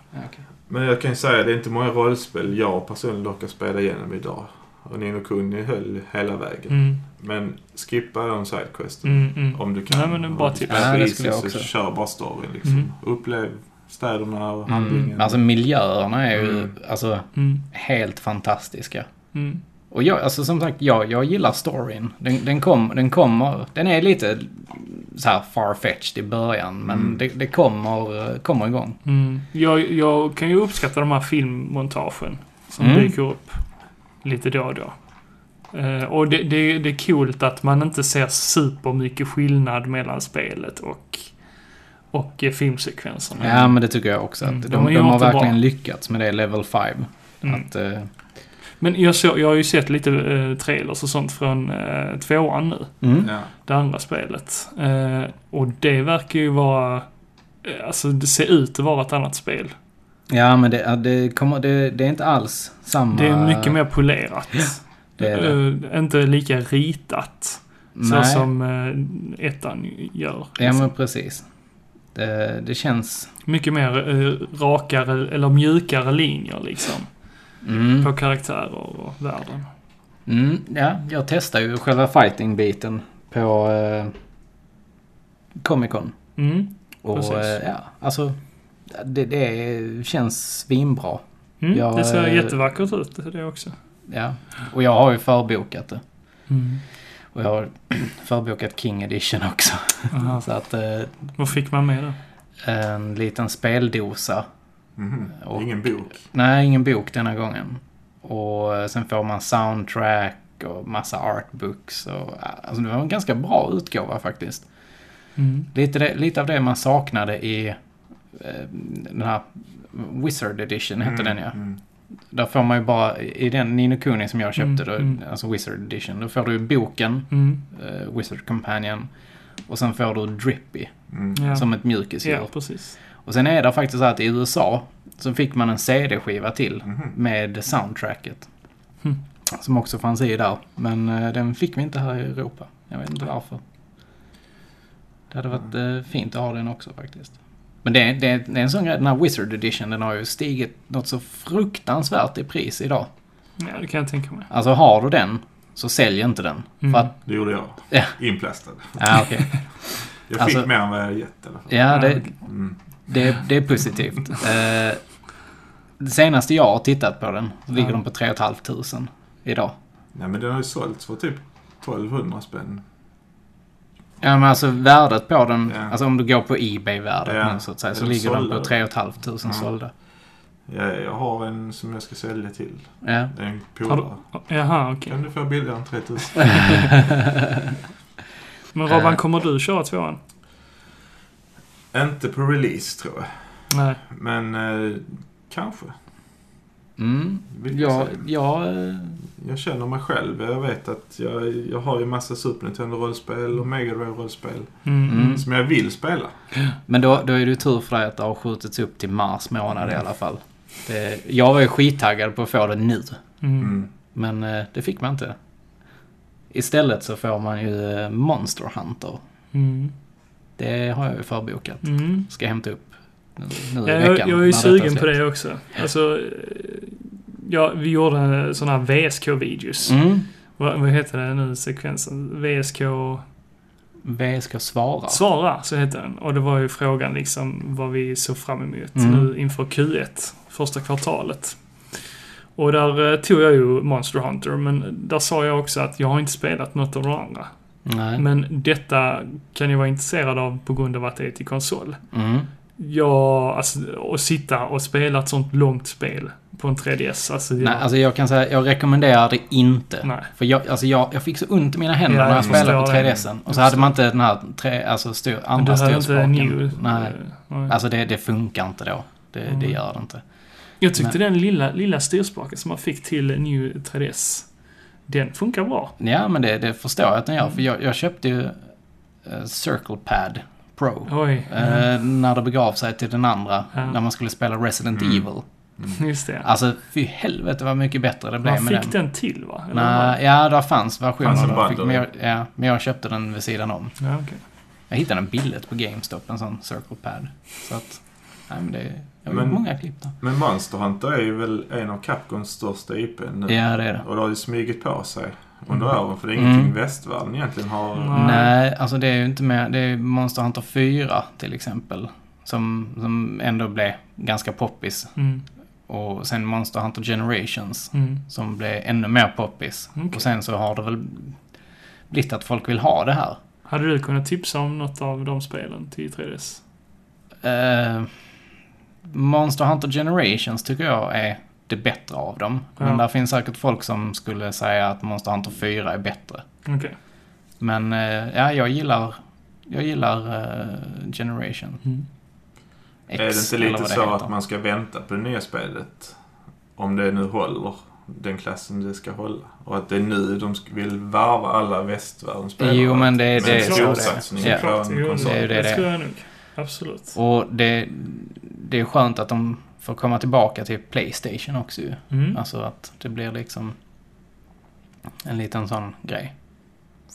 S3: Men jag kan ju säga att det är inte många rollspel jag personligen dock har spelat igenom idag. Och Nino Kuni höll hela vägen.
S2: Mm,
S3: Men skippa de sidequesten.
S2: mm, mm.
S3: Om du kan.
S2: Nej, men det är bara
S3: Om du
S2: tips.
S3: spelar
S1: Ja, det
S3: Easy
S1: skulle jag
S3: så
S1: också.
S3: Kör bara storyn liksom.
S2: Mm.
S3: Upplev städerna och handlingen.
S1: Mm. Alltså miljöerna är ju
S3: Mm.
S1: alltså,
S2: Mm,
S1: helt fantastiska.
S2: mm.
S1: Och jag, alltså som sagt, jag, jag gillar storyn. Den, den, kom, den kommer, den är lite så här far-fetched i början, men
S3: Mm.
S1: det, det kommer, eh, kommer igång.
S2: Mm. Jag, jag kan ju uppskatta de här filmmontagen som
S1: Mm.
S2: dyker upp lite då och då. Eh, och det, det, det är coolt att man inte ser supermycket skillnad mellan spelet och, och eh, filmsekvenserna.
S1: Ja, men det tycker jag också. Att
S2: Mm,
S1: de,
S2: de har
S1: de,
S2: gjort
S1: har
S2: det
S1: verkligen
S2: bra.
S1: lyckats med det level 5.
S2: Mm.
S1: Att, eh,
S2: Men jag, såg, jag har ju sett lite eh, trailers och sånt från eh, tvåan nu.
S1: mm.
S3: Ja.
S2: det andra spelet. Eh, och det verkar ju vara... eh, Alltså det ser ut att vara ett annat spel.
S1: Ja, men det, ja, det, kommer, det, det är inte alls samma...
S2: Det är mycket mer polerat.
S1: det är
S2: Eh, inte lika ritat. Så
S1: Nej.
S2: som eh, ettan gör. Alltså,
S1: Ja, men precis. Det, det känns...
S2: Mycket mer eh, rakare eller mjukare linjer liksom.
S1: Mm.
S2: På karaktärer och världen.
S1: Mm, ja, jag testar ju själva fighting-biten på eh, Comic Con.
S2: Mm.
S1: Och
S2: Precis.
S1: eh, ja, alltså det, det känns svinbra.
S2: Mm,
S1: Jag,
S2: det ser
S1: eh,
S2: jättevackert ut det också.
S1: Ja. Och jag har ju förbokat det.
S2: Mm.
S1: Och jag har förbokat King Edition också.
S2: Aha.
S1: Så att eh,
S2: Vad fick man med det?
S1: en liten speldosa.
S3: Mhm.
S1: Och-
S3: Ingen bok.
S1: Nej, ingen bok denna gången. Och eh, sen får man soundtrack och massa artbooks. Och, ja, alltså det var en ganska bra utgåva faktiskt.
S2: Mm.
S1: Lite, det, lite av det man saknade i eh, den här Wizard Edition hette
S3: Mm,
S1: den ja.
S3: mm.
S1: Där får man ju bara, i den Nino Kuni som jag köpte,
S2: Mm,
S1: då,
S2: mm.
S1: alltså Wizard Edition, då får du boken,
S2: Mm.
S1: eh, Wizard Companion, och sen får du Drippy
S3: Mm.
S2: Ja.
S1: som ett mjukisdjur.
S2: ja, precis.
S1: Och sen är det faktiskt så att i USA så fick man en CD-skiva till
S3: Mhm.
S1: med soundtracket. Hm.
S2: Mm.
S1: Som också fanns i där, men eh, den fick vi inte här i Europa. Jag vet inte varför. Det hade varit eh, fint att ha den också faktiskt. Men det, är- det, är- det är en sån grej, den här Wizard Edition, den har ju stigit något så fruktansvärt i pris idag.
S2: Ja, det kan jag tänka mig.
S1: Alltså har du den, så sälj inte den.
S2: Mm.
S1: För att,
S3: Det gjorde jag.
S1: Ja.
S3: Inplastad.
S1: ja okej.
S3: Jag
S1: Alltså-
S3: fick mer än vad jag gett i alla fall.
S1: Ja, det,
S3: Mm.
S1: det, det är positivt. Eh, det senaste jag har tittat på den, så ligger
S2: Ja.
S1: den på 3 500 idag.
S3: Nej, men den har ju sålts för typ 1200 spänn.
S1: Ja men alltså värdet på den,
S3: Ja.
S1: alltså om du går på Ebay-värdet
S3: Ja.
S1: nu så att säga, så
S3: Är de
S1: ligger den
S3: sålda
S1: på
S3: då?
S1: 3 500
S3: Ja.
S1: sålda.
S3: Jag, jag har en som jag ska sälja till.
S1: Ja.
S3: Det är en
S2: Har
S3: polare.
S2: Jaha, okej.
S3: Kan du få billigare än 3000?
S2: Men Robban,
S1: Eh.
S2: kommer du köra tvåan?
S3: Inte på release tror jag.
S2: Nej.
S3: Men eh, kanske.
S1: Mm.
S3: Vi får
S1: Ja,
S3: se.
S1: ja, eh,
S3: Jag känner mig själv. Jag vet att jag, jag har ju massa Super Nintendo-rollspel och Mega Drive-rollspel.
S2: Mm.
S1: Mm.
S3: Som jag vill spela.
S1: men då, då är det ju tur för dig att det har skjutits upp till mars månad i alla fall. Det, jag var ju skittaggad på att få det nu,
S2: Mm.
S3: Mm.
S1: men eh, det fick man inte. Istället så får man ju eh, Monster Hunter.
S2: Mm.
S1: Det har jag ju förbokat.
S2: Mm.
S1: Ska hämta upp nu, nu i
S2: Ja,
S1: veckan.
S2: jag, jag är
S1: när
S2: ju
S1: detta
S2: sugen på
S1: släpps.
S2: det också. Alltså, eh, ja, vi gjorde sådana här VSK-videos.
S1: Mm.
S2: Vad, vad heter det nu, sekvensen? VSK...
S1: VSK svara.
S2: Svara, så heter den. Och det var ju frågan liksom vad vi såg fram emot
S1: Mm.
S2: nu inför Q1, första kvartalet. Och där eh, tog jag ju Monster Hunter, men där sa jag också att jag har inte spelat något av de andra.
S1: Nej.
S2: Men detta kan jag vara intresserad av på grund av att det är till konsol.
S1: Mm.
S2: Ja, alltså att sitta och spela ett sånt långt spel på en 3DS. Alltså, jag,
S1: Nej, alltså jag kan säga, jag rekommenderar det inte.
S2: Nej.
S1: För jag, alltså jag, jag fick så ont i mina händer
S2: Ja,
S1: när jag
S2: jag
S1: spelade på
S2: förstår det.
S1: 3DSen. Och
S2: Jag
S1: så hade
S2: förstår.
S1: man inte den här tre, alltså styr,
S2: men du
S1: andra
S2: hade inte
S1: styrspaken.
S2: New...
S1: Nej.
S2: Nej.
S1: Alltså det, det funkar inte då. Det, det
S2: Mm.
S1: gör det inte.
S2: Jag tyckte den lilla, lilla styrspaken som man fick till New 3DS, den funkar bra.
S1: Ja, men det, det förstår jag att den gör.
S2: Mm.
S1: För jag, jag köpte ju eh, Circle Pad Pro.
S2: Oj.
S1: Eh, när det begav sig till den andra.
S2: Ja.
S1: När man skulle spela Resident
S3: Mm.
S1: Evil.
S2: Just det.
S1: Alltså fy helvete vad mycket bättre det blev
S2: man
S1: med
S2: fick
S1: den.
S2: den till va? Eller
S1: Nej, ja, där fanns versioner.
S3: Fanns en
S1: Där fick- men,
S3: bundle.
S1: jag, ja, men jag köpte den vid sidan om.
S2: vad? Ja, okej.
S1: Jag hittade en billigt på GameStop, en sån Circle Pad. Så att, nej men det är jag har
S3: Men-
S1: gjort många klipp där.
S3: Men Monster Hunter är ju väl en av Capcoms största IP nu.
S1: Ja, det är det.
S3: Och det har ju smugit på sig under åren. För det är
S1: Mm.
S3: ingenting västvärlden egentligen har...
S2: Nej.
S1: Nej, alltså det är ju inte med. Det är ju Monster Hunter 4 till exempel. Som, som ändå blev ganska poppis.
S2: Mm,
S1: Och sen Monster Hunter Generations.
S2: mm.
S1: Som blev ännu mer poppis.
S2: Okej.
S1: Och sen så har det väl blivit att folk vill ha det här.
S2: Hade du kunnat tipsa om något av de spelen till 3DS?
S1: Eh, Monster Hunter Generations tycker jag är det bättre av dem. Men
S2: Ja.
S1: där finns säkert folk som skulle säga att Monster Hunter 4 är bättre.
S2: Okej.
S1: Mm. Men eh, ja, jag gillar, jag gillar eh, Generation
S2: Mm.
S1: X.
S3: är det inte
S1: eller
S3: lite
S1: vad det
S3: så
S1: heter.
S3: att man ska vänta på det nya spelet? Om det nu håller. Den klassen det ska hålla. Och att det är nu de sk- vill varva alla västvärldens spelare.
S1: Jo, men det,
S3: Med
S1: det är
S3: en
S1: så
S3: storsatsning
S1: det är. Ja.
S3: på
S2: Såklart,
S3: en
S2: jo,
S3: konsol.
S1: Det är ju det det är.
S2: det tror jag nog. Absolut.
S1: Och det, det är skönt att de får komma tillbaka till Playstation också ju.
S2: Mm.
S1: Alltså att det blir liksom en liten sån grej.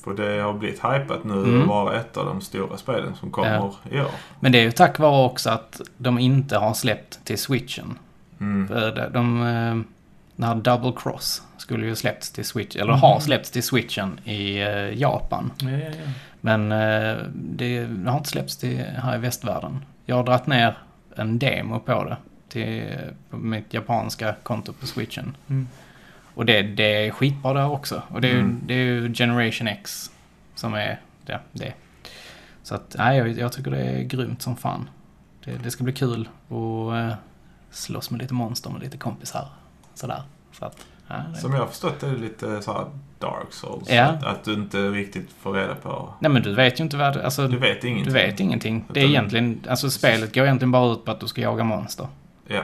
S3: För det har blivit hypat nu
S1: Mm.
S3: att vara ett av de stora spelen som kommer i år.
S1: Men det är ju tack vare också att de inte har släppt till switchen.
S3: Mm.
S1: För de, de, eh, den här Double Cross skulle ju släppts till Switch, eller
S2: Mhm.
S1: har släppts till Switchen i eh, Japan.
S2: Ja, ja, ja.
S1: Men eh, det har inte släppts till här i västvärlden. Jag har dragit ner en demo på det till på mitt japanska konto på Switchen.
S2: Mm.
S1: Och det, det är skitbra där också. Och det är, ju-
S3: Mm.
S1: det är ju Generation X som är det. det. Så att, nej, jag, jag tycker det är grymt som fan. Det, det ska bli kul att eh, slåss med lite monster med lite kompisar. Sådär. Så att, ja, det...
S3: Som jag har förstått det är det lite så här Dark Souls.
S1: Ja.
S3: Att, att du inte riktigt får reda på...
S1: Nej men du vet ju inte vad... Alltså,
S3: Du vet
S1: Du
S3: ingenting.
S1: vet ingenting. Det är
S3: Utan-
S1: egentligen, alltså spelet går egentligen bara ut på att du ska jaga monster.
S3: Ja.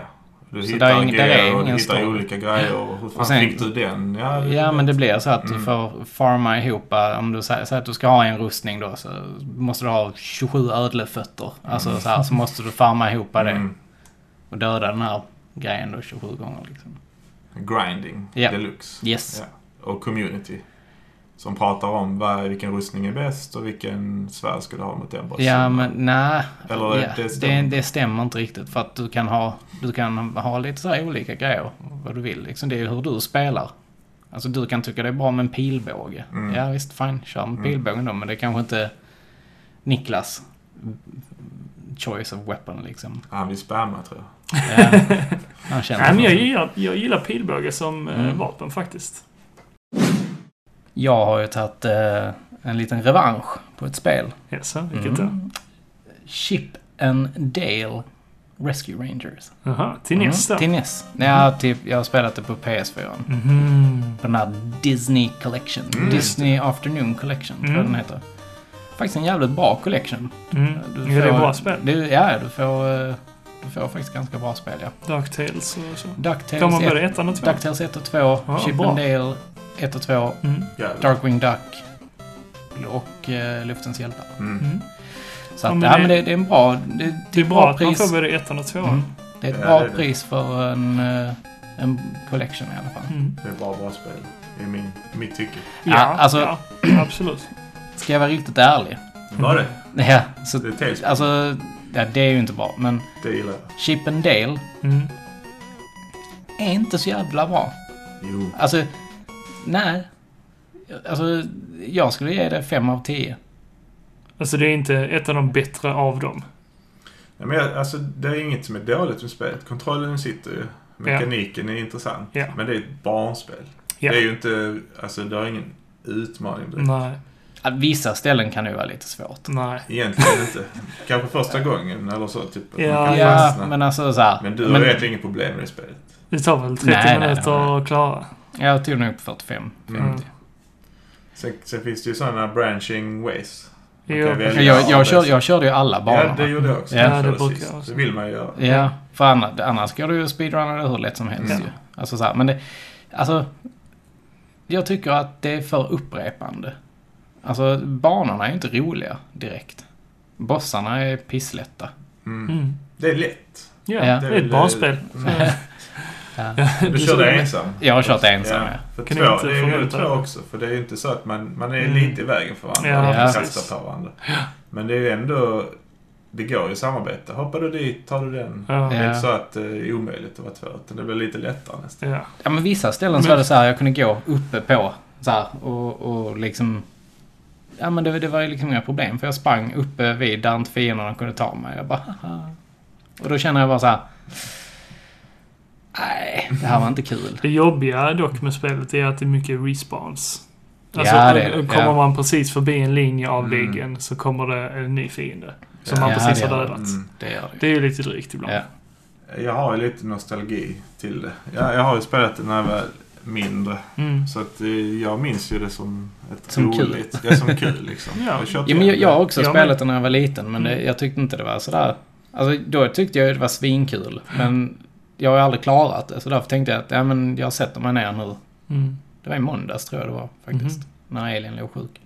S3: Du
S1: Så
S3: hittar
S1: där är ing- där är
S3: grejer och du
S1: ingen
S3: hittar
S1: story.
S3: olika grejer. Och hur fan
S1: sen-
S3: fick du den? Ja, det-
S1: Ja, men det blir så att du
S3: Mm.
S1: får farma ihop, eh, om du säger säg att du ska ha en rustning då, så måste du ha 27 ödlefötter. Alltså så här, så måste du farma ihop det
S3: Mm.
S1: och döda den här grejen då 27 gånger liksom.
S3: Grinding
S1: Ja.
S3: deluxe.
S1: Yes.
S3: Ja. Och community. Som pratar om vad, vilken rustning är bäst och vilken svärd ska du ha mot den bossen.
S1: Ja, men nej.
S3: Eller
S1: ja,
S3: det
S1: det,
S3: stämmer.
S1: det stämmer inte riktigt för att du kan ha, du kan ha lite så här olika grejer, vad du vill liksom. Det är ju hur du spelar. Alltså du kan tycka det är bra med en pilbåge.
S3: Mm.
S1: Ja visst, fine, kör med
S3: Mm.
S1: pilbågen då, men det är kanske inte Niklas choice of weapon liksom.
S3: Han vill spamma tror jag.
S1: Ja, han känner
S2: Nej, men jag
S1: så.
S2: gillar, jag gillar pilbåge som eh,
S1: Mm.
S2: vapen faktiskt.
S1: jag har ju tagit eh, en liten revansch på ett spel.
S2: Jaså, vilket
S1: Mm.
S2: då?
S1: Chip and Dale Rescue Rangers.
S2: Jaha, till nästa.
S1: Mm, till NES. Ja, typ, jag har spelat det på PS4.
S2: Mhm.
S1: På den här Disney Collection.
S3: Mm.
S1: Disney Afternoon Collection, tror jag
S2: Mm.
S1: den heter. Faktiskt en jävligt bra collection.
S2: Mm.
S1: Du
S2: Ja, det
S1: får-
S2: är bra spel.
S1: Du, ja, du får, eh, du får faktiskt ganska bra spel, ja.
S2: Ducktails och så. Kan man
S1: DuckTales 1,
S2: både ettan och tvåan?
S1: DuckTales 1 och 2,
S2: Ja,
S1: Chip
S2: bra.
S1: and Dale 1 och 2,
S2: Mm.
S3: Jävlar.
S1: Darkwing Duck och eh, Luftens hjältar.
S3: Mm.
S2: Mm.
S1: Så att,
S2: Ja,
S1: ja,
S2: men
S1: men,
S2: det-
S1: det, det är en bra... Det, det är
S2: Det är
S1: ett
S2: bra att man
S1: pris.
S2: får både ettan och tvåan.
S1: Mm. Det är ett
S3: Ja,
S1: bra
S3: det är det.
S1: pris för en, eh, en collection i alla fall.
S2: Mm.
S3: Det är bara bra spel. I min, mitt tycke.
S2: Ja,
S1: Ja, alltså-
S2: ja, absolut.
S1: Ska jag vara riktigt ärlig?
S3: Var det?
S1: Ja, så,
S3: Det är Tales.
S1: alltså, ja, det är ju inte bra, men
S3: Det gillar jag.
S1: Chip and Dale
S2: Mm.
S1: är inte så jävla bra.
S3: Jo.
S1: Alltså, nej. Alltså, jag skulle ge det 5 av 10.
S2: Alltså det är inte ett av de bättre av dem.
S3: Ja, men jag, alltså, det är inget som är dåligt med spelet. Kontrollen sitter ju. Mekaniken är intressant.
S2: Ja.
S3: Men det är ett barnspel.
S2: Ja.
S3: Det är ju inte... Alltså, det har ingen utmaning direkt.
S2: Nej.
S1: Ja, Vissa ställen kan det ju vara lite svårt.
S2: Nej.
S3: Egentligen inte. Kanske första gången eller så. Typ, att man
S2: Ja.
S3: kan
S1: Ja,
S3: fastna.
S1: men alltså så här,
S3: Men du har ju egentligen inget problem med det spelet.
S2: Det tar väl 30
S1: Nej, nej,
S2: minuter
S1: nej, nej.
S2: att klara.
S1: Jag tog nog på 45.
S3: Mm.
S2: Mm.
S3: Sen, sen finns det ju sådana branching ways. Man
S2: Jo,
S3: kan välja-
S1: Jag,
S2: precis.
S3: Ja,
S1: jag, körde,
S3: det-
S1: jag körde ju alla
S3: Ja,
S1: banorna.
S3: det gjorde jag också.
S1: Ja,
S3: Jag körde
S2: det brukar
S3: sist.
S2: jag också.
S3: Det vill man ju göra.
S1: Ja, för annars, annars går du ju speedrunna det hur lätt som helst
S3: Mm.
S1: ju. Alltså så här, men det... Alltså... Jag tycker att det är för upprepande. Alltså, banorna är ju inte roliga direkt. Bossarna är pisslätta.
S3: Mm.
S2: Mm.
S3: Det är lätt.
S2: Ja,
S1: Ja.
S2: det är ett barnspel.
S3: Mm. Du kör det ensam.
S1: Jag har kört ensam, ja.
S3: För
S2: Kan
S3: två,
S2: du inte
S3: det är ju
S2: förvänta
S3: två
S2: dig?
S3: också. För det är ju inte så att man, man är
S2: Mm.
S3: lite i vägen för varandra.
S2: Ja,
S3: man
S1: precis.
S3: kastar på varandra. Men det är ju ändå... Det går ju att samarbeta. Hoppar du dit, tar du den.
S2: Ja.
S3: Det är
S1: Ja.
S3: inte så att det är omöjligt att vara två. Utan det blir lite lättare nästan.
S2: Ja.
S1: Ja, men vissa ställen så
S2: Men-
S1: var det så här, jag kunde gå uppe på så här och, och liksom... Ja, men det, det var ju liksom inga problem, för jag sprang uppe vid där inte fienderna kunde ta mig. Jag bara, Haha. Och då känner jag bara så här... Nej, det här var inte kul.
S2: Det jobbiga dock med spelet är att det är mycket respawns. Alltså,
S1: Ja, det är det.
S2: kommer
S1: Ja.
S2: man precis förbi en linje av
S3: Mm.
S2: väggen så kommer det en ny fiende. Som
S3: Ja.
S2: man
S1: Ja,
S2: precis
S1: det
S2: har
S1: är det.
S2: dödat.
S3: Mm.
S1: Det gör det
S2: Det är ju lite drygt ibland.
S1: Ja.
S3: Jag har ju lite nostalgi till det. Jag, jag har ju spelat det när jag var mindre.
S2: Mm.
S3: Så att eh, jag minns ju det som ett
S1: Som kul.
S3: roligt... Ja, som kul liksom.
S2: Ja.
S3: köpte
S1: Ja, men jag, jag har
S3: det.
S1: också
S2: Ja, men-
S1: spelat den när jag var liten, men det,
S2: Mm.
S1: jag tyckte inte det var sådär... Alltså, då tyckte jag ju det var svinkul, men jag har ju aldrig klarat det. Så därför tänkte jag att, ja men jag sätter mig ner nu.
S2: Mm.
S1: Det var i måndags tror jag det var faktiskt,
S2: Mhm.
S1: när Elin låg sjuk.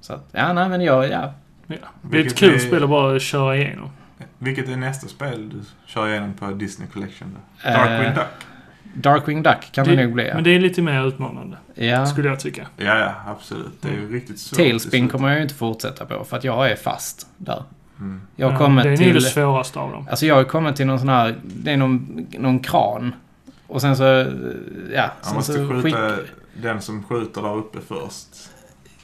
S1: Så att, ja nej men jag, ja.
S2: Det är ett
S3: Vilket
S2: kul spel att bara köra igenom.
S3: Vilket är nästa spel du kör igenom på Disney Collection?
S1: Eh,
S3: Darkwing Duck?
S1: Darkwing Duck kan det, nog bli,
S2: Men
S1: ja.
S2: det är lite mer utmanande,
S1: ja.
S2: skulle jag tycka.
S3: Ja, ja, absolut. Det är ju riktigt svårt.
S1: Mm. Tailspin
S3: dessutom.
S1: kommer jag ju inte fortsätta på, för att jag är fast där.
S3: Mm.
S1: Jag har
S2: Ja, Eh, det är
S1: kommit
S2: nog det
S1: till...
S2: svåraste av dem.
S1: Alltså jag har kommit till någon sån här, det är någon, någon kran. Och sen så, ja.
S3: Man
S1: Sen
S3: måste
S1: så
S3: skjuta den som skjuter där uppe först.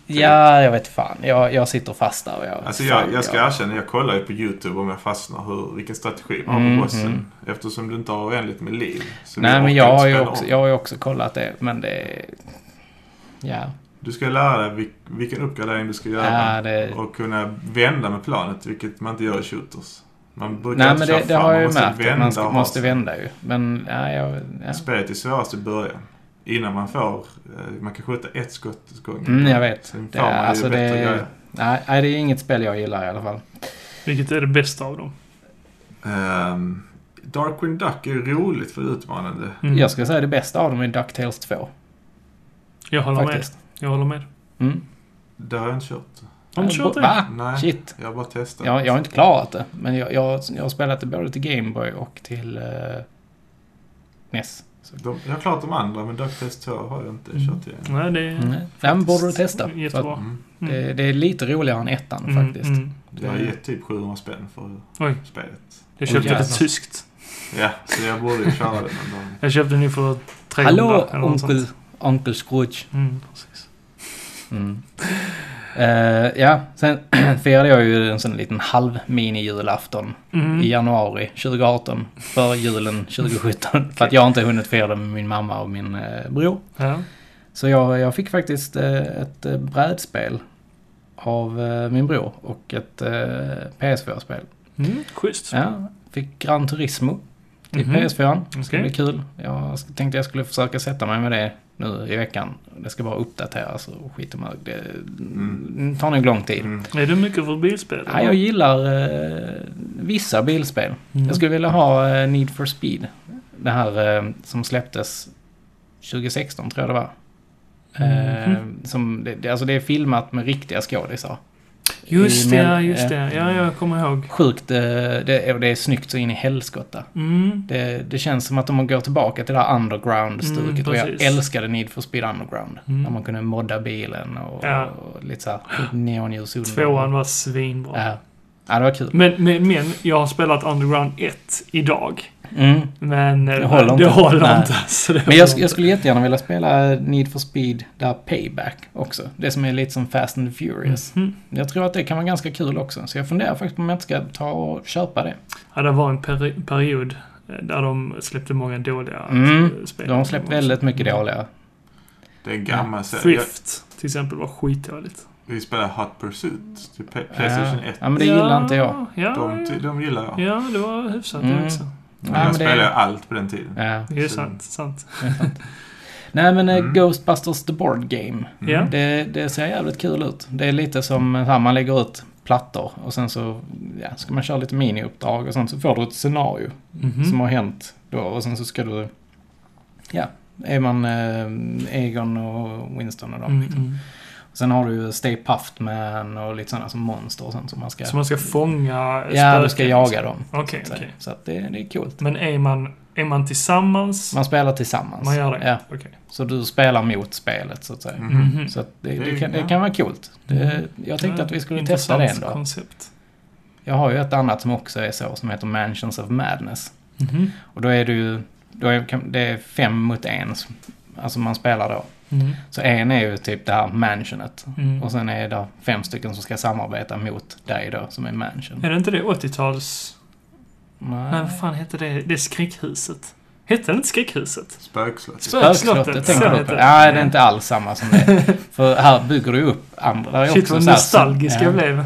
S1: Ja, jag vet fan. Jag, jag sitter fast där och jag...
S3: Alltså jag,
S1: fan,
S3: jag ska erkänna, jag kollar ju på YouTube om jag fastnar hur, vilken strategi man har
S1: Mhm.
S3: på bossen. Eftersom du inte har oändligt med liv. Så
S1: Nej,
S3: vi
S1: men
S3: orkar
S1: jag
S3: inte
S1: har, ju
S3: spela
S1: också,
S3: om.
S1: jag har ju också kollat det, men det... Ja.
S3: Du ska lära dig vil- vilken uppgradering du ska göra.
S1: ja det,
S3: Och kunna vända med planet, vilket man inte gör i shooters. Man brukar
S1: nej,
S3: inte
S1: men
S3: köra
S1: det, det
S3: fram,
S1: har jag ju
S3: måste
S1: märkt. Att man ska,
S3: och ha
S1: måste
S3: sig.
S1: vända ju. Men, ja, jag... Ja.
S3: Spelet är svårast i början. Innan man får... eh, Man kan skjuta ett skott åt gången.
S1: Mm, jag vet.
S3: Sen
S1: Det
S3: får man
S1: är-
S3: ju
S1: alltså, det
S3: bättre
S1: är-
S3: grejer.
S1: Nej, nej, det är inget spel jag gillar i alla fall.
S2: Vilket är det bästa av dem.
S3: Ehm, Darkwing Duck är ju roligt för det är utmanande.
S2: Mm.
S1: Jag skulle säga det bästa av dem är DuckTales 2.
S2: jag håller med.
S1: faktiskt.
S2: Jag håller med.
S1: Mm.
S3: Det har jag inte kört.
S2: Har du inte kört det?
S1: Va?
S3: Nej,
S1: Ah, Shit.
S3: jag har bara testat.
S1: Jag, jag har inte klarat det. Men jag, jag, jag har spelat det både till Gameboy och till... Uh, NES. Så.
S3: De, jag har klarat de andra, men DuckTales 2 har jag inte
S2: Mm.
S3: kört igen.
S2: Nej, det är...
S1: Mm. Den borde du testa. För att
S2: Jättebra.
S3: Mm.
S1: det, det är lite roligare än ettan
S2: Mm,
S1: faktiskt.
S2: mm.
S3: Jag har gett typ 700 spänn för
S2: Oj.
S3: spelet.
S2: Jag
S1: Åh,
S2: köpte det
S1: jävlar.
S2: tyskt.
S3: Ja, så jag borde ju köra det någon gång.
S2: Jag köpte det nu för 300
S1: Hallå,
S2: eller något
S1: onkel,
S2: sånt.
S1: onkel Scrooge.
S2: Mm, precis.
S1: Mm. Eh, ja, sen firade jag ju en sån liten halv mini-julafton
S2: Mm.
S1: i januari 2018. För julen 2017. för att jag inte hunnit fira det med min mamma och min eh, bror.
S2: Ja.
S1: Så jag, jag fick faktiskt eh, ett eh, brädspel av eh, min bror och ett eh, PS4-spel.
S2: Mm, schysst.
S1: Ja, fick Gran Turismo till
S2: Mhm.
S1: PS4. Det ska
S2: Okej.
S1: bli kul. Jag sk- tänkte jag skulle försöka sätta mig med det nu i veckan. Det ska bara uppdateras och skit om det. Det tar nog lång tid.
S3: Mm.
S2: Är du mycket för bilspel?
S1: Ja, jag gillar eh, vissa bilspel.
S2: Mm.
S1: Jag skulle vilja ha eh, Need for Speed. Det här eh, som släpptes 2016 tror jag det var. Eh,
S2: Mhm.
S1: som det, det, alltså det är filmat med riktiga skådisar.
S2: Just
S1: I
S2: det,
S1: mel-
S2: ja, just
S1: eh,
S2: det. Ja, jag kommer ihåg.
S1: Sjukt, eh, det, och det är snyggt så in i helskotta.
S2: Mm.
S1: Det, det känns som att de går tillbaka till det här underground-stuket.
S2: Mm,
S1: och jag
S2: precis.
S1: älskade Need for Speed Underground.
S2: Mm.
S1: När man kunde modda bilen och,
S2: Ja.
S1: och lite såhär neonljus under.
S2: Tvåan var svinbra.
S1: Ja. ja, det var kul.
S2: Men, men, men jag har spelat Underground 1 idag.
S1: Mm.
S2: Men eh,
S1: Det håller inte.
S2: Det håller
S1: Nej.
S2: inte. Så det
S1: Men jag,
S2: håller
S1: jag
S2: inte.
S1: skulle jättegärna vilja spela eh, Need for Speed där Payback också. Det som är lite som Fast and Furious.
S2: Mm.
S1: Jag tror att det kan vara ganska kul också. Så jag funderar faktiskt på om jag inte ska ta och köpa det.
S2: Ja, det var en peri- period eh, där de släppte många dåliga
S1: Mm.
S2: eh, spel.
S1: De har släppt väldigt mycket dåliga.
S3: Det är en gammal serie.
S2: Thrift till exempel var skitdåligt.
S3: Vi spelade Hot Pursuit till Play- Playstation 1.
S1: eh, Ja, men det gillar inte jag.
S2: Ja,
S3: De, typ- ty- de gillar jag.
S2: ja det var hyfsat
S1: Mm.
S2: det också.
S3: Men
S1: Ja, men
S3: jag
S1: det-
S3: spelade allt på den tiden.
S1: Ja.
S2: Det är
S3: Så-
S2: sant. sant.
S1: Nej, men eh,
S3: Mm.
S1: Ghostbusters The Board Game.
S2: Ja.
S1: Det, det ser jävligt kul ut. Det är lite som eh, så här, man lägger ut plattor och sen så ja, ska man köra lite miniuppdrag och sen så får du ett scenario
S2: Mhm.
S1: som har hänt då och sen så ska du... Ja, är man eh, Egon och Winston och dem. liksom.
S2: Mm, mm.
S1: Sen har du ju Stay Puffed Man och lite sådana som monster och sånt som man ska...
S2: Så man ska fånga
S1: ja, du ska
S2: spöken. liksom.
S1: jaga dem.
S2: Okej,
S1: Så,
S2: okej.
S1: så att det, det är coolt.
S2: Men är man, är man tillsammans?
S1: Man spelar tillsammans.
S2: Man gör det?
S1: Ja,
S2: Okej.
S1: så du spelar mot spelet så att säga.
S3: Mhm.
S2: Mhm.
S1: Mm, Så att det,
S3: Det är
S1: det,
S3: ju-
S1: kan, det
S3: ja.
S1: kan vara coolt. Det,
S2: Mm.
S1: jag tänkte
S2: Ja,
S1: att vi skulle testa
S2: intressant
S1: det en dag.
S2: koncept.
S1: Jag har ju ett annat som också är så, som heter Mansions of Madness.
S2: Mhm.
S1: Och då är det ju... Då är, kan- det är fem mot en. som- Alltså man spelar då.
S2: Mm.
S1: Så en är ju typ det här mansionet.
S2: Mm.
S1: Och sen är det fem stycken som ska samarbeta mot dig då, som är mansion.
S2: Är det inte det 80-tals... Nej,
S1: Nej.
S2: vad fan hette det? Det är Skräckhuset. Hette det inte Skräckhuset?
S3: Spökslottet.
S1: Spökslottet tänker du på? Nej, det är inte alls samma som det. För här bygger du upp andra. Det är
S2: Shit
S1: också
S2: vad
S1: så här-
S2: nostalgisk jag blev.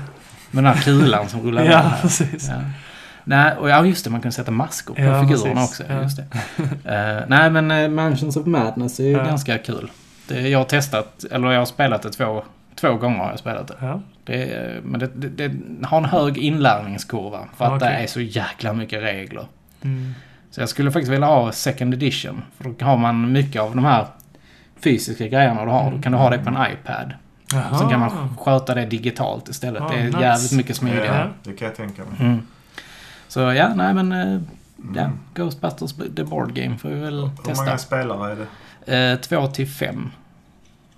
S1: Med den här kulan som rullar runt
S2: Ja,
S1: här.
S2: precis.
S1: Ja. Nej, och ja, just det, man kan sätta maskor på
S2: Ja,
S1: figurerna
S2: precis.
S1: också.
S2: Ja.
S1: Just det. Eh, nej, men eh, Mansions of Madness är ju
S2: Ja.
S1: ganska kul. Det, jag har testat, eller jag har spelat det två, två gånger. Har jag spelat det.
S2: Ja.
S1: Det, är- men det, det, det har en hög inlärningskurva för att
S2: Okej.
S1: det är så jäkla mycket regler.
S2: Mm.
S1: Så jag skulle faktiskt vilja ha second edition. För då har man mycket av de här fysiska grejerna du har. Då kan du ha det på
S2: Mm.
S1: en iPad.
S2: Jaha.
S1: Sen kan man sköta det digitalt istället.
S2: Ah,
S1: det är
S2: nice.
S1: jävligt mycket smidigare.
S3: Ja, det kan jag tänka mig.
S1: Mm. Så ja, nej men... eh, Ja,
S3: Mm.
S1: Ghostbusters The Board Game får vi väl
S3: Hur
S1: testa.
S3: många spelare är det?
S1: Eh, två till fem.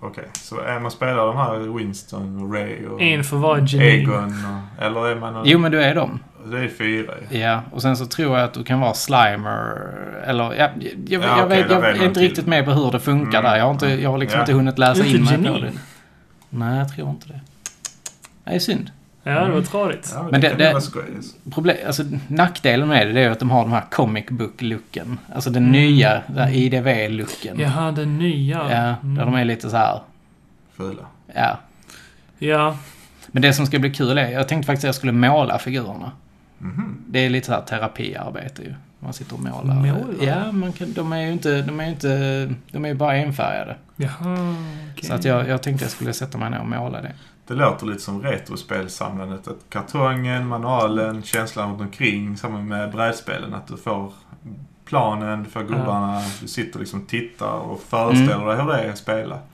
S3: Okej, så är man spelare de här Winston och Ray och
S2: En för varje geni.
S3: Egon och, Eller är man...
S1: Jo, men du är dem.
S3: Det är fyra ju.
S1: Ja, och sen så tror jag att du kan vara Slimer. Eller, ja, jag, jag,
S3: Ja,
S1: jag,
S3: okej,
S1: vet,
S3: där
S1: jag är
S3: väljer
S1: inte
S3: man
S1: riktigt med på hur det funkar
S3: Mm.
S1: där. Jag har, inte, jag har liksom
S3: Ja.
S1: inte hunnit läsa
S2: Inte
S1: in mig på
S2: genin.
S1: det. Nej, jag tror inte det. Det är synd.
S2: Ja, det var tradigt.
S3: Ja,
S1: Men det-
S3: det, kan
S1: det-
S3: det... vara skoj.
S1: Problem, alltså, nackdelen med det, det är ju att de har den här comic book-looken. Alltså den nya den här IDV-looken.
S2: Mm. Jaha, den nya.
S1: Ja, där de
S2: Mm.
S1: är lite så här.
S3: Fula.
S1: Ja,
S2: Ja.
S1: Men det som ska bli kul är, jag tänkte faktiskt att jag skulle måla figurerna.
S3: Mhm.
S1: Det är lite så här terapiarbete ju. Man sitter och målar.
S2: Målar?
S1: Ja, man kan, de är ju inte, de är ju inte, de är ju bara enfärgade.
S2: Jaha,
S1: Så
S2: okej.
S1: att jag, jag tänkte jag skulle sätta mig ner och måla det.
S3: Det låter lite som retrospelsamlandet. Att kartongen, manualen, känslan runt omkring samma med brädspelen. Att du får planen, du får gubbarna, du sitter liksom och tittar och föreställer dig hur det är att spela. Sen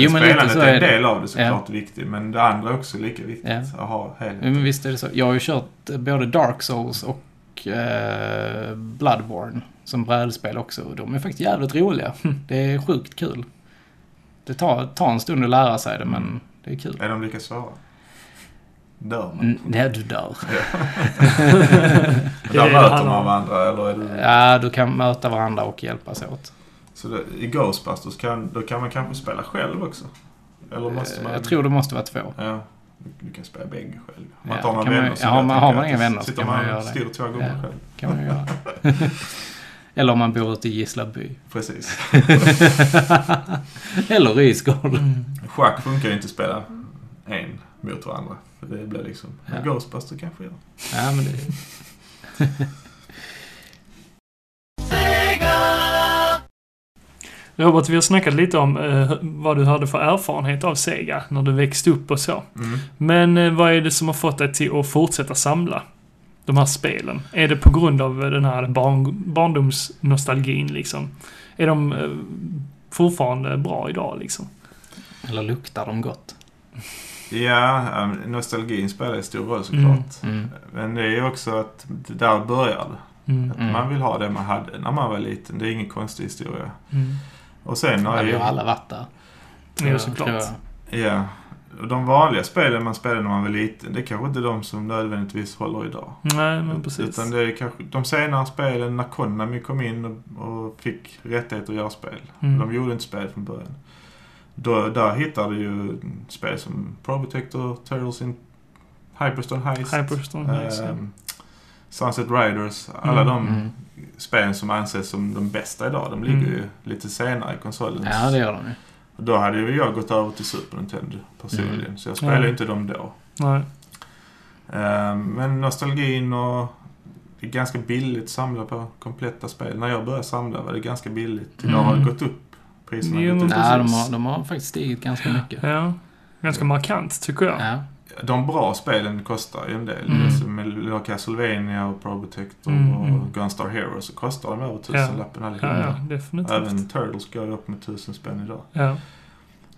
S1: Mm. Jo, men lite
S3: spelandet
S1: så
S3: är
S1: är
S3: en
S1: det.
S3: del av det
S1: Ja.
S3: såklart viktigt. Men det andra är också lika viktigt.
S1: Ja. Mm.
S3: Att ha helheten.
S1: Men visst är det så. Jag har ju kört eh, både Dark Souls och eh, Bloodborne som brädspel också. Och de är faktiskt jävligt roliga. Det är sjukt kul. Det tar, tar en stund att lära sig det, men det är kul.
S3: Är de lika svåra? Dör man?
S1: Mm, Nej, du dör.
S3: Men
S2: det
S3: Där
S2: är det det
S3: möter
S2: handlar
S3: man
S2: om.
S3: varandra eller är det...
S1: Ja, du kan möta varandra och hjälpas åt.
S3: Så det, i Ghostbusters kan, då kan man kanske spela själv också? Eller måste
S1: Eh,
S3: man...
S1: Jag tror det måste vara två.
S3: Ja. Du- Du kan spela bägge själv.
S1: Ja,
S3: Om man tar några
S1: kan man-
S3: vänner så
S1: ja,
S3: jag
S1: har man-
S3: tänker
S1: har man
S3: att
S1: inga
S3: det-
S1: vänner så
S3: sitter
S1: kan man göra det.
S3: styr två gånger
S1: Ja.
S3: själv.
S1: Kan man göra. Eller om man bor ute i Gislavby.
S3: Precis.
S1: Eller Rysgård.
S2: Mm.
S3: Schack funkar ju inte att spela en mot varandra. För det blir liksom... Men
S1: Ja.
S3: Ghostbusters kanske gör.
S1: Ja, men det...
S2: Robert, vi har snackat lite om eh, vad du hade för erfarenhet av Sega när du växte upp och så.
S3: Mm.
S2: Men eh, vad är det som har fått dig till att fortsätta samla de här spelen? Är det på grund av eh, den här barn, barndomsnostalgin liksom? Är de eh, fortfarande bra idag liksom?
S1: Eller luktar de gott?
S3: Ja, ehm, nostalgin spelar en stor roll såklart.
S2: Mm.
S1: Mm.
S3: Men det är ju också att det där börjar det.
S2: Mm,
S3: Att
S1: Mm.
S3: Man vill ha det man hade när man var liten. Det är ingen konstig historia.
S2: mm.
S3: Och sen
S1: Ja,
S3: har
S1: vi har
S3: ju...
S1: alla varit där.
S2: Ja,
S1: Tror
S2: såklart.
S1: jag.
S3: Ja. Och De vanliga spelen man spelade när man var liten, det är kanske inte är de som nödvändigtvis håller idag.
S2: Nej, men precis.
S3: Utan det är kanske de senare spelen när Konami kom in och, och fick rättighet att göra spel.
S2: Mm.
S3: De gjorde inte spel från början. Då, där hittar du ju spel som Probotector, Turtles in Hyperstone Heist,
S2: Hyperstone Heist, ja.
S3: ehm, Sunset Riders. Alla
S2: Mm.
S3: de
S1: Mm.
S3: spelen som anses som de bästa idag, de ligger
S2: Mm.
S3: ju lite senare i konsolens
S1: Ja, det gör de ju.
S3: Då hade ju jag gått över till Super Nintendo personligen.
S1: Mm.
S3: Så jag spelade ju
S2: Ja.
S3: inte dem då.
S2: Nej.
S3: Eh, Men nostalgin och... Det är ganska billigt att samla på kompletta spel. När jag började samla var det ganska billigt. Idag har det
S2: Mm.
S3: gått upp. Priserna har
S2: Jo,
S3: gått
S2: men
S3: upp.
S1: Nej, de
S2: precis.
S1: har, de har faktiskt stigit ganska mycket.
S2: Ja. Ganska markant, tycker jag.
S1: Ja.
S3: De bra spelen kostar ju en del.
S2: Mm.
S3: Alltså med Lilla Castlevania och Probotector
S2: Mm,
S3: och
S2: mm.
S3: Gunstar Heroes så kostar de över
S2: Ja.
S3: tusenlappen allihopa.
S2: Ja, ja definitivt.
S3: Även Turtles går ju upp med tusen spänn idag.
S2: Ja.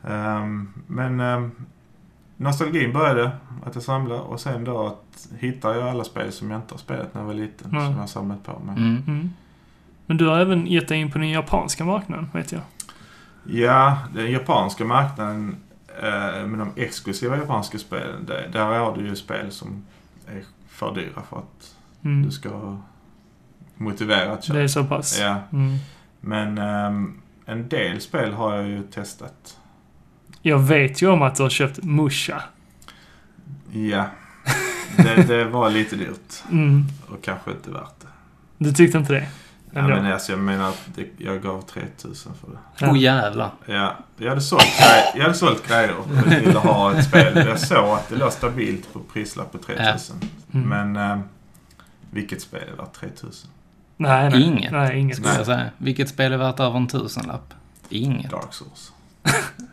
S3: Ehm, men ehm, nostalgin började att jag samlade och sen då att hittar jag alla spel som jag inte har spelat när jag var liten.
S2: Mm.
S3: Som jag har samlat på mig.
S1: Mm.
S2: Mm. Men du har även gett dig in på den japanska marknaden, vet jag.
S3: Ja, den japanska marknaden eh, med de exklusiva japanska spelen. Där, där har du ju spel som är för dyra för att
S2: Mm.
S3: du ska motivera att köpa.
S2: Det är så pass.
S3: Ja,
S2: Mm.
S3: men ehm, en del spel har jag ju testat.
S2: Jag vet ju om att du har köpt Musha.
S3: Ja, det, det var lite dyrt
S2: Mm.
S3: och kanske inte värt det.
S2: Du tyckte inte det?
S3: Ja, men alltså, jag menar att det, jag gav 3000 för det.
S1: Oh jävlar.
S3: Ja, jag hade sålt grejer, jag hade sålt grejer och ville ha ett spel. Jag såg att det låg stabilt på prislapp på 3000.
S2: Mm.
S3: Men eh, vilket spel är värt 3000?
S2: Nej, nej.
S1: Inget.
S2: Nej, inget.
S1: Skulle jag säga. Vilket spel är värt över en tusenlapp? Inget.
S3: Dark Souls.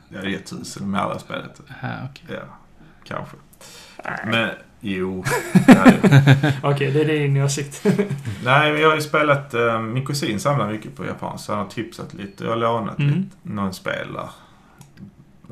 S3: Jag hade gett 1000 med alla spelet.
S1: Ja, okej.
S3: Ja, kanske. Men jo, jag hade-
S2: Okej, det är din åsikt.
S3: Nej, men jag har ju spelat... Eh, min kusin samlar mycket på japanskt. så Han har tipsat lite. Jag har lånat
S2: Mm.
S3: lite. Någon spel där.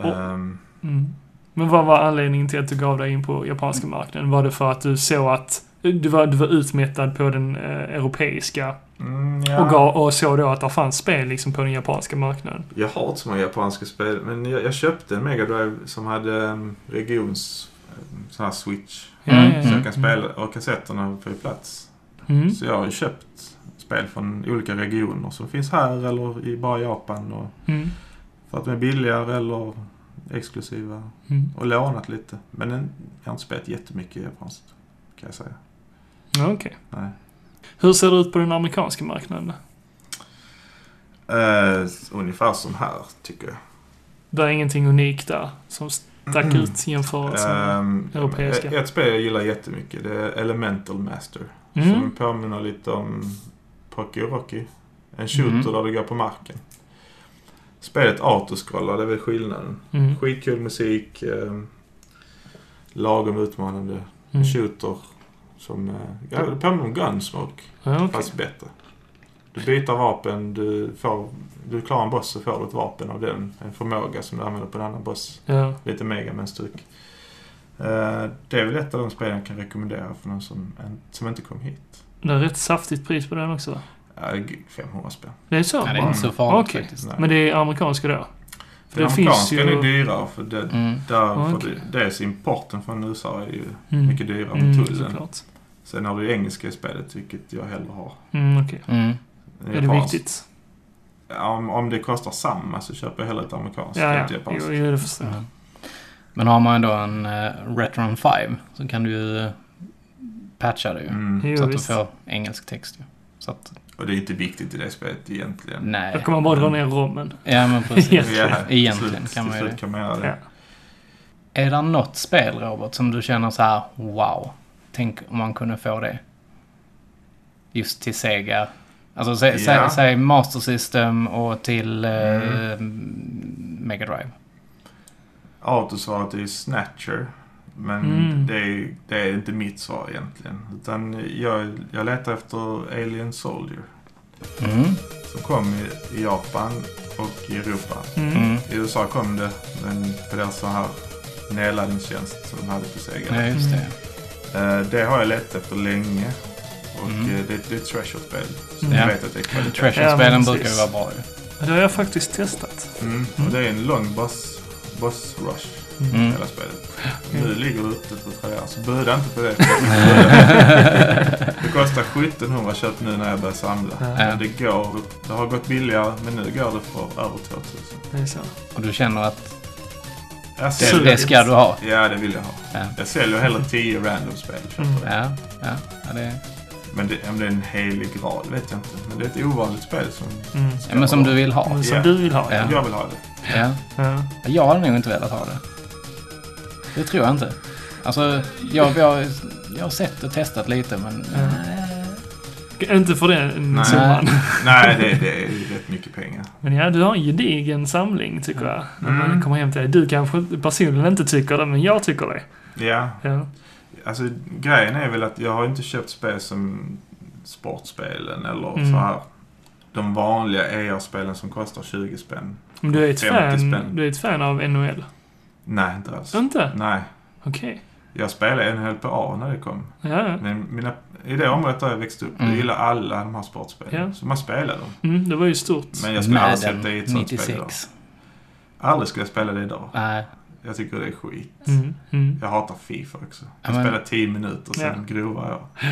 S2: Och-
S3: Ehm,
S2: Mm. Men vad var anledningen till att du gav dig in på japanska marknaden? Var det för att du såg att du var, du var utmättad på den eh, europeiska
S3: mm, ja.
S2: och, gav, och såg då att det fanns spel liksom på den japanska marknaden?
S3: Jag har inte så många japanska spel, men jag, jag köpte en Mega Drive som hade um, regions... eh, Sån här switch.
S1: Mm.
S3: Så jag kan spela, och kassetterna får ju plats.
S2: Mm.
S3: Så jag har ju köpt spel från olika regioner som finns här eller i bara Japan. Och,
S2: Mm.
S3: för att de är billigare eller exklusiva.
S2: Mm.
S3: Och lånat lite. Men en, jag har inte spelat jättemycket japanskt, kan jag säga.
S2: Ja, Okej.
S3: Nej.
S2: Hur ser det ut på den amerikanska marknaden?
S3: Eh, ungefär som här, tycker jag.
S2: Det är ingenting unikt där som stack
S3: Mm.
S2: ut i jämförelse med...
S3: Ehm,
S2: europeiska.
S3: ett- Ett spel jag gillar jättemycket, det är Elemental Master. Som
S2: Mm.
S3: påminner lite om Pocky och Rocky. En shooter
S2: Mm.
S1: Mhm.
S3: där du går på marken. Spelet autoscrollar, det är väl skillnaden.
S2: Mm.
S3: Skitkul musik. Eh, lagom utmanande. En
S2: Mm.
S3: shooter som... Eh, ja, det påminner om Gunsmoke,
S2: Ja, okej.
S3: fast bättre. Du byter vapen, du, får, du klarar en boss så får du ett vapen av den. En förmåga som du använder på en annan boss.
S2: Ja.
S3: Lite megaman-stuk. Eh, det är väl ett av de spel jag kan rekommendera för någon som, en, som inte kom hit.
S2: Det är rätt saftigt pris på den också va?
S3: Ja, gud, 500 spänn.
S2: Det är så?
S1: Ja, det är inte så farligt
S2: Okej.
S1: faktiskt.
S3: Nej.
S2: Men det är amerikanska då? För
S3: Den
S2: det finns
S3: amerikanska
S2: ju...
S3: är dyrare för det,
S1: Mm.
S3: där, för
S2: Okej.
S3: det, dels importen från USA är ju
S2: Mm.
S3: mycket dyrare med
S2: Mm,
S3: tullen.
S2: såklart.
S3: Sen har du engelska i spelet, vilket jag hellre har.
S2: Mm, okej.
S1: Mm.
S3: än
S2: Är det
S3: japanskt.
S2: viktigt?
S3: Ja, om, om det kostar samma så köper jag hellre ett amerikanskt
S2: Ja,
S3: än
S2: ja.
S3: ett japanskt.
S2: Jo, jo, det förstår jag.
S1: Mm. Men har man då en uh, Retron 5 så kan du ju eh, patcha det ju.
S3: Mm.
S2: Jo,
S1: Så att du
S2: visst.
S1: får engelsk text ju. Så att,
S3: Och det är inte viktigt i det spelet egentligen.
S2: Då
S1: nej.
S2: kan man bara dra ner rommen.
S1: Ja, men precis.
S2: Egentligen.
S3: Ja, till
S1: Egentligen
S3: slut,
S1: kan man
S3: till
S1: ju
S3: slut
S1: det.
S3: kan man göra det.
S2: Ja.
S1: Är det något spel, Robert, som du känner så här, wow, tänk om man kunde få det? Just till Sega. Alltså, sä,
S3: Ja.
S1: sä, säg Master System och till eh,
S2: Mm.
S1: Mega Drive.
S3: Autosvaret är ju Snatcher. Men
S2: Mm.
S3: det, är, det är inte mitt svar egentligen. Utan jag, jag letar efter Alien Soldier.
S1: Mm.
S3: som kom i- i Japan och i Europa.
S2: Mm.
S1: Mm.
S3: I USA kom det, men på deras sån här nedladdningstjänst som de hade på Sega.
S1: Ja, just det.
S3: Eh, Det har jag letat efter länge. Och
S1: Mm.
S3: eh, det, det är ett treasure-spel. Så
S2: Mm.
S3: jag
S1: Ja.
S3: vet att det är kvalitet.
S1: Treasure-spelen
S2: Ja, men
S1: brukar ju
S2: precis.
S1: vara bra ju.
S2: Det har jag faktiskt testat.
S3: Mm. Och det är en lång boss, boss rush.
S1: Mm.
S3: Hela spelet.
S2: Mm.
S3: Nu ligger det ute på trean, så buda inte på det. det kostar 1700 köp nu när jag börjar samla.
S2: Ja.
S3: Det, går, det har gått billigare, men nu går det för över 2000.
S2: Det är så.
S1: Och du känner att
S3: Jag
S1: det,
S3: säljer-
S1: det ska du ha?
S3: Ja, det vill jag ha.
S1: Ja.
S3: Jag säljer hellre 10 random spel.
S2: Mm.
S1: Ja, ja, ja det,
S3: Men det, om det är en helig graal vet jag inte. Men det är ett ovanligt spel som...
S2: Mm.
S3: ska
S1: Ja, men som
S3: vara-
S1: du vill ha.
S2: Men Som
S3: Ja.
S2: du vill ha.
S1: Ja.
S3: Jag vill ha det.
S1: Ja.
S2: Ja.
S1: Jag hade nog inte velat ha det. Det tror jag inte. Alltså, jag, jag, jag har sett och testat lite, men...
S2: Ja. Inte för den
S3: Nej.
S2: summan.
S3: Nej, det, det är ju rätt mycket pengar.
S2: Men ja, du har en gedigen samling tycker jag. När man
S3: Mm.
S2: kommer hem till dig. Du kanske personligen inte tycker det, men jag tycker det.
S3: Ja,
S2: Ja.
S3: alltså grejen är väl att jag har inte köpt spel som sportspelen eller
S2: Mm.
S3: så här. De vanliga EA-spelen som kostar 20 spänn.
S2: Men du är ett
S3: 50
S2: fan,
S3: spänn.
S2: du är ett fan av NHL?
S3: Nej, inte alls.
S2: Inte?
S3: Nej.
S2: Okej.
S3: Jag spelade NHL på A när det kom.
S2: Ja, ja.
S3: Men mina, i det området där jag växte upp,
S1: Mm.
S3: jag gillar alla de här sportspelen.
S2: Ja.
S3: Så man spelar dem.
S2: Mm, det var ju stort.
S3: Men jag skulle aldrig
S1: Madden
S3: sätta i ett sånt spel idag.
S1: 96.
S3: Aldrig skulle jag spela det idag.
S1: Nej.
S3: Jag tycker det är skit.
S2: Mm, mm.
S3: Jag hatar Fifa också.
S1: Ja,
S3: Jag
S1: men-
S3: spelar 10 minuter, sen grovar jag.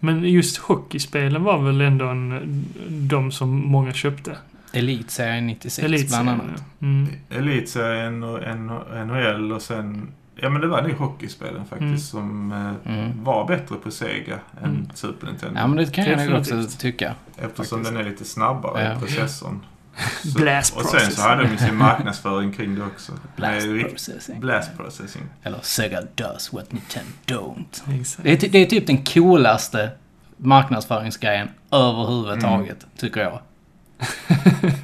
S2: Men just hockeyspelen var väl ändå en, de som många köpte?
S1: Elitserien 96 bland
S2: Elitserien,
S1: annat.
S2: ja. Mm.
S3: Elitserien och N- NHL och sen... Ja men det var nog hockeyspelen faktiskt som eh,
S1: Mm.
S3: var bättre på Sega än
S2: Mm.
S3: Super Nintendo.
S1: Ja, men det kan jag nog också
S2: Definitivt.
S1: tycka.
S3: eftersom
S2: faktiskt.
S3: den är lite snabbare
S1: Ja.
S3: i processorn. Så-
S2: Blast
S3: och sen så hade de ju sin marknadsföring kring det också.
S1: Blast
S3: Med rikt-
S1: processing.
S3: blast processing.
S1: Eller Sega does what Nintendo don't.
S2: Exakt.
S1: Det är, ty- det är typ den coolaste marknadsföringsgrejen överhuvudtaget, tycker jag.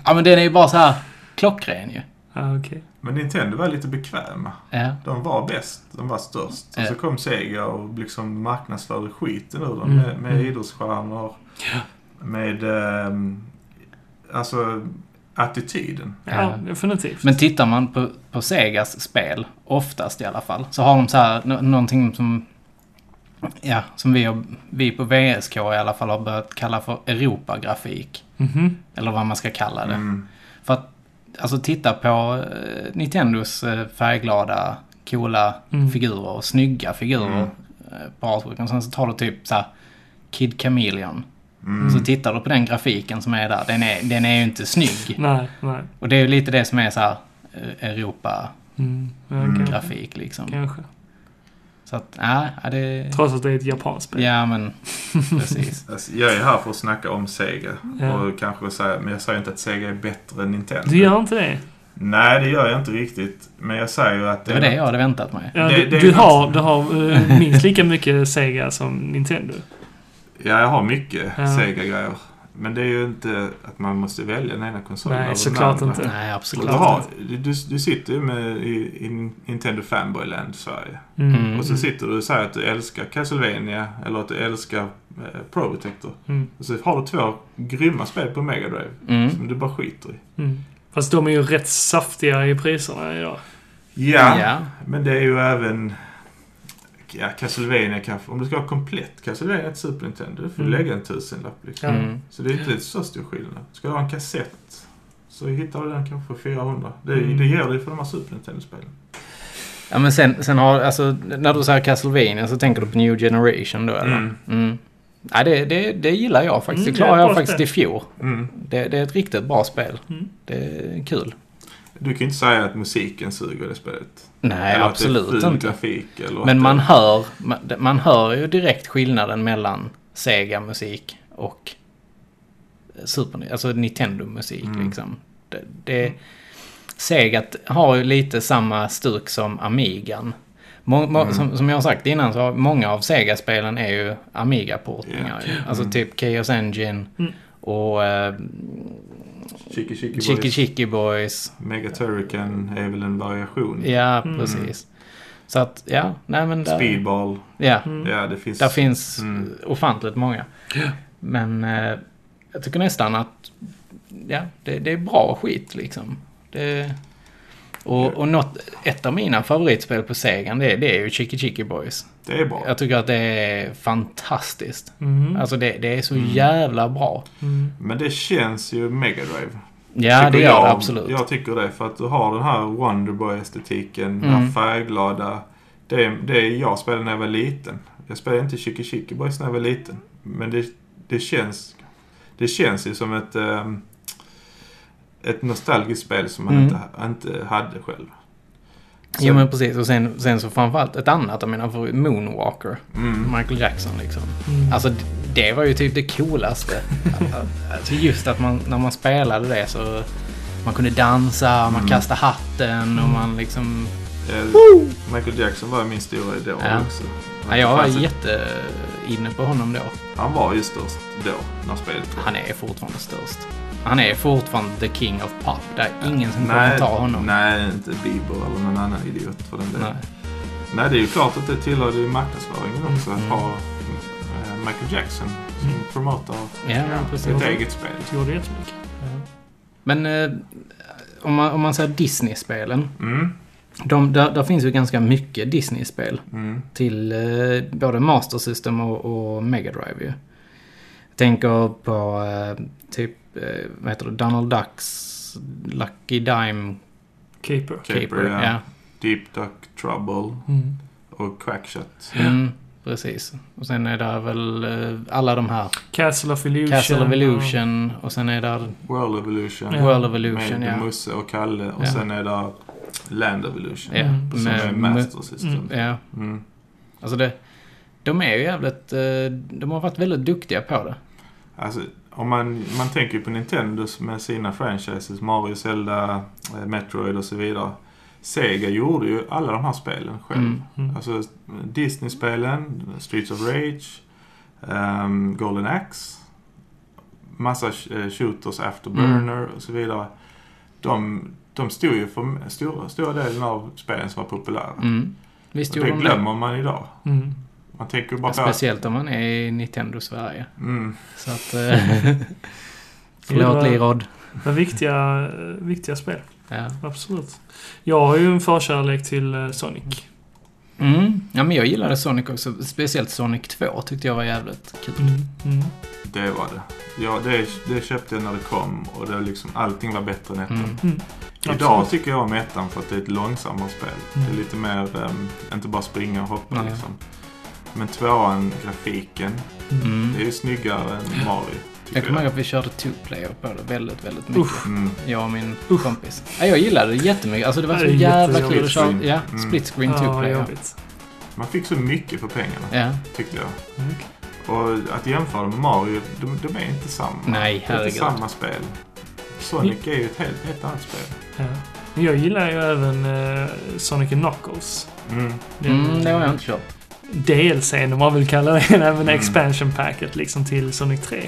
S1: ja, men den är ju bara så här klockren ju.
S2: Ah, okej.
S3: Men Nintendo var lite bekväma.
S1: Ja.
S3: De var bäst, de var störst.
S1: Ja.
S3: Och så kom Sega och liksom marknadsförde skiten ur dem
S2: Mm.
S3: med, med
S2: Mm.
S3: idrottsstjärnor. Med ehm, alltså attityden.
S2: Ja, definitivt.
S1: Men tittar man på, på Segas spel, oftast i alla fall, så har de så här nå- någonting som... Ja, som vi, har, vi på VSK i alla fall har börjat kalla för Europagrafik.
S2: Mhm.
S1: Eller vad man ska kalla det.
S3: Mm.
S1: För att, alltså titta på eh, Nintendos eh, färgglada, coola
S2: Mm.
S1: figurer och snygga figurer
S3: Mm.
S1: eh, på artwork. Och sen så tar du typ så här Kid Chameleon.
S3: Mm.
S1: Så tittar du på den grafiken som är där. Den är, den är ju inte snygg.
S2: Nej, nej.
S1: Och det är ju lite det som är så här eh, Europa-grafik
S2: Mm. Ja,
S3: Mm.
S2: kanske.
S1: liksom.
S2: Kanske.
S1: Så att, ja, ja, det...
S2: Trots att det är ett japanskt spel.
S1: Ja, men precis.
S3: Alltså, jag är här för att snacka om Sega.
S2: Ja.
S3: Och kanske säga, men jag säger inte att Sega är bättre än Nintendo.
S2: Du gör inte det?
S3: Nej, det gör jag inte riktigt. Men jag säger ju att
S1: Det var det jag hade väntat mig.
S2: Ja,
S3: Det-
S2: du,
S3: det är
S2: du,
S3: något-
S2: har, du har eh, minst lika mycket Sega som Nintendo.
S3: Ja, jag har mycket
S2: Ja.
S3: Sega-grejer. Men det är ju inte att man måste välja den ena konsolen
S2: Nej,
S3: över den
S2: såklart
S3: andra.
S2: inte.
S1: Nej,
S3: Och
S1: absolut
S3: du,
S2: Såklart
S1: inte.
S3: har, du, du sitter ju med i, i Nintendo Fanboy-land Sverige.
S1: Mm.
S3: Och så sitter du och säger att du älskar Castlevania eller att du älskar eh, Pro Protector.
S2: Mm.
S3: Och så har du två grymma spel på Mega Drive
S1: Mm.
S3: som du bara skiter i.
S2: Mm. Fast de är ju rätt saftiga i priserna idag.
S3: Ja,
S1: Ja.
S3: men det är ju även... Ja, Castlevania kanske. Om du ska ha komplett Castlevania till Super Nintendo, då får du
S2: Mm.
S3: lägga en tusenlapp liksom.
S1: Mm.
S3: Så det är inte så stor skillnad. Ska du ha en kassett så hittar du den kanske för 400. Det,
S2: Mm.
S3: det ger du för de här Super Nintendo-spelen.
S1: Ja men sen, sen har, alltså när du säger Castlevania så tänker du på New Generation då eller? Mm.
S3: Mm.
S1: Nej det, det, det gillar jag faktiskt.
S2: Mm,
S1: det
S2: det är
S1: klarade
S2: ett
S1: jag
S2: bra
S1: faktiskt
S2: spel.
S1: i fjol.
S3: Mm.
S1: Det, det är ett riktigt bra spel.
S2: Mm.
S1: Det är kul.
S3: Du kan ju inte säga att musiken suger i det spelet.
S1: Nej
S3: eller att det är
S1: absolut
S3: ful
S1: inte.
S3: grafik. Eller att
S1: Men man
S3: det...
S1: hör, man, man hör ju direkt skillnaden mellan Sega-musik och Super, alltså Nintendo-musik
S3: Mm.
S1: liksom. Det, det, Sega har ju lite samma stuk som Amigan. Må, må,
S3: Mm.
S1: som, som jag har sagt innan så har många av Sega-spelen är ju Amiga-portningar. ju. Alltså
S3: Mm.
S1: typ Chaos Engine
S2: Mm.
S1: och eh,
S3: Chicky Chicky Boys.
S1: Chicky Chicky Boys.
S3: Mega Turrican är väl en variation.
S1: Ja,
S2: Mm.
S1: precis. Så att, ja, nej men där,
S3: Speedball.
S1: Ja,
S2: Mm.
S3: Ja, det finns...
S1: Där finns
S3: Mm.
S1: ofantligt många. Men eh, jag tycker nästan att ja, det, det är bra skit liksom. Det, och och något, ett av mina favoritspel på Segan det, det är ju Chicky Chicky Boys.
S3: Det är bra.
S1: Jag tycker att det är fantastiskt.
S2: Mm.
S1: Alltså det, det är så jävla bra.
S2: Mm.
S3: Men det känns ju Mega Drive.
S1: Ja, det
S3: Tycker
S1: gör
S3: jag,
S1: det absolut.
S3: Jag tycker det. För att du har den här Wonderboy-estetiken. Den
S1: Mm.
S3: här färgglada. Det, det jag spelade när jag var liten. Jag spelade inte Chicky Chicky Boys när jag var liten. Men det, det känns... Det känns ju som ett... ehm, ett nostalgiskt spel som man
S1: Mm.
S3: inte, inte hade själv. Så-
S1: Jo men precis. Och sen, sen så framförallt ett annat av mina favoriter, Moonwalker.
S3: mm.
S1: Michael Jackson liksom.
S2: Mm.
S1: Alltså d- det var ju typ det coolaste. Alltså just att man, när man spelade det så... Man kunde dansa, man
S3: Mm.
S1: kastade hatten och man liksom...
S3: Eh, Michael Jackson var ju min stora idol
S1: Ja.
S3: också.
S1: Ja, jag var
S3: Fanns ett-
S1: jätteinne på honom då.
S3: Han var ju störst då, när spelet kom.
S1: Han är fortfarande störst. Han är fortfarande the king of pop. Det är ingen som kommer
S3: Nej,
S1: ta honom.
S3: nej, inte Bieber eller någon annan idiot för den delen.
S1: Nej.
S3: Nej. det är ju klart att det tillhör ju marknadsföringen också
S1: Mm.
S3: att ha eh, Michael Jackson som
S2: Mm.
S3: promotar
S1: Ja, men precis.
S3: sitt eget spel.
S2: Det gjorde jättemycket.
S1: Men eh, om, man, om man säger Disney-spelen.
S3: Mm.
S1: De, där, där finns ju ganska mycket Disney-spel.
S3: Mm.
S1: Till eh, både Master System och, och Mega Drive ju. Jag tänker på eh, typ, eh, vad heter det, Donald Ducks Lucky Dime
S2: Caper.
S1: Caper. ja.
S3: Caper, Typ, ja. Deep Duck Trouble
S2: Mm.
S3: och Quackshot.
S1: Mm, precis. Och sen är där väl eh, alla de här.
S2: Castle of Illusion.
S1: Castle of Illusion och sen är där
S3: World Evolution.
S2: Ja.
S1: World of Illusion.
S3: med
S1: Ja.
S3: Musse och Kalle och
S1: Ja.
S3: sen är det Land Evolution.
S1: Ja,
S2: Mm.
S3: Som är
S1: med,
S3: Master System.
S2: mm,
S1: ja,
S3: Mm.
S1: alltså det, de är ju jävligt... eh, De har varit väldigt duktiga på det.
S3: Alltså, om man, man tänker ju på Nintendo med sina franchises, Mario, Zelda, eh, Metroid och så vidare. Sega gjorde ju alla de här spelen själv.
S1: Mm.
S2: Mm.
S3: Alltså Disney-spelen, Streets of Rage, ehm, Golden Axe, massa sh- eh, shooters, Afterburner
S1: Mm.
S3: och så vidare. De, de stod ju för m- stora, stora delen av spelen som var populära.
S1: Mm.
S3: Och
S1: Visst gjorde
S3: det
S1: de det.
S3: glömmer man idag.
S2: Mm.
S3: Man tänker ju bara på... att-
S1: Speciellt om man är i Nintendo Sverige.
S3: Mm,
S1: Så att... eh, Förlåt
S2: Det var-
S1: Lirod.
S2: Det var viktiga, eh, viktiga spel.
S1: Ja.
S2: Absolut. Jag har ju en förkärlek till eh, Sonic.
S1: Mm. ja, men jag gillade Sonic också. Speciellt Sonic 2 tyckte jag var jävligt kul.
S2: Mm. Mm.
S3: det var det. Ja, det, det köpte jag när det kom och det var liksom, allting var bättre än ettan.
S1: Mm.
S3: Idag tycker jag om ettan för att det är ett långsammare spel.
S2: Mm.
S3: Det är lite mer, ehm, inte bara springa och hoppa
S1: Nej.
S3: liksom. Men tvåan, grafiken, det är
S1: Mm.
S3: ju snyggare än Mario. tycker
S1: Jag kommer ihåg att vi körde two player på det väldigt, väldigt mycket.
S2: Usch.
S3: Mm.
S1: Jag och min kompis. Ja, jag gillade det jättemycket. Alltså det var
S2: Det
S1: så
S2: är
S1: jävla
S2: jättejobbigt.
S1: kul att köra. Ja,
S3: Mm.
S1: split screen two
S2: Ja,
S1: player.
S2: jobbigt.
S3: Man fick så mycket för pengarna,
S1: Ja.
S3: tyckte jag.
S2: Mm.
S3: Och att jämföra med Mario, de, de är inte samma.
S1: Nej,
S3: det är
S1: herregud.
S3: inte samma spel. Sonic är ju ett helt, helt annat spel.
S2: Ja. Men jag gillar ju även eh, Sonic Knuckles.
S3: Mm.
S1: Mm, det har jag inte kört.
S2: DLC, om man vill kalla det. Även
S3: Mm.
S2: expansion packet liksom till Sonic 3.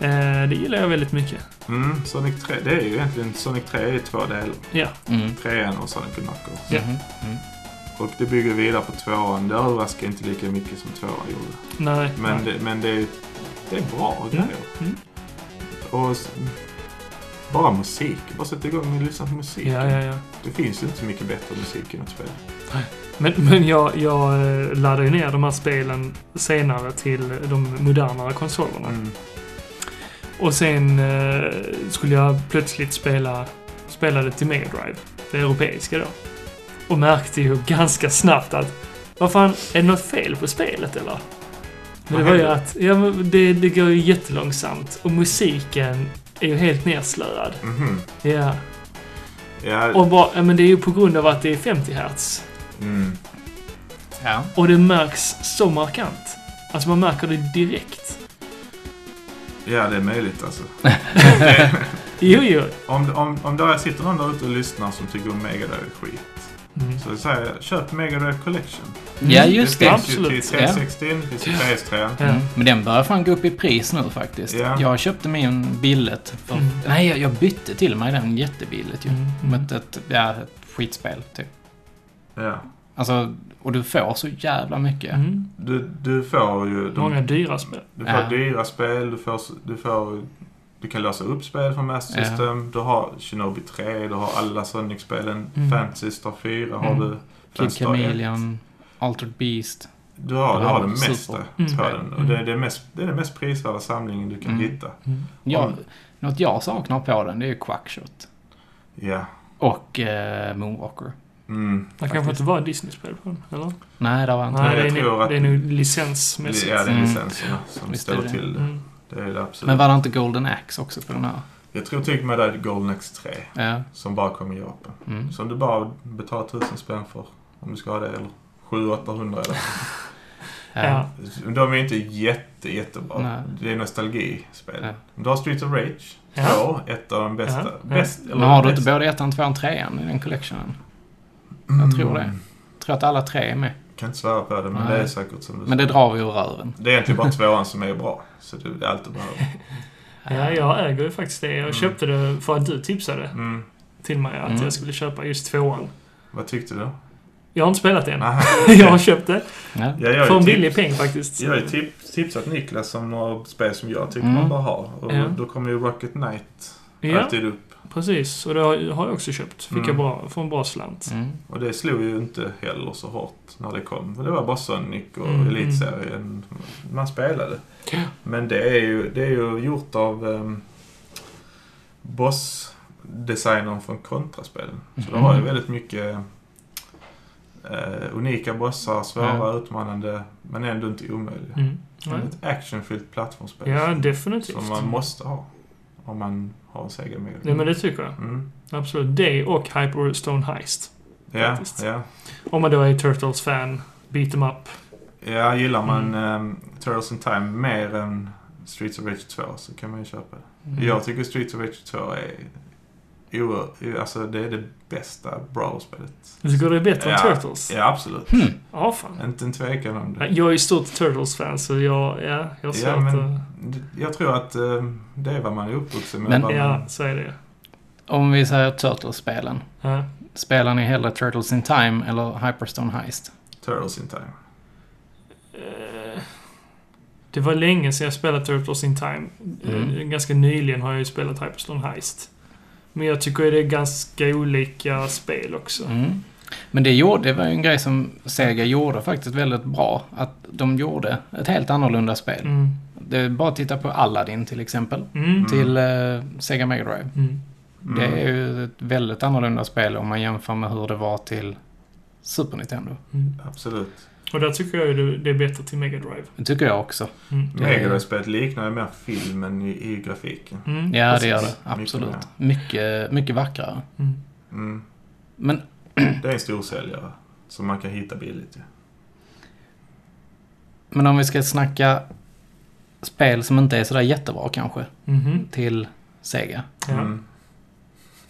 S2: Eh, det gillar jag väldigt mycket.
S3: Mm, Sonic 3, det är ju egentligen, Sonic 3 är ju två delar.
S2: Ja.
S1: Mm.
S3: Trean och Sonic Knuckles.
S2: Ja.
S1: Mhm. Mm.
S3: Och det bygger vidare på tvåan. Det överraskar inte lika mycket som tvåan gjorde.
S2: Nej.
S3: Men,
S2: nej.
S3: det, men det, är, det är bra
S2: Mm.
S3: grejer.
S2: Mm.
S3: Och s- bara musik. Bara sätta igång och lyssna på musik.
S2: Ja, ja, ja.
S3: Det finns ju inte så mycket bättre musik än att spela.
S2: Men, men jag, jag eh, laddar ju ner de här spelen senare till de modernare konsolerna. Och sen eh, skulle jag plötsligt spela, spela det till Mega Drive, det europeiska då. Och märkte ju ganska snabbt att vad fan, är det något fel på spelet eller? Men det
S3: Vad
S2: var ju
S3: händer?
S2: att ja, men det, det går ju jättelångsamt och musiken är ju helt nerslöad.
S3: Mhm.
S2: Ja.
S3: Ja,
S2: Och bara, ja, men det är ju på grund av att det är 50 hertz.
S3: mm.
S1: Ja.
S2: Och det märks så markant. Alltså man märker det direkt.
S3: ja, det är möjligt alltså.
S2: Jo, jo.
S3: Om, om, om det sitter någon där ute och lyssnar som tycker om Mega Drive är skit.
S2: Mm.
S3: Så säger jag, köp Mega Drive Collection.
S1: Ja, just
S3: det
S1: det.
S3: finns ju till
S2: absolut.
S3: 360, det finns till PS3.
S2: Ja.
S1: Mm. Men den börjar fan gå upp i pris nu faktiskt.
S3: Ja.
S1: Jag köpte min billigt. För...
S2: Mm.
S1: Nej, jag, jag bytte till mig den jättebilligt ju.
S2: Mm, mm.
S1: Mot ett, ja, ett skitspel typ.
S3: Ja.
S1: Alltså, och du får så jävla mycket.
S2: Mm.
S3: Du, du får ju... de-
S2: Många dyra spel.
S3: Du får
S1: Ja.
S3: dyra spel, du får, du får... Du kan lösa upp spel från Master
S1: Ja.
S3: System. Du har Shinobi 3, du har alla Sonic-spelen.
S2: Mm.
S3: Fantasy Star 4 har
S1: Mm.
S3: du.
S1: Kid
S3: Fantasy Star 1.
S1: Chameleon, Altered Beast.
S3: Du har, du
S1: Ja,
S3: har det
S1: super.
S3: mesta
S2: Mm.
S3: på den. Och
S2: Mm.
S3: det, är det, mest, det är den mest prisvärda samlingen du kan
S1: Mm.
S3: hitta.
S1: Ja,
S3: Om-
S1: Något jag saknar på den, det är ju Quackshot.
S3: Ja.
S1: Och eh, Moonwalker.
S3: Mm.
S2: Det kanske inte var Disney-spel på den, eller?
S1: Nej, det var inte.
S2: Nej,
S3: jag
S2: det är,
S3: tror
S2: nu,
S3: att-
S2: det är nu
S3: Det
S2: licensmässigt.
S3: är det är
S1: Mm.
S3: licenserna som
S1: Visst är
S3: ställer
S1: det.
S3: till det.
S2: Mm.
S3: Det är det absolut.
S1: Men var det inte Golden Axe också på den här?
S3: Jag tror till och med det är Golden Axe 3
S1: Ja.
S3: som bara kom i Japan.
S1: Mm.
S3: Som du bara betalar 1000 spänn för. Om du ska ha det eller 700-800 eller
S2: Ja.
S3: De är inte jätte, jättebra.
S1: Nej.
S3: Det är nostalgispel.
S1: Ja.
S3: Du har Streets of Rage.
S2: Ja.
S3: Två, ett av de bästa.
S2: Ja.
S3: Bäst,
S1: Men har du
S3: bäst.
S1: inte både ettan, tvåan, trean i den collectionen? Jag tror det. Jag tror att alla tre är med.
S3: Mm. Kan inte svära på det, men
S1: Nej.
S3: det är säkert som du
S1: Men det
S3: säger.
S1: drar vi ur röven.
S3: Det är egentligen bara tvåan som är bra. Så det är allt du behöver.
S2: Ja, jag äger ju faktiskt det. Jag
S3: Mm.
S2: köpte det för att du tipsade
S3: Mm.
S2: till mig att
S1: Mm.
S2: jag skulle köpa just tvåan.
S3: Vad tyckte du?
S2: Jag har inte spelat det än.
S3: Aha,
S2: jag har köpt det.
S1: Ja.
S3: Jag gör
S2: För
S3: ju
S2: en
S3: tips-
S2: billig peng faktiskt.
S3: Jag har ju tip- tipsat Niklas om några spel som jag tycker
S1: Mm.
S3: man bör ha. Och
S2: Ja.
S3: då kommer ju Rocket Knight
S2: Ja,
S3: alltid upp.
S2: precis. Och det har har jag också köpt. Fick
S3: Mm.
S2: jag bra, för en bra slant.
S1: Mm.
S3: Och det slog ju inte heller så hårt när det kom. För Det var bara Sonic och
S2: Mm.
S3: Elitserien man spelade.
S2: Ja.
S3: Men det är ju, det är ju gjort av um, bossdesignern från Kontraspelen. Så det har ju
S1: Mhm.
S2: Mm.
S3: väldigt mycket eh, unika bossar, svåra, utmanande, men ändå inte omöjliga.
S2: Mm. Ja.
S3: Men Ett actionfyllt plattformsspel
S2: Ja,
S3: som
S2: definitivt.
S3: man måste ha om man har en Sega Mega.
S2: Nej, men det tycker jag.
S3: Mm.
S2: Absolut. Det och Hyperstone Heist.
S3: Ja,
S2: Faktiskt.
S3: ja.
S2: Om man då är Turtles-fan, beat em up.
S3: Ja, gillar man
S2: Mm.
S3: ehm, Turtles in Time mer än Streets of Rage 2 så kan man ju köpa det. Jag tycker Streets of Rage 2 är... Jo, alltså det är det bästa Brawl-spelet.
S2: Du tycker det är bättre
S3: Ja.
S2: än Turtles?
S3: Ja, absolut.
S1: Hmm.
S2: Ja, fan.
S3: Inte en tvekan om
S2: Ja,
S3: det.
S2: Jag är ju stort Turtles-fan, så jag, ja, jag har svårt
S3: Ja, men
S2: att...
S3: jag tror att ehm, det är vad man är uppvuxen med.
S1: Men-
S3: vad man,
S2: Ja, så är det ju.
S1: Om vi säger Turtles-spelen.
S2: ja.
S1: Spelar ni hellre Turtles in Time eller Hyperstone Heist?
S3: Turtles in Time.
S2: Eh, Det var länge sedan jag spelade Turtles in Time. Eh,
S1: Mm.
S2: Ganska nyligen har jag ju spelat Hyperstone Heist. Men jag tycker det är ganska olika spel också.
S1: Mm. Men det, gjorde, det var ju en grej som Sega gjorde faktiskt väldigt bra. Att de gjorde ett helt annorlunda spel.
S2: Mm.
S1: Det är bara att titta på Aladdin till exempel.
S2: Mm.
S1: Till eh, Sega Mega Drive.
S2: Mm.
S3: Mm.
S1: Det är ju ett väldigt annorlunda spel om man jämför med hur det var till Super Nintendo.
S2: Mm.
S3: Absolut.
S2: Och där tycker jag ju det- det är bättre till Mega Drive.
S1: Det tycker jag också.
S2: Mm.
S1: Det är-
S3: Megadrive-spelet liknar ju mer filmen i, i grafiken.
S2: Mm,
S1: Ja,
S2: precis.
S1: det gör det.
S3: Mycket
S1: Absolut. Mycket, mycket vackrare.
S2: Mm.
S3: Mm.
S1: Men
S3: Det är en storsäljare som man kan hitta billigt ju.
S1: Men om vi ska snacka spel som inte är sådär jättebra kanske
S2: Mhm.
S1: till Sega.
S2: Ja.
S3: Mm.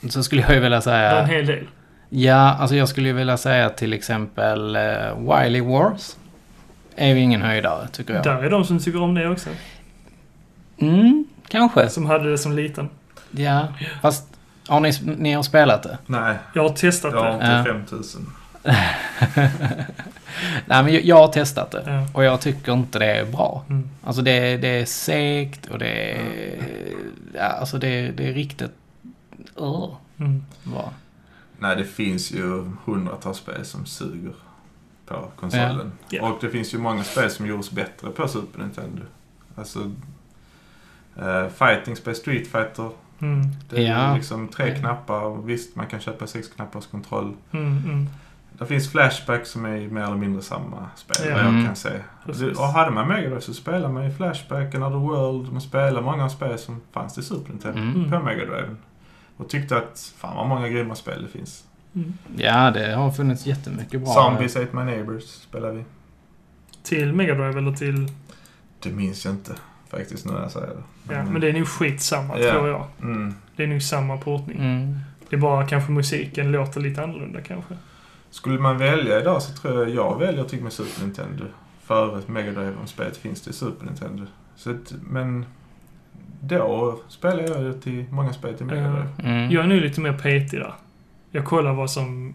S1: Så skulle jag ju vilja
S2: Det är en
S1: säga...
S2: hel del.
S1: Ja, alltså jag skulle ju vilja säga till exempel eh, Wily Wars. Är ju ingen höjdare tycker jag.
S2: Där är de som tycker om det också.
S1: Mm, kanske.
S2: Som hade det som liten.
S1: Ja, fast har ni, ni har spelat det?
S3: Nej,
S2: Jag har testat
S3: jag har
S2: det.
S1: Ja.
S3: inte 5000.
S1: Nej, men jag- jag har testat det.
S2: Ja.
S1: Och jag tycker inte det är bra.
S2: Mm.
S1: Alltså det, är- det är segt och det är... Ja, alltså det, det är riktigt... Uh,
S2: Mm.
S1: bra.
S3: Nej, det finns ju hundratals spel som suger på konsolen.
S2: Ja. Ja.
S3: Och det finns ju många spel som gjorts bättre på Super Nintendo. Alltså, eh, fighting-spel, Street Fighter.
S2: Mm.
S3: Det är
S1: Ja.
S3: ju liksom tre
S1: Ja.
S3: knappar och visst, man kan köpa sex knappars kontroll.
S2: Mm. Mm.
S3: Det finns Flashback som är mer eller mindre samma spel,
S2: Ja.
S3: vad jag
S1: Mm.
S3: kan se.
S2: Precis.
S3: Och hade man Mega Drive så spelar man ju Flashback, Another World, man spelar många spel som fanns i Super Nintendo
S1: Mm.
S3: på Mega Drive. Och tyckte att, fan vad många grymma spel det finns.
S2: Mm.
S1: Ja, det har funnits jättemycket bra.
S3: Zombies Ate My Neighbors spelar vi.
S2: Till Mega Drive eller till...
S3: Det minns jag inte faktiskt nu när jag säger det. Mm.
S2: Ja, men det är nog skitsamma
S3: Ja.
S2: tror jag.
S3: Mm.
S2: Det är nog samma portning.
S1: Mm.
S2: Det är bara kanske musiken låter lite annorlunda kanske.
S3: Skulle man välja idag så tror jag jag väljer tycker med Super Nintendo. Före Mega Drive om spelet finns det i Super Nintendo. Så att, men då spelar jag ju till många spel till Mega
S2: Ja.
S3: Drive.
S1: Mm.
S2: Jag är nu lite mer petig där. Jag kollar vad som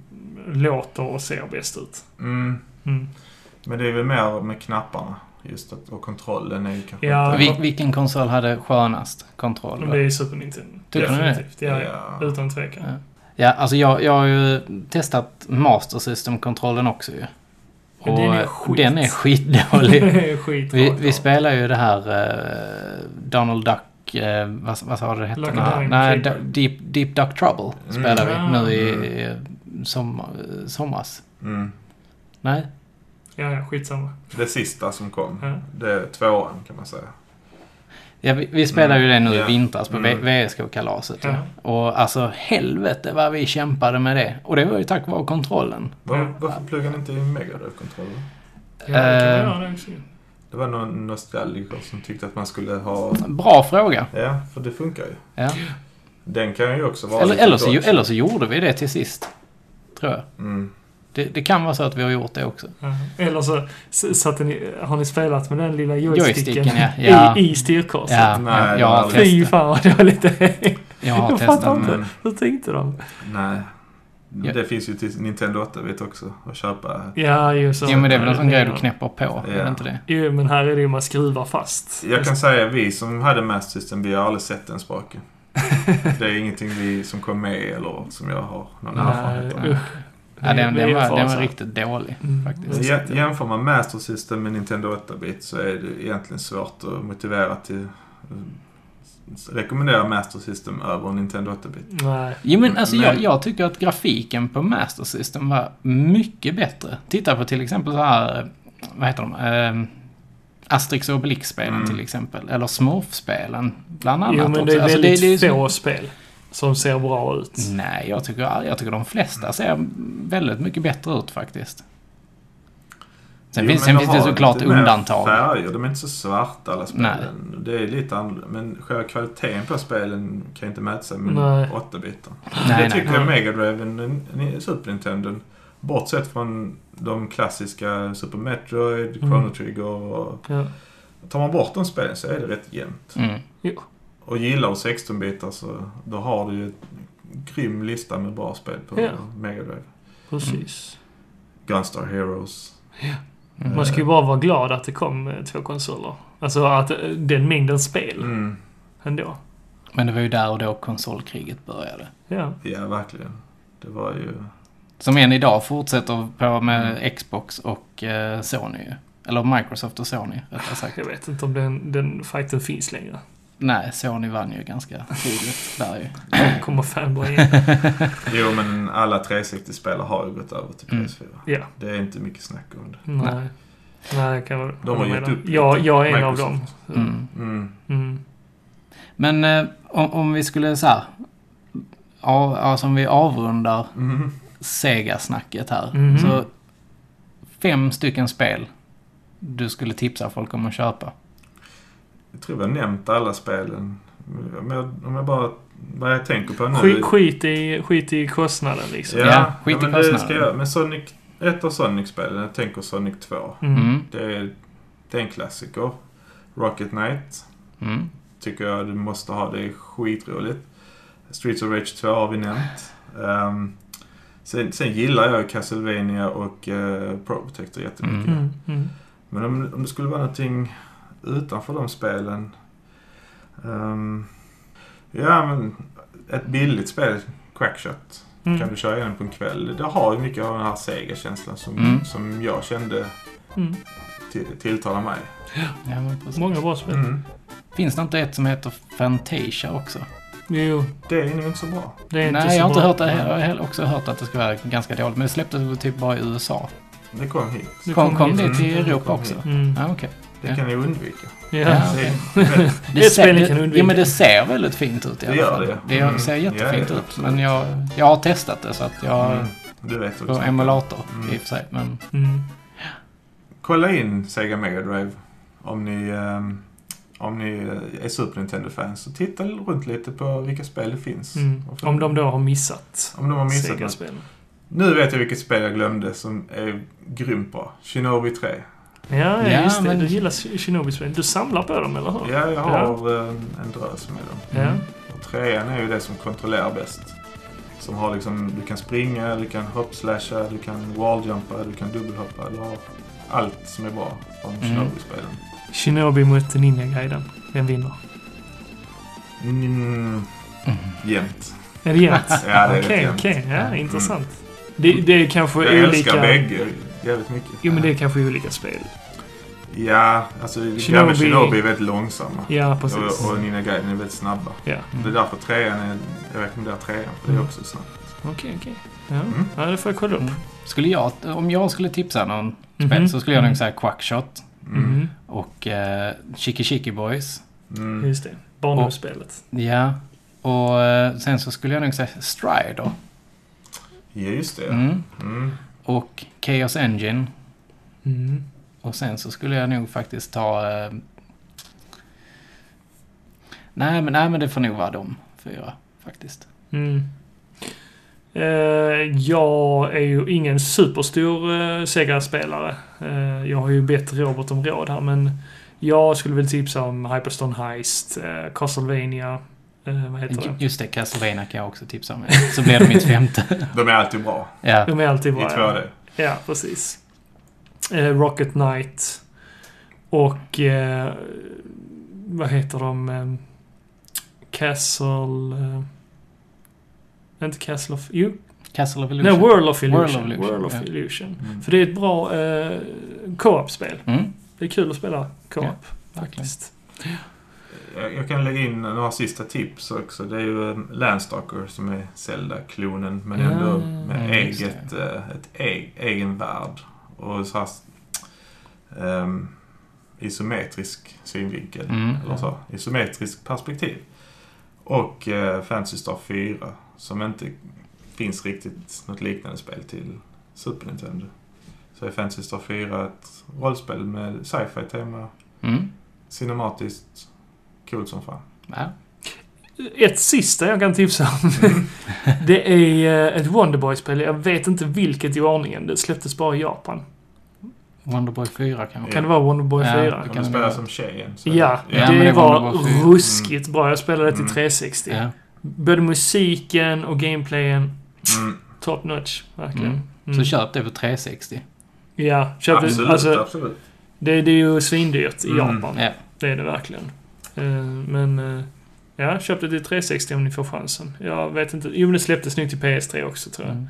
S2: låter och ser bäst ut.
S3: Mm.
S2: Mm.
S3: Men det är väl mer med knapparna. Just att, och kontrollen är ju kanske
S2: Ja,
S3: inte...
S1: Vil- vilken konsol hade skönast kontroll?
S2: Men det är Super Nintendo.
S1: Tycker ni det?
S2: Definitivt. Ja, ja.
S3: Ja.
S2: Utan tvekan.
S1: Ja. Ja, alltså jag, jag har ju testat Master System-kontrollen också ju.
S2: Men den är
S1: eh,
S2: skit.
S1: Den är skitdålig.
S2: Det är skit.
S1: vi, vi spelar ju det här eh, Donald Duck... eh, vad, vad sa du det hette?
S2: Lucky
S1: Nej,
S2: Duck
S1: Nej,
S2: Creeper.
S1: Du- Deep, Deep Duck Trouble spelar
S2: Mm. Ah.
S1: vi nu i
S3: Mm.
S1: i som, somras.
S3: Mm.
S1: Nej?
S2: Ja, ja, skitsamma.
S3: Det sista som kom.
S2: Ja.
S3: Det är tvåan kan man säga.
S1: Ja, vi, vi spelar ju det nu
S3: Ja.
S1: i vintras på
S3: Mm.
S1: v- VSK-kalaset. ju.
S2: Ja.
S1: Och alltså helvete vad vi kämpade med det. Och det var ju tack vare kontrollen.
S3: Var,
S2: Ja.
S3: Varför pluggar ni inte i Mega Drive-kontrollen?
S2: Ja, det kan
S1: Eh.
S2: man göra det också.
S3: Det var någon nostalgiker som tyckte att man skulle ha...
S1: Bra fråga.
S3: Ja, för det funkar ju.
S1: Ja.
S3: Den kan ju också vara
S1: Eller,
S3: lite
S1: eller, så,
S3: dodgy.
S1: eller så gjorde vi det till sist. Tror jag.
S3: Mm.
S1: Det, det kan vara så att vi har gjort det också.
S2: Ja. Eh, Eller så, så satte ni, har ni spelat med den lilla joysticken,
S1: Joysticken, ja. Ja.
S2: I, i styrkorset.
S1: Ja,
S3: nej,
S1: jag,
S3: det
S1: jag
S3: var
S1: har
S3: aldrig.
S2: Fy
S1: testat.
S2: fan vad dåligt det är.
S1: Jag har
S2: jag
S1: testat.
S2: fattar
S1: men-
S2: inte.
S3: men-
S2: Hur tänkte de?
S3: Nej.
S1: Ja.
S3: Det finns ju till Nintendo 8 vet också. Att köpa.
S2: Ja, ju så.
S1: Jo men det är väl en sån grej du
S2: Ja.
S1: knäpper på. Är
S3: Ja.
S1: det inte det?
S2: Jo, men här är det ju man skruvar fast.
S3: Jag kan säga vi som hade Master System, vi har aldrig sett den spaken. det är ingenting vi som kom med eller som jag har någon
S2: Nej,
S3: erfarenhet av.
S1: Ja.
S2: usch.
S1: Ja, den,
S2: Det är
S1: den, var, den var
S2: fasen.
S1: riktigt dålig
S2: Mm.
S1: faktiskt.
S3: Men jä- Jämför man Master System med Nintendo 8-bit så är det egentligen svårt att motivera till... Rekommendera Master System över Nintendo 8-bit.
S2: Nej.
S1: Jo men alltså
S3: Men-
S1: jag, jag tycker att grafiken på Master System var mycket bättre. Titta på till exempel så här, eh, vad heter de? Eh, Asterix och Obelix-spelen
S3: Mm.
S1: till exempel. Eller Smurf-spelen bland annat.
S2: Jo, men det
S1: också.
S2: är
S1: Alltså,
S2: väldigt
S1: det är- Mm.
S2: få spel som ser bra ut.
S1: Nej, jag tycker, jag tycker de flesta ser väldigt mycket bättre ut faktiskt. Sen,
S3: Jo,
S1: finns,
S3: men
S1: sen
S3: de
S1: finns det
S3: har
S1: såklart
S3: lite mer
S1: undantag.
S3: Färger, de är inte så svarta alla spelen.
S1: Nej.
S3: Det är lite annorlunda. Men själva kvaliteten på spelen kan inte mäta sig med
S2: Nej.
S3: 8-bitar.
S1: Nej,
S3: Det
S1: nej.
S3: tyckte jag Mega Drive och Super Nintendo. Bortsett från de klassiska Super Metroid,
S2: Mm.
S3: Chrono Trigger och...
S2: Ja.
S3: Tar man bort de spelen så är det rätt jämnt.
S1: Mm.
S2: Jo.
S3: Och gillar du 16-bitar så då har du ju en grym lista med bra spel på
S2: Ja.
S3: Mega Drive.
S2: Precis.
S3: Gunstar Heroes.
S1: Mm.
S2: Man ska ju bara vara glad att det kom eh, två konsoler. Alltså att eh, den mängden spel
S3: Mm.
S2: ändå.
S1: Men det var ju där och då konsolkriget började.
S2: Ja.
S3: Ja, verkligen. Det var ju...
S1: Som än idag fortsätter på med Xbox och eh, Sony ju. Eller Microsoft och Sony rättare sagt.
S2: Jag vet inte om den, den fighten finns längre.
S1: Nej, Sony vann ju ganska tidigt där ju.
S2: Då Kommer fanboyen.
S3: Jo, men alla 360-spelare har ju gått över till
S1: Mm.
S3: PS4.
S2: Ja.
S3: Det är inte mycket snack om det.
S2: Nej. Nej, jag kan väl
S3: De har gett upp
S2: Ja,
S3: lite.
S2: jag är en av dem.
S3: Microsoft.
S1: Mm.
S3: Mm.
S2: Mm.
S1: Men eh, om, om vi skulle så här. Av, alltså om vi avrundar
S3: Mhm.
S1: Sega-snacket här.
S2: Mhm.
S1: Så fem stycken spel du skulle tipsa folk om att köpa.
S3: Jag tror vi har nämnt alla spelen. Om jag, om jag bara... Vad jag tänker på nu...
S2: Skit, skit, i, skit i kostnaden liksom.
S3: Ja,
S1: Ja, skit i
S3: men det ska
S1: kostnaden.
S3: jag, Men Sonic... Ett av Sonic-spelen, jag tänker Sonic 2.
S2: Mm.
S1: Mm.
S3: Det är, det är en klassiker. Rocket Knight
S1: Mm.
S3: tycker jag du måste ha. Det är skitroligt. Streets of Rage 2 har vi nämnt. Ehm, sen, sen gillar jag Castlevania och uh, Pro Protector jättemycket.
S1: Mm.
S2: Mm. Mm.
S3: Men om, om det skulle vara någonting utanför de spelen. ehm, ja, men ett billigt spel, Quackshot,
S2: Mm.
S3: kan du köra igenom på en kväll. Det har ju mycket av den här segerkänslan som,
S1: Mm.
S3: som jag kände
S2: Mm.
S3: till, tilltalar mig.
S1: Ja, men precis.
S2: Många bra spel.
S3: Mm.
S1: Finns det inte ett som heter Fantasia också?
S2: Jo,
S3: Det är nog inte så bra.
S2: det är inte
S1: Nej,
S2: så
S1: jag har inte
S2: bra.
S1: hört det. Jag har heller också hört att det ska vara ganska dåligt. Men det släpptes väl typ bara i USA.
S3: Det kom hit.
S2: Det
S1: Kom, kom
S2: hit.
S1: det till
S3: Mm.
S1: Europa
S3: Kom
S1: också?
S3: hit.
S2: Mm.
S1: Ja, okej.
S3: Det kan ni undvika.
S1: Ja,
S2: Ja.
S3: Det, är-
S1: Det
S2: Ett
S1: ser-
S2: spel ni
S1: det-
S2: kan undvika.
S1: Jo, men det ser väldigt fint ut i
S3: Det
S1: alla
S3: gör
S1: fall.
S3: det.
S1: Det
S3: Mm.
S1: ser jättefint
S3: Ja, ja,
S1: ut.
S3: absolut.
S1: Men jag, jag har testat det så att jag...
S3: mm, du vet
S1: På
S3: också.
S1: emulator
S3: Mm.
S1: i och för sig. Men
S2: Mm.
S3: Kolla in Sega Mega Drive om ni, ehm, om ni eh, är Super Nintendo-fans. Så titta runt lite på vilka spel det finns.
S2: Mm.
S3: Och för-
S2: Om de då har missat
S3: om de har missat något.
S2: Sega-spelen.
S3: Nu vet jag vilket spel jag glömde som är grymt bra. Shinobi 3.
S2: Ja, ja,
S1: Ja,
S2: just det.
S1: men-
S2: Du gillar Sh- Shinobi-spelen. Du samlar på dem, eller hur?
S3: Ja, jag har eh, en drös med dem.
S2: Ja.
S1: Mm.
S3: Och trean är ju det som kontrollerar bäst. Som har liksom, du kan springa, du kan hoppslasha, du kan walljumpa, du kan dubbelhoppa. Du har allt som är bra från
S1: Mm.
S3: Shinobi-spelen.
S2: Shinobi mot Ninja-guiden. Vem vinner?
S3: Mm, jämnt.
S2: Är det jämnt?
S3: Ja, det är rätt
S2: Okej,
S3: jämnt.
S2: okej. Ja,
S1: Ja.
S2: intressant. Det, det är kanske
S3: Jag älskar
S2: olika...
S3: bägge jävligt mycket.
S2: Jo, men det är kanske olika spel.
S3: Ja, alltså
S2: Shinobi-
S3: Shinobi... gamla Shinobi är väldigt långsamma.
S2: Ja, precis.
S3: Och, och Ninja Gaiden är väldigt snabba.
S2: Ja,
S3: Det är därför trean är... Jag rekommenderar trean, för det
S2: Mm.
S3: är också snabbt.
S2: okej, okej. Ja.
S3: Mm.
S2: ja, det får jag kolla upp.
S1: Mm. skulle jag, om jag skulle tipsa någon
S2: Mhm.
S1: spel så skulle jag
S2: Mm.
S1: nog säga Quackshot
S3: Mm.
S2: Mhm.
S1: och eh, Chicky Chicky Boys.
S3: Mm.
S2: Just det. Barndomsspelet.
S1: Ja. Och eh, sen så skulle jag nog säga Strider.
S3: Ja, just det.
S1: Mm.
S3: Mm.
S1: Och Chaos Engine.
S2: Mm.
S1: Och sen så skulle jag nog faktiskt ta... Eh... Nej, men, nej, men det får nog vara de fyra faktiskt.
S2: Mm. Eh, jag är ju ingen superstor eh, Sega-spelare. Eh, jag har ju bett Robert om råd här, men jag skulle väl tipsa om Hyperstone Heist, eh, Castlevania, eh, vad heter det?
S1: Just det, Castlevania kan jag också tipsa om. Så blir det mitt femte.
S3: De är alltid bra.
S1: ja.
S2: De är alltid
S3: I
S2: bra.
S3: 2D.
S2: Ja, precis. Eh, Rocket Knight. Och... Eh, vad heter de? Eh, Castle... Eh, inte Castle of... Jo,
S1: Castle of
S2: nej,
S1: Illusion.
S2: World of Illusion.
S1: World of Illusion,
S2: World of
S1: ja.
S2: Illusion.
S3: Mm.
S2: För det är ett bra eh, co-op-spel.
S1: Mm,
S2: Det är kul att spela co-op,
S1: Ja,
S2: faktiskt.
S3: Jag, jag kan lägga in några sista tips också. Det är ju eh, Landstalker som är Zelda-klonen men ändå
S2: Ah,
S3: med
S1: just
S3: eget, eh, ett e- egen värld. Och så här, ehm, isometrisk synvinkel.
S1: Mm.
S3: Eller så. Isometrisk perspektiv. Och eh, Fantasy Star 4 som inte finns riktigt något liknande spel till Super Nintendo. Så är Fantasy Star 4 ett rollspel med sci-fi tema.
S1: mm.
S3: Cinematiskt. Kul som fan.
S1: Ja.
S2: Ett sista jag kan tipsa om. det är eh, ett Wonderboy-spel. Jag vet inte vilket i ordningen. Det släpptes bara i Japan.
S1: Wonderboy 4 kanske.
S2: Kan det vara Wonderboy
S1: Ja.
S2: 4?
S1: Då
S3: Om
S1: kan
S3: du
S1: det
S3: spelar
S1: vara-
S3: som tjejen. Så
S2: Ja,
S1: Ja,
S2: det,
S1: men det
S2: var,
S1: var sjukt.
S2: ruskigt bra. Jag spelade det till
S3: Mm.
S2: 360.
S1: Ja.
S2: Både musiken och gameplayen,
S3: Mm,
S2: top notch. Verkligen.
S1: Mm.
S2: Mm.
S1: Så köp det på 360.
S2: Ja, köp det.
S3: absolut,
S2: Alltså,
S3: absolut.
S2: det, det är ju svindyrt i
S3: Mm.
S2: Japan.
S1: Ja.
S2: Det är det verkligen. Eh, men, eh, ja, köp det till 360 om ni får chansen. Jag vet inte. Jo, men det släpptes nu till PS3 också tror jag.
S1: Mm.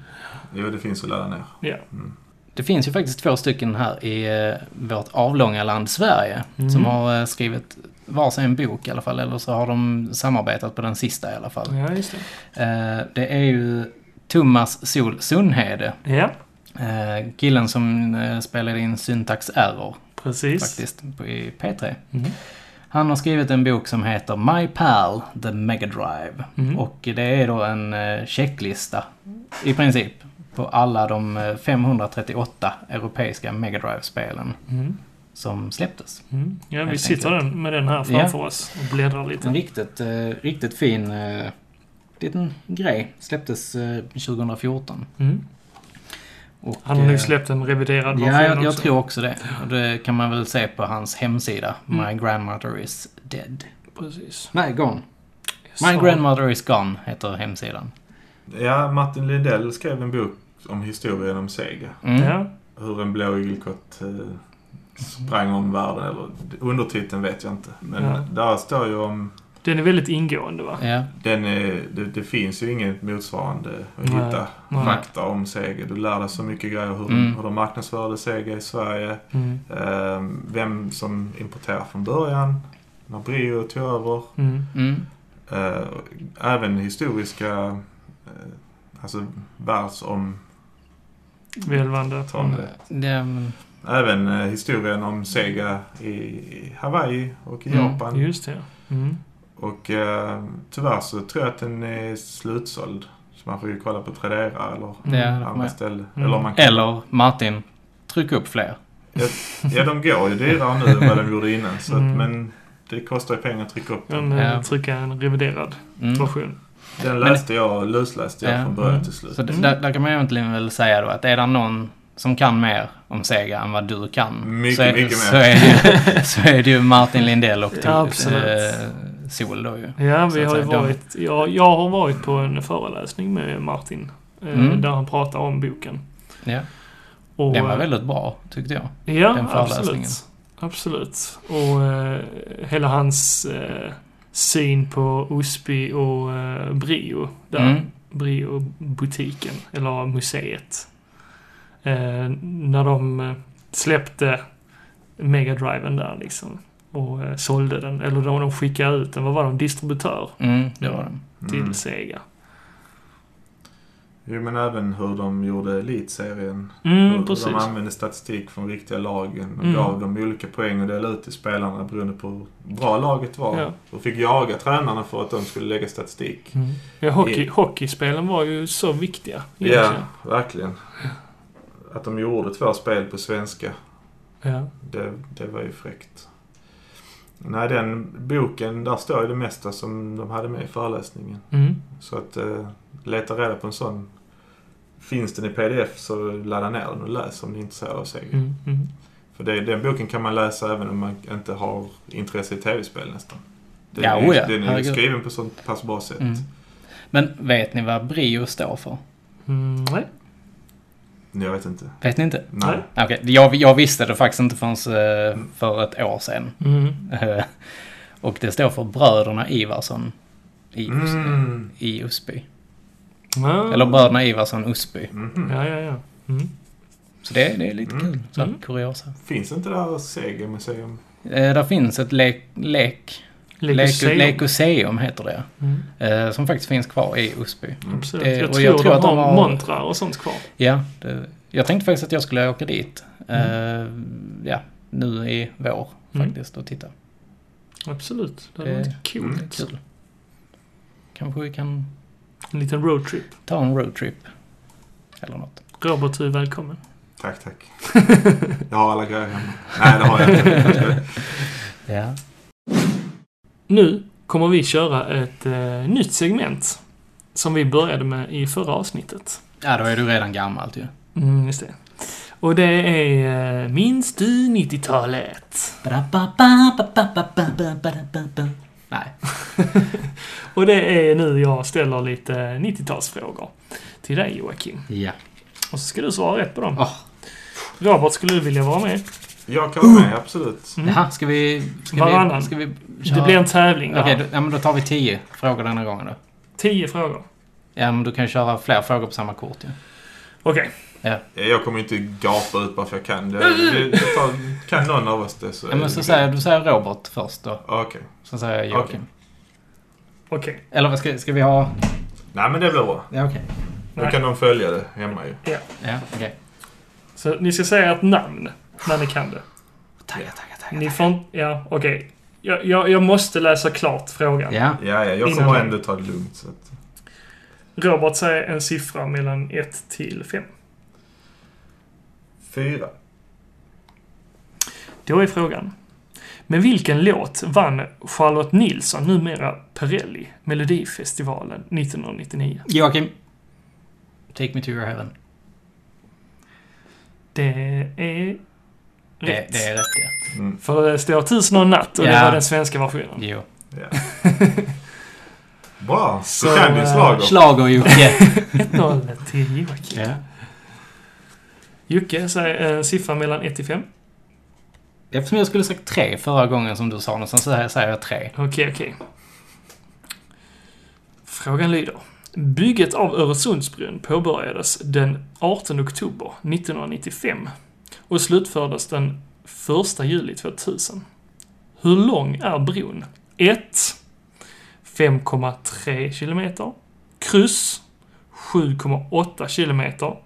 S3: Jo, det finns att ladda ner.
S2: Ja.
S3: Mm.
S1: Det finns ju faktiskt två stycken här i eh, vårt avlånga land Sverige
S2: Mm.
S1: som har eh, skrivit varsin en bok i alla fall, eller så har de samarbetat på den sista i alla fall.
S2: Ja, just det.
S1: Eh, Det är ju Thomas Sol Sundhede,
S2: Ja,
S1: eh, killen som eh, spelade in Syntax Error
S2: precis.
S1: faktiskt på- i P3.
S2: Mm.
S1: Han har skrivit en bok som heter My Pal, The Mega Drive.
S2: Mm.
S1: Och det är då en eh, checklista i princip på alla de eh, 538 europeiska Mega Drive-spelen
S2: Mm.
S1: som släpptes.
S2: Mm. Ja, vi
S1: Helt
S2: sitter den, med den här framför oss och bläddrar
S1: En
S2: lite.
S1: riktigt, eh, riktigt fin eh, liten grej. Släpptes eh, 2014.
S2: Mm.
S1: Och,
S2: Han har nu
S1: eh,
S2: släppt en reviderad version
S1: Ja, jag, jag
S2: också.
S1: tror också det. Och det kan man väl se på hans hemsida.
S2: Mm.
S1: My grandmother is dead.
S2: Precis.
S1: Nej, gone. My
S2: Så-
S1: grandmother is gone heter hemsidan.
S3: Ja, Martin Lindell skrev en bok om historien om Sega.
S1: Mm.
S2: Ja.
S3: Hur en blå igelkott eh, sprang om världen. Eller, undertiteln vet jag inte. Men
S2: Ja.
S3: där står ju om...
S2: Den är väldigt ingående va?
S1: Ja.
S3: Den är, det, det finns ju inget motsvarande att
S2: Nej.
S3: hitta
S2: Nej.
S3: fakta om Sega. Du lär dig så mycket grejer. Hur,
S1: Mm.
S3: hur de marknadsförde Sega i Sverige.
S2: Mm.
S3: Eh, vem som importerar från början. När Brio tog över.
S2: Mm.
S1: Mm.
S3: Eh, även historiska, eh, alltså världsomtalande.
S2: Välvande.
S1: Det, mm. men,
S3: Även eh, historien om Sega i, i Hawaii och i
S1: Mm,
S3: Japan.
S2: Just det. Mm.
S3: Och eh, tyvärr så tror jag att den är slutsåld. Så man får ju kolla på Tradera eller
S1: det
S2: Mm.
S1: hade
S3: andra
S1: man-
S3: ställen.
S2: Mm.
S3: Eller man kan,
S1: Eller Martin, tryck upp fler.
S3: ja, de går ju dyrare nu än vad de gjorde innan. Så att,
S2: Mm.
S3: Men det kostar ju pengar att trycka upp
S2: Men
S3: den.
S2: eh,
S1: Ja.
S2: trycka en reviderad
S1: Mm.
S2: version.
S3: Den läste jag, lusläste jag
S1: Ja.
S3: från början
S2: Mm.
S3: till slut.
S1: Så det, där, där kan man egentligen väl säga då att är det någon som kan mer om Sega än vad du kan.
S3: Mycket,
S1: så, är,
S3: mycket mer.
S1: så, är det, ju- så är det ju Martin Lindell och typ,
S2: Ja, absolut.
S1: eh, Sol då ju.
S2: Ja,
S1: Så
S2: vi
S1: att
S2: har
S1: säga,
S2: ju
S1: de-
S2: varit... Jag, jag har varit på en föreläsning med Martin. eh,
S1: Mm.
S2: Där han pratar om boken.
S1: Ja.
S2: Och,
S1: Den var
S2: eh,
S1: väldigt bra tyckte jag.
S2: Ja,
S1: den föreläsningen.
S2: absolut. Absolut. Och eh, hela hans eh, syn på Osby och eh, Brio. Där.
S1: Mm.
S2: Brio-butiken, eller museet. Eh, när de eh, släppte Megadriven där liksom. Och eh, sålde den, eller de, de skickade ut den, vad var de? Distributör
S1: Mm, det var den.
S2: till
S3: Mm.
S2: Sega.
S3: Jo men även hur de gjorde Elitserien.
S2: Mm,
S3: hur
S2: precis.
S3: de använde statistik från riktiga lagen och
S2: Mm.
S3: gav dem olika poäng och delade ut till spelarna beroende på hur bra laget var.
S2: Ja.
S3: Och fick jaga tränarna för att de skulle lägga statistik.
S2: Mm. Ja, hockey, hockeyspelen var ju så viktiga.
S3: Ja,
S2: egentligen.
S3: verkligen. Att de gjorde två spel på svenska.
S2: Ja.
S3: Det, det var ju fräckt. Nej, den boken, där står ju det mesta som de hade med i föreläsningen.
S2: Mm.
S3: Så att eh, leta reda på en sån. Finns den i pdf så ladda ner den och läs om ni är intresserade av Sega.
S2: Mm. Mm.
S3: För det, den boken kan man läsa även om man inte har intresse i tv-spel nästan. Den
S1: Ja,
S3: är, ju-
S1: oja.
S3: den är ju
S1: Herregud.
S3: skriven på sånt pass bra sätt.
S1: Mm. Men vet ni vad brio står för?
S2: Mm. Nej.
S3: Jag vet inte.
S1: Vet ni inte?
S3: Nej.
S2: Nej.
S1: Okej, jag, jag visste det faktiskt inte förrän eh, för ett år sedan.
S2: Mm.
S1: Eh, Och det står för Bröderna Ivarsson i, Os-
S3: Mm.
S1: i Osby.
S2: Ja.
S1: Eller Bröderna Ivarsson Osby.
S3: Mhm.
S2: Ja, ja, ja. Mm.
S1: Så det, det är lite
S3: Mm.
S1: kul. Så här,
S2: Mm.
S1: kuriosa.
S3: Finns inte det här Sega-museum?
S1: Eh, där finns ett lek... Lek... Lek-
S2: Legoseum.
S1: Lekoseum heter det.
S2: Mm.
S1: Eh, som faktiskt finns kvar i Osby.
S3: Mm.
S2: Absolut.
S1: Det-
S2: jag,
S1: eh, och
S2: tror
S1: jag tror
S2: de
S1: att de
S2: har,
S1: har-
S2: montrar och sånt kvar.
S1: Ja, det, jag tänkte faktiskt att jag skulle åka dit. Eh, ja, nu i vår
S2: Mm.
S1: faktiskt och titta.
S2: Absolut. Det hade
S1: Eh,
S2: varit kul.
S1: Det är kul. Kanske vi kan
S2: En liten roadtrip.
S1: ta en roadtrip. Eller något.
S2: Robert, du är välkommen.
S3: Tack, tack. Jag har alla grejer hemma. Nej, det har jag inte. Jag ska-
S1: Ja.
S2: Nu kommer vi köra ett eh, nytt segment som vi började med i förra avsnittet.
S1: Ja, då är du redan gammalt ju.
S2: Mm, just det. Och det är eh, Minns du 90-talet?
S1: Nej.
S2: Och det är nu jag ställer lite 90-talsfrågor till dig Joakim.
S1: Ja.
S2: Och så ska du svara rätt på dem.
S1: Åh.
S2: Robert, skulle du vilja vara med?
S3: Jag kan
S1: Uh.
S3: vara med, absolut.
S2: Mm.
S1: Jaha, ska vi... Ska
S2: Varannan.
S1: vi, ska vi
S2: Det blir en tävling det
S1: Okej,
S2: här.
S1: då, ja, men då tar vi tio frågor denna gången då.
S2: Tio frågor.
S1: Ja, men du kan ju köra fler frågor på samma kort ju.
S2: Okej.
S3: Eh, Jag kommer inte gapa ut bara för jag kan.
S1: Uh.
S3: Det, det, det tar, kan någon av oss det så...
S1: Ja,
S2: Eh,
S1: men så säger, du säger Robert först då.
S3: Okej.
S1: Sen säger jag Joakim.
S2: Okej.
S1: Eller vad ska, ska vi ha...
S3: Nej, men det blir bra.
S1: Ja, okej.
S3: Då kan de följa det hemma ju.
S1: Ja, okej.
S2: Så ni ska säga ett namn när ni kan det.
S1: Tagga, tagga, tagga.
S2: Ni får inte- Ja, okej. Jag, jag, jag måste läsa klart frågan.
S1: Ja.
S3: Ja, ja, jag kommer ändå ta det lugnt. Så att,
S2: Robert säger en siffra mellan 1 till 5.
S3: fyra.
S2: Då är frågan. Med vilken låt vann Charlotte Nilsson, numera Perrelli, Melodifestivalen 1999?
S1: Joakim. Take me to your heaven.
S2: Det är
S1: Det,
S2: rätt.
S1: det är rätt ja.
S3: Mm,
S2: För det står Tusen och en natt och det
S1: Ja.
S2: var den svenska versionen.
S1: Jo.
S3: ja. Bra.
S2: Så,
S3: du kan din
S2: eh,
S3: slager.
S1: Schlager Jocke.
S2: 1-0 till Joakim.
S1: ja.
S2: Jocke säger en siffra mellan 1 till 5.
S1: Eftersom jag skulle sagt tre förra gången som du sa något, sen så här säger jag tre.
S2: Okej, okej. Frågan lyder. Bygget av Öresundsbron påbörjades den 18 oktober 1995 och slutfördes den 1 juli 2000. Hur lång är bron? 1. 5,3 kilometer. Kryss 7,8 kilometer.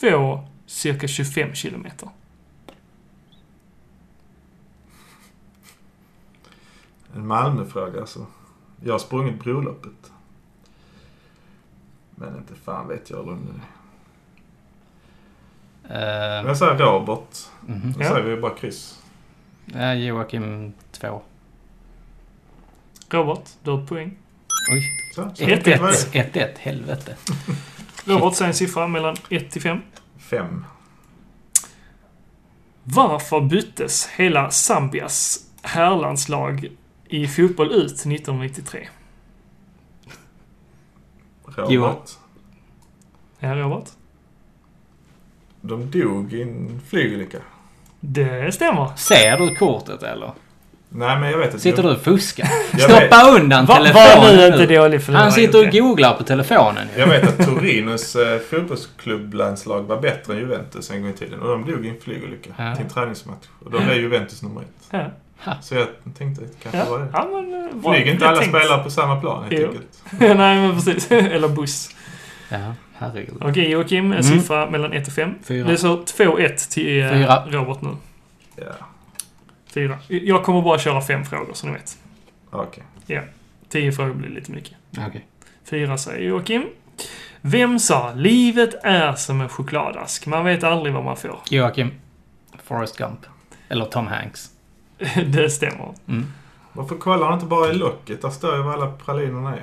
S2: 2. Cirka 25 kilometer.
S3: En Malmöfråga alltså. Jag har sprungit broloppet. Men inte fan vet jag hur lång den är. Men
S1: Uh,
S3: jag säger Robert.
S1: mm
S3: Då
S2: Ja.
S3: säger vi bara kryss.
S1: Joakim två.
S2: Robert, du har ett poäng.
S1: Oj.
S3: Så. så
S2: Ett,
S3: enkelt var
S1: 1-1.
S3: det.
S1: 1-1. Helvete.
S2: Robert säger en siffra mellan 1 till 5.
S3: Fem.
S2: Varför byttes hela Zambias herrlandslag i fotboll ut 1993?
S3: Robert.
S1: Jo.
S2: Ja, Robert?
S3: De dog i en flygolycka.
S2: Det stämmer.
S1: Ser du kortet eller?
S3: Nej, men jag vet inte.
S1: Sitter du och fuskar?
S3: Jag
S1: Stoppa undan
S2: Va- Var
S1: telefonen
S2: nu
S1: nu.
S2: inte dålig förlorare,
S1: Han sitter och
S2: Jocke.
S1: googlar på telefonen. ju.
S3: Jag vet att Torinos eh, fotbollsklubblandslag var bättre än Juventus en gång i tiden. Och de dog i en flygolycka
S1: Ja. Ah.
S3: till en träningsmatch. Och då blev Juventus nummer ett.
S2: Ja.
S3: Så jag tänkte att det kanske var
S2: Ja.
S3: det.
S2: ja, men eh, bra.
S3: Flyger inte
S2: Jag
S3: alla
S2: tänkte-
S3: spelare på samma plan helt
S2: Jo.
S3: enkelt?
S2: Nej, men precis. Eller buss.
S1: Ja, herregud.
S2: Okej, Joakim. En
S1: Mm.
S2: siffra mellan 1 och 5.
S1: Fyra.
S2: Det står 2-1 till eh,
S1: Fyra.
S2: Robert nu.
S3: Ja,
S2: 4. Jag kommer bara köra fem frågor, så ni vet.
S3: okej.
S2: 10 frågor blir lite mycket.
S1: Okej.
S2: Fyra säger Joakim. Vem sa livet är som en chokladask? Man vet aldrig vad man får.
S1: Joakim. Forrest Gump. Eller Tom Hanks.
S2: det stämmer.
S1: Mm.
S3: Varför kollar han inte bara i locket? Där står ju vad alla pralinerna är.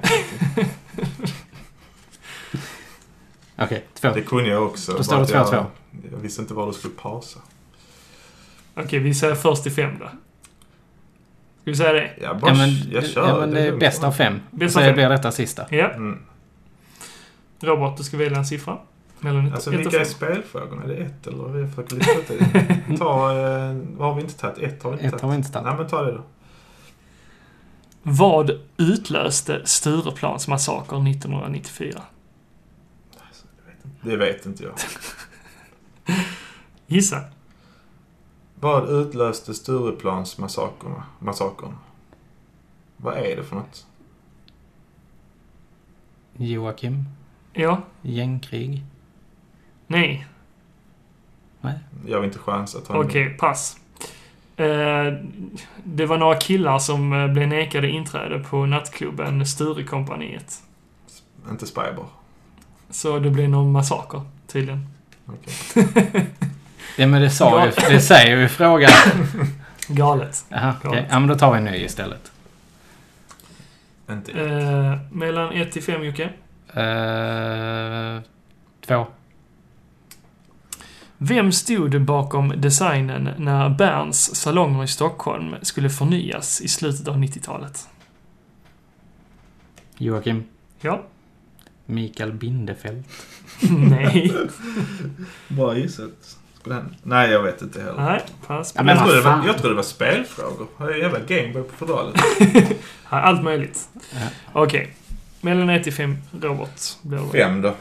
S1: Okej, två.
S3: Det kunde jag också.
S1: Då står
S3: bara
S1: det
S3: att
S1: 2-2.
S3: Jag, jag visste inte var du skulle pausa.
S2: Okej, vi säger först till fem då. Ska vi säga det?
S3: Jag bara,
S1: Ja men,
S3: jag kör.
S1: ja, men det är
S3: lugnt.
S1: bäst av fem.
S2: Bäst
S1: så
S2: av
S1: det
S2: fem.
S1: blir detta sista.
S2: Ja.
S3: Mm.
S2: Robert, du ska välja en siffra. Mellan ett,
S3: Alltså
S2: ett och
S3: vilka är
S2: fem.
S3: spelfrågorna? Är det ett eller? Vi försöker lista ut det. Ta, eh, vad har vi inte tagit? Ett har vi inte
S1: Ett har vi inte tagit.
S3: Nej men ta det då.
S2: Vad utlöste Stureplansmassakern 1994?
S3: Det vet inte jag.
S2: Gissa.
S3: Vad utlöste Stureplansmassakern? Massakern? Vad är det för något?
S1: Joakim.
S2: Ja.
S1: Gängkrig.
S2: Nej.
S3: Jag vill inte chansa. Ta en-
S2: Okej, pass. Eh, det var några killar som eh, blev nekade inträde på nattklubben Sturekompaniet.
S3: Inte Spybar.
S2: Så det blev någon massaker, tydligen.
S1: Ja men det sa
S2: Ja.
S1: ju, det säger ju frågan.
S2: Galet.
S1: Jaha,
S2: Ja.
S1: okej. Ja men då tar vi en ny istället.
S3: Inte ett.
S2: Eh, mellan 1 till 5, Jocke.
S1: Eh, två.
S2: Vem stod bakom designen när Berns salonger i Stockholm skulle förnyas i slutet av 90-talet?
S1: Joakim.
S2: Ja.
S1: Mikael Bindefeld.
S2: Nej.
S3: Bara gissat. Skulle han- Nej, jag vet inte heller.
S2: Nej, pass.
S1: Ja,
S3: Jag
S1: men
S3: trodde, det
S1: vad
S3: var,
S1: fan.
S3: jag trodde det var spelfrågor. Jag är en jävla gameboy på fodralet.
S2: Ja, Allt möjligt.
S1: Ja.
S2: Okej. Mellan 1 till 5, Robert. blir det.
S3: Fem då.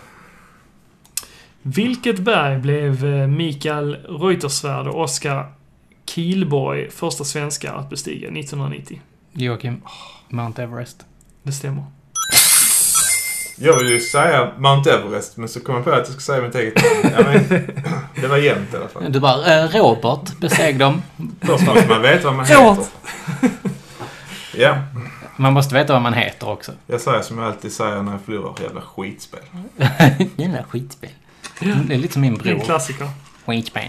S2: Vilket berg blev eh, Mikael Reuterswärd och Oskar Kihlborg första svenskar att bestiga 1990?
S1: Joakim. Mount Everest.
S2: Det stämmer.
S3: Jag vill ju säga Mount Everest, men så kom jag på att jag ska säga mitt eget namn. ja, men, Det var jämnt i alla fall.
S1: Du bara, eh, Robert beseg dem.
S3: Först måste man veta vad man
S2: Förlåt.
S3: heter. Ja,
S1: Man måste veta vad man heter också.
S3: jag säger som jag alltid säger när jag förlorar. Jävla skitspel.
S1: Jävla skitspel. Det är lite som min
S2: Det är en
S1: bror.
S2: klassiker.
S1: Skitspel.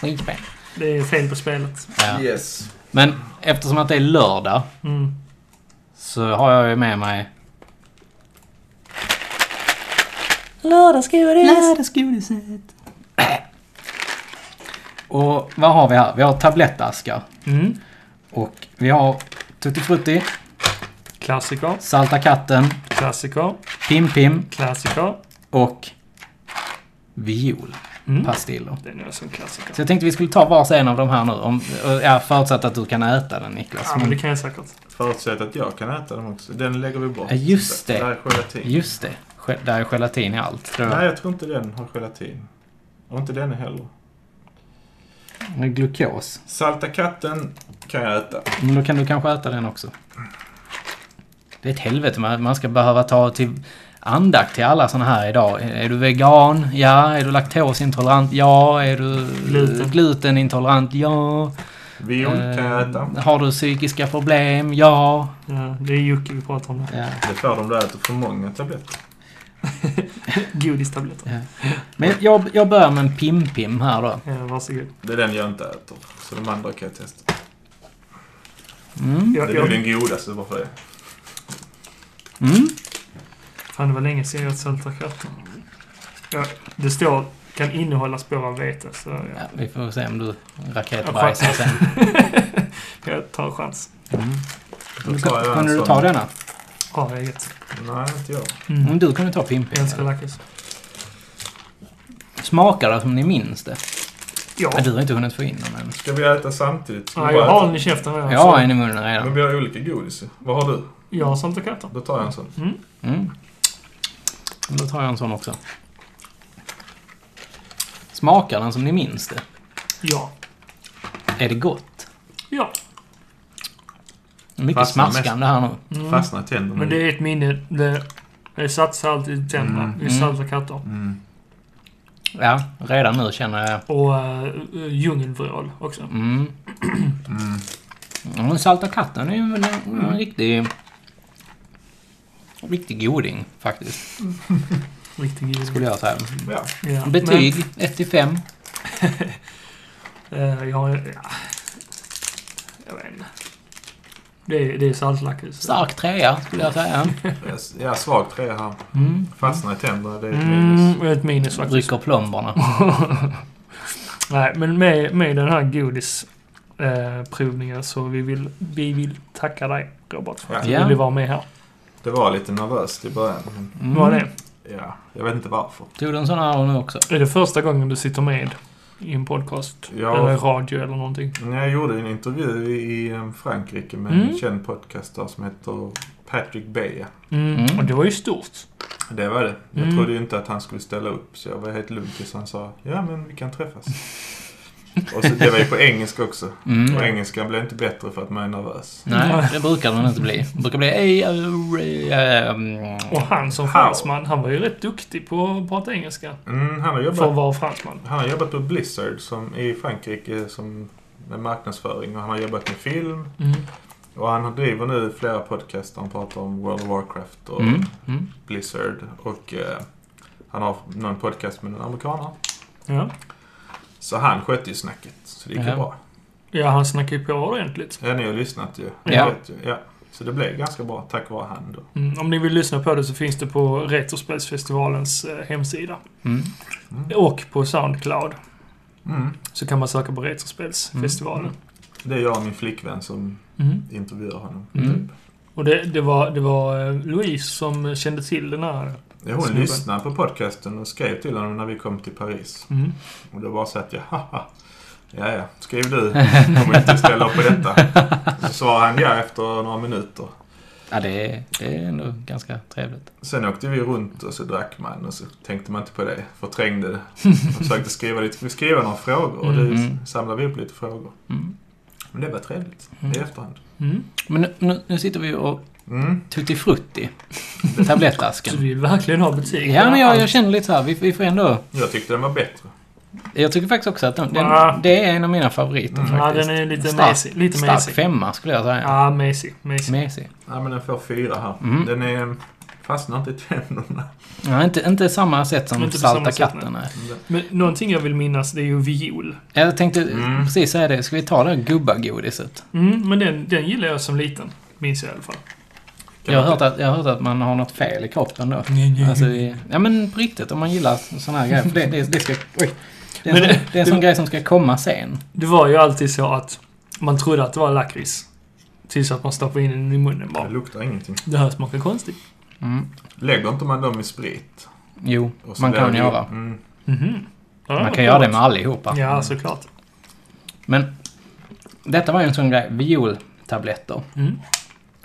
S1: Skitspel.
S2: Det är fel på spelet.
S1: Ja.
S3: Yes.
S1: Men eftersom att det är lördag
S2: Mm.
S1: så har jag ju med mig... Lördagsgodis! Lördagsgodiset! Och vad har vi här? Vi har tablettaskar.
S2: Mm.
S1: Och vi har Tutti Frutti,
S2: Klassiker,
S1: Salta katten,
S2: klassiker,
S1: Pim Pim
S2: klassiker.
S1: och Viol.
S2: Mm.
S1: Pastiller.
S2: Det är nog som klassiker.
S1: Så jag tänkte vi skulle ta var en av de här nu. Om, ja, förutsatt att du kan äta den Niklas.
S2: Ja, men det
S1: Men,
S2: kan jag säkert.
S3: Förutsatt att jag kan äta dem också. Den lägger vi bort.
S1: Ja, just det.
S3: Där är gelatin.
S1: just det. Ge- Där är gelatin i allt. Tror
S3: Nej,
S1: jag.
S3: jag tror inte den har gelatin. Och inte den heller.
S1: Med glukos.
S3: Salta katten kan jag äta.
S1: Men då kan du kanske äta den också. Det är ett helvete man, man ska behöva ta till andakt till alla såna här idag. Är du vegan? Ja. Är du laktosintolerant? Ja. Är du
S2: Gluten.
S1: glutenintolerant? Ja.
S3: Viol kan jag äta.
S1: Eh, Har du psykiska problem? Ja.
S2: Ja, det är Jocke vi pratar om.
S1: ja.
S3: Det får de där äter för många tabletter.
S2: Godistabletter.
S1: Men jag, jag börjar med en pim-pim här då.
S2: Ja, varsågod.
S3: Det är den jag inte äter. Så de andra kan jag testa.
S1: Mm.
S3: Det
S2: Jag,
S3: är nog
S2: jag,
S3: den godaste bara för det.
S1: Mm.
S2: fan, det var länge sedan jag åt sältakatten. Ja, det står kan innehålla spår av vete, så ja.
S1: Ja, vi får se om du raketbajsar sen.
S2: jag tar en chans.
S3: Då tar jag en
S1: Kunde du
S3: sån.
S1: ta denna?
S2: Ja, eget.
S3: Nej, inte jag.
S1: Mm, Du kunde ta pim-pim.
S2: Älskar lakrits.
S1: Smakar det som ni minns det?
S2: Ja.
S1: Ja, du har inte hunnit få in den än.
S3: Ska vi äta samtidigt? Ska vi
S2: Nej,
S3: bara
S2: jag
S3: äta?
S2: har den i käften redan.
S1: Jag har en i munnen redan.
S3: Men vi har olika godis. Vad har du?
S2: Jag har sånt och katter.
S3: Då tar jag en sån.
S1: Mm. Men Då tar jag en sån också. Smakar den som ni minns det?
S2: Ja.
S1: Är det gott?
S2: Ja.
S1: Mycket
S3: Fastnar mest.
S1: smaskande här nu.
S2: Mm.
S3: Fastnar i tänderna.
S2: Men det är ett minne. Det, det satsar alltid i tänderna.
S3: Mm.
S2: I sälta katter.
S3: Mm.
S1: Ja, redan nu känner jag...
S2: Och äh, djungelvrål också.
S1: Mm. Ja, Men salta katten är ju en, en
S2: Mm.
S1: riktig... Riktig goding, faktiskt.
S2: Riktig Mm.
S1: Skulle jag säga.
S3: Ja.
S2: Ja.
S1: Betyg 1 till 5.
S2: Eh, jag har ju... Ja, jag vet inte. Det är, det är saltlakrits.
S1: Stark trea skulle jag säga.
S3: Ja, svag trea här.
S2: Mm.
S3: Fastnar i tänderna, det är ett minus.
S2: Mm, ett minus faktiskt.
S1: Rycker plomberna.
S2: Nej, men med, med den här godisprovningen eh, provningen så vi vill, vi vill tacka dig Robert för att
S1: Ja.
S2: du ville vara med här.
S3: Det var lite nervöst i början. Men
S2: Mm. Var det?
S3: ja, jag vet inte varför.
S1: Tog du en sån här nu också?
S2: Är det första gången du sitter med i en podcast?
S3: Ja.
S2: Eller radio eller någonting?
S3: Men Jag gjorde en intervju i- i eh, Frankrike med
S2: Mm.
S3: en känd podcaster som heter Patrick Beja.
S2: Mm.
S1: Mm.
S2: Och det var ju stort.
S3: Det var det. Jag
S2: Mm.
S3: trodde ju inte att han skulle ställa upp så jag var helt lugn tills han sa ja men vi kan träffas. Och så, det var ju på engelska också. Och
S1: Mm.
S3: engelskan blev inte bättre för att man är nervös.
S1: Nej, det brukar man inte bli. Det brukar bli... "Ey, eh, eh, mm."
S2: Och han som
S3: How?
S2: fransman, han var ju rätt duktig på att prata engelska.
S3: Mm, han, har
S2: För att
S3: jobbat,
S2: vara fransman.
S3: han har jobbat på Blizzard som, i Frankrike som, med marknadsföring och han har jobbat med film.
S2: Mm.
S3: Och han driver nu flera podcaster. Han pratar om World of Warcraft och
S1: Mm. Mm.
S3: Blizzard. Och eh, han har någon podcast med en amerikanare.
S2: Ja.
S3: Så han skötte ju snacket. Så det gick
S1: Ja.
S3: ju bra.
S2: ja, han snackar ju på ordentligt.
S3: Ja, ni har lyssnat ju. Ni
S1: Ja.
S3: vet ju. ja. Så det blev ganska bra tack vare han då.
S2: Mm. Om ni vill lyssna på det så finns det på Retrospelsfestivalens eh, hemsida.
S1: Mm.
S2: Och på Soundcloud.
S3: Mm.
S2: Så kan man söka på Retrospelsfestivalen.
S1: Mm.
S3: Det är jag och min flickvän som
S2: Mm.
S3: intervjuar honom.
S1: Mm.
S3: Typ.
S2: Och det, det, var, det var eh, Louise som kände till den här.
S3: Ja, Hon
S2: Snubben.
S3: lyssnade på podcasten och skrev till honom när vi kom till Paris.
S2: Mm.
S3: Och då bara så att jag, haha. Ja, ja. Skriv du om inte ställer upp på detta. Så svarade han ja efter några minuter.
S1: Ja, det är, det är ändå ganska trevligt.
S3: Sen åkte vi runt och så drack man och så tänkte man inte på det. Förträngde det. Och försökte skriva, lite, skriva några frågor och
S1: Mhm.
S3: då samlade vi upp lite frågor.
S1: Mm.
S3: Men det var trevligt i efterhand.
S2: Mm.
S1: Men nu, nu, nu sitter vi och
S3: Mm.
S1: tutti frutti.
S2: Så
S1: Tablettasken.
S2: vi verkligen har betyg.
S1: Ja, men jag, jag känner lite så här. Vi, vi får ändå...
S3: Jag tyckte den var bättre.
S1: Jag tycker faktiskt också att den,
S2: Ja.
S1: den, det är en av mina favoriter
S3: Mm.
S2: Ja,
S1: faktiskt.
S2: den är lite
S1: Stark-
S2: mesig. Lite
S1: Stark
S2: mesig.
S1: femma skulle jag säga.
S2: Ja, mesig. Mesig.
S1: Mesig.
S3: Ja, men den får fyra här.
S1: Mm.
S3: Den är, fastnar inte i tänderna.
S1: Ja, inte, inte samma sätt som
S2: Inte på
S1: Salta
S2: samma sätt,
S1: katten. nej.
S2: Men någonting jag vill minnas, det är ju viol.
S1: Jag tänkte
S3: Mm.
S1: precis säga det. Ska vi ta det här gubbagodiset?
S2: Mm, men den, den gillar jag som liten. Minns jag i alla fall.
S1: Jag har, hört att, jag har hört att man har något fel i kroppen då.
S2: Mm.
S1: Alltså, i- ja men på riktigt om man gillar sådana här grejer. För det, det, det ska... Oj. Det är en,
S2: Men
S1: sån,
S2: det-
S1: det är en sån grej som ska komma sen.
S2: Det var ju alltid så att man trodde att det var lakrits. Tills att man stoppade in den i munnen
S3: Det
S2: bara.
S3: luktar ingenting.
S2: Det här smakar konstigt.
S1: Mm.
S3: Lägger inte man dem i sprit?
S1: Jo,
S3: och så
S1: man
S3: blir
S1: kan
S3: det-
S1: göra.
S3: Mm.
S2: Mhm. Ja,
S1: Man
S2: klart.
S1: kan göra det med allihopa.
S2: Ja, såklart.
S1: Men detta var ju en sån grej. Violtabletter.
S2: Mm.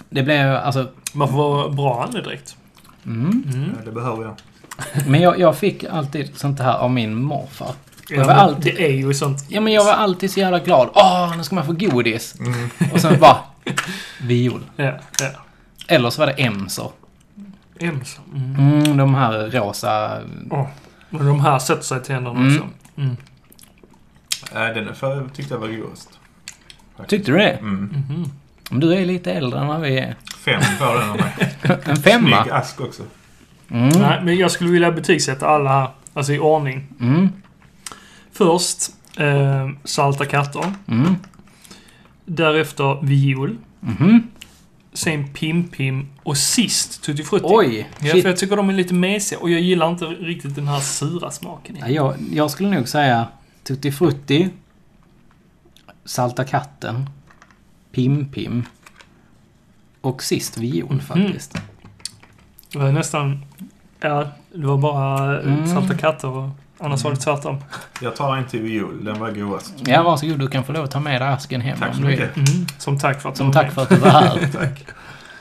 S1: Det blev alltså...
S2: Man får vara bra andedräkt.
S1: Mm.
S2: Mm.
S3: Ja, det behöver jag.
S1: Men jag, jag fick alltid sånt här av min morfar.
S2: Ja,
S1: var
S2: men
S1: alltid-
S2: Det är ju sånt.
S1: Ja men jag var alltid så jävla glad. Åh, nu ska man få godis!
S3: Mm.
S1: Och sen bara... Viol.
S2: Ja, ja.
S1: Eller så var det emser.
S2: Ensam. Mm.
S1: Mm, de här rosa...
S2: Och de här sätter sig i tänderna
S1: Mm.
S2: också. Mm.
S3: Äh, den är för, tyckte jag var godast.
S1: Tyckte du det?
S3: Mm.
S2: Mhm.
S1: Men du är lite äldre än vad vi är.
S3: Fem får den av mig.
S1: En femma?
S3: Snygg ask också.
S1: Mm.
S2: Nej, men jag skulle vilja betygsätta alla här. Alltså i ordning.
S1: Mm.
S2: Först eh, Salta katter.
S1: Mm.
S2: Därefter Viol.
S1: Mhm.
S2: Sen Pim Pim. Och sist Tutti Frutti.
S1: Oj!
S2: Ja, för
S1: Shit.
S2: jag tycker de är lite mesiga och jag gillar inte riktigt den här sura smaken. i.
S1: Ja, jag, jag skulle nog säga Tutti Frutti. Salta katten. Pim Pim. Och sist viol faktiskt.
S2: Det var nästan... Ja, det var bara eh,
S1: Mm.
S2: salta katter och annars var det tvärtom.
S3: Jag tar en till viol. Den var godast.
S1: Ja, varsågod. Du kan få lov att ta med dig asken hem
S3: Tack så
S1: om du vill.
S3: mycket.
S2: Mm. Som tack för att du
S1: Som
S2: var
S1: tack
S2: med.
S1: för att du var här.
S3: Tack.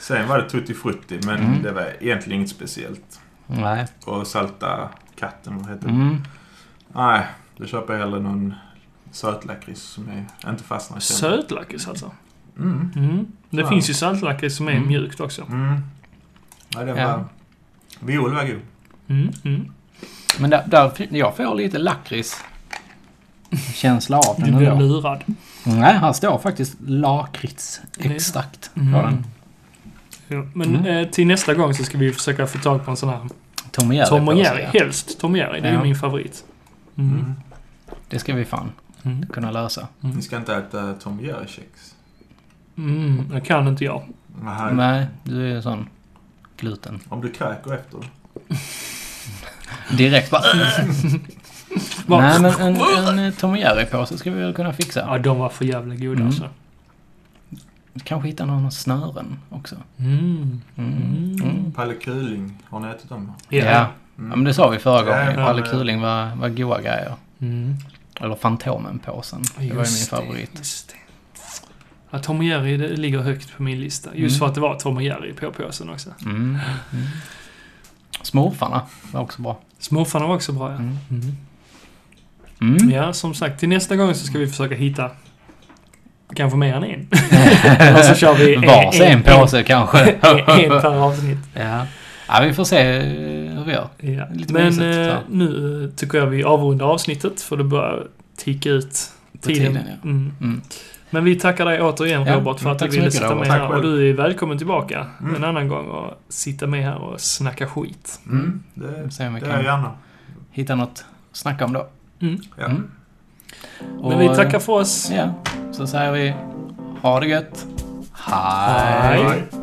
S3: Sen var det tutti frutti, men
S1: Mm.
S3: det var egentligen inget speciellt.
S1: Nej.
S3: Och salta katten, vad heter det?
S1: Mm.
S3: Nej, då köper jag hellre någon sötlakrits som är, inte fastnar i tänderna.
S2: Sötlakrits alltså.
S3: Mm.
S2: Mm. Det
S3: Ja.
S2: finns ju saltlakrits som är
S1: Mm.
S2: mjukt också.
S3: Mm. Ja, det var...
S1: Ja.
S3: Viol var god.
S2: Mm. Mm.
S1: Men där, där, jag får lite lakrits-känsla av
S2: Du
S1: den
S2: blir
S1: ändå.
S2: lurad.
S1: Nej, här står faktiskt lakritsextrakt på den.
S2: Mm. Ja, men
S1: Mm.
S2: eh, till nästa gång så ska vi försöka få tag på en sån här
S1: Tom och Jerry.
S2: Tom och
S1: på
S2: Jerry.
S1: sig.
S2: Helst Tom och Jerry. Det är
S1: Ja.
S2: ju min favorit. Mm.
S3: Mm.
S1: Det ska vi fan
S2: Mm.
S1: kunna lösa.
S3: Ni ska inte äta Tom Jerry-kex?
S2: Mm, det kan inte jag.
S3: Nej.
S1: Nej, du är ju sån gluten.
S3: Om du kräker efter?
S1: Direkt bara...
S2: Bara-
S1: Nej, men en, en, eh, Tom och Jerry-påse ska vi väl kunna fixa.
S2: Ja, de var för jävla goda
S1: Mm.
S2: alltså.
S1: Kanske hitta någon av snören också.
S2: Mm.
S1: Mm. Mm.
S3: Palle Kuling, har ni ätit dem?
S1: Ja.
S3: Mm.
S1: ja, men det sa vi förra gången.
S3: Ja, ja,
S1: Palle
S3: ja.
S1: Kuling var, var goa grejer.
S2: Mm.
S1: Eller Fantomen-påsen. Det var ju min
S2: Just
S1: favorit.
S2: Just det. Ja, Tom och Jerry det ligger högt på min lista. Just
S1: Mm.
S2: för att det var Tom och Jerry på påsen också.
S1: Mm. Mm. Smurfarna var också bra.
S2: Smurfarna var också bra, ja.
S1: Mm.
S2: Mm.
S1: Mm.
S2: Ja, som sagt, till nästa gång så ska vi försöka hitta kanske mer än en. Och så kör vi
S1: Mm. Vars en påse kanske.
S2: en per avsnitt.
S1: ja. ja, vi får se hur vi gör.
S2: Ja.
S1: Lite
S2: Men
S1: mysigt,
S2: eh,
S1: ja.
S2: nu eh, tycker jag vi avrundar avsnitet för det börjar ticka ut
S1: På
S2: tiden.
S1: tiden, ja.
S2: mm.
S1: Mm.
S2: Men vi tackar dig återigen
S1: Ja,
S2: Robert för att du
S1: tack så
S2: ville
S1: mycket,
S2: sitta med
S1: Robert.
S3: Tack
S2: här. Och
S3: själv.
S2: du är välkommen tillbaka
S3: Mm.
S2: en annan gång och sitta med här och snacka skit.
S1: Mm. Vi
S3: Det,
S1: får se om vi
S3: det är jag
S1: kan
S3: gärna.
S1: hitta något att snacka om då.
S2: Mm.
S3: Ja.
S1: Mm.
S2: Men vi
S1: eh,
S2: tackar för oss.
S1: Ja, så säger vi ha det gött.
S2: Hej.
S1: Hej.
S3: Hej.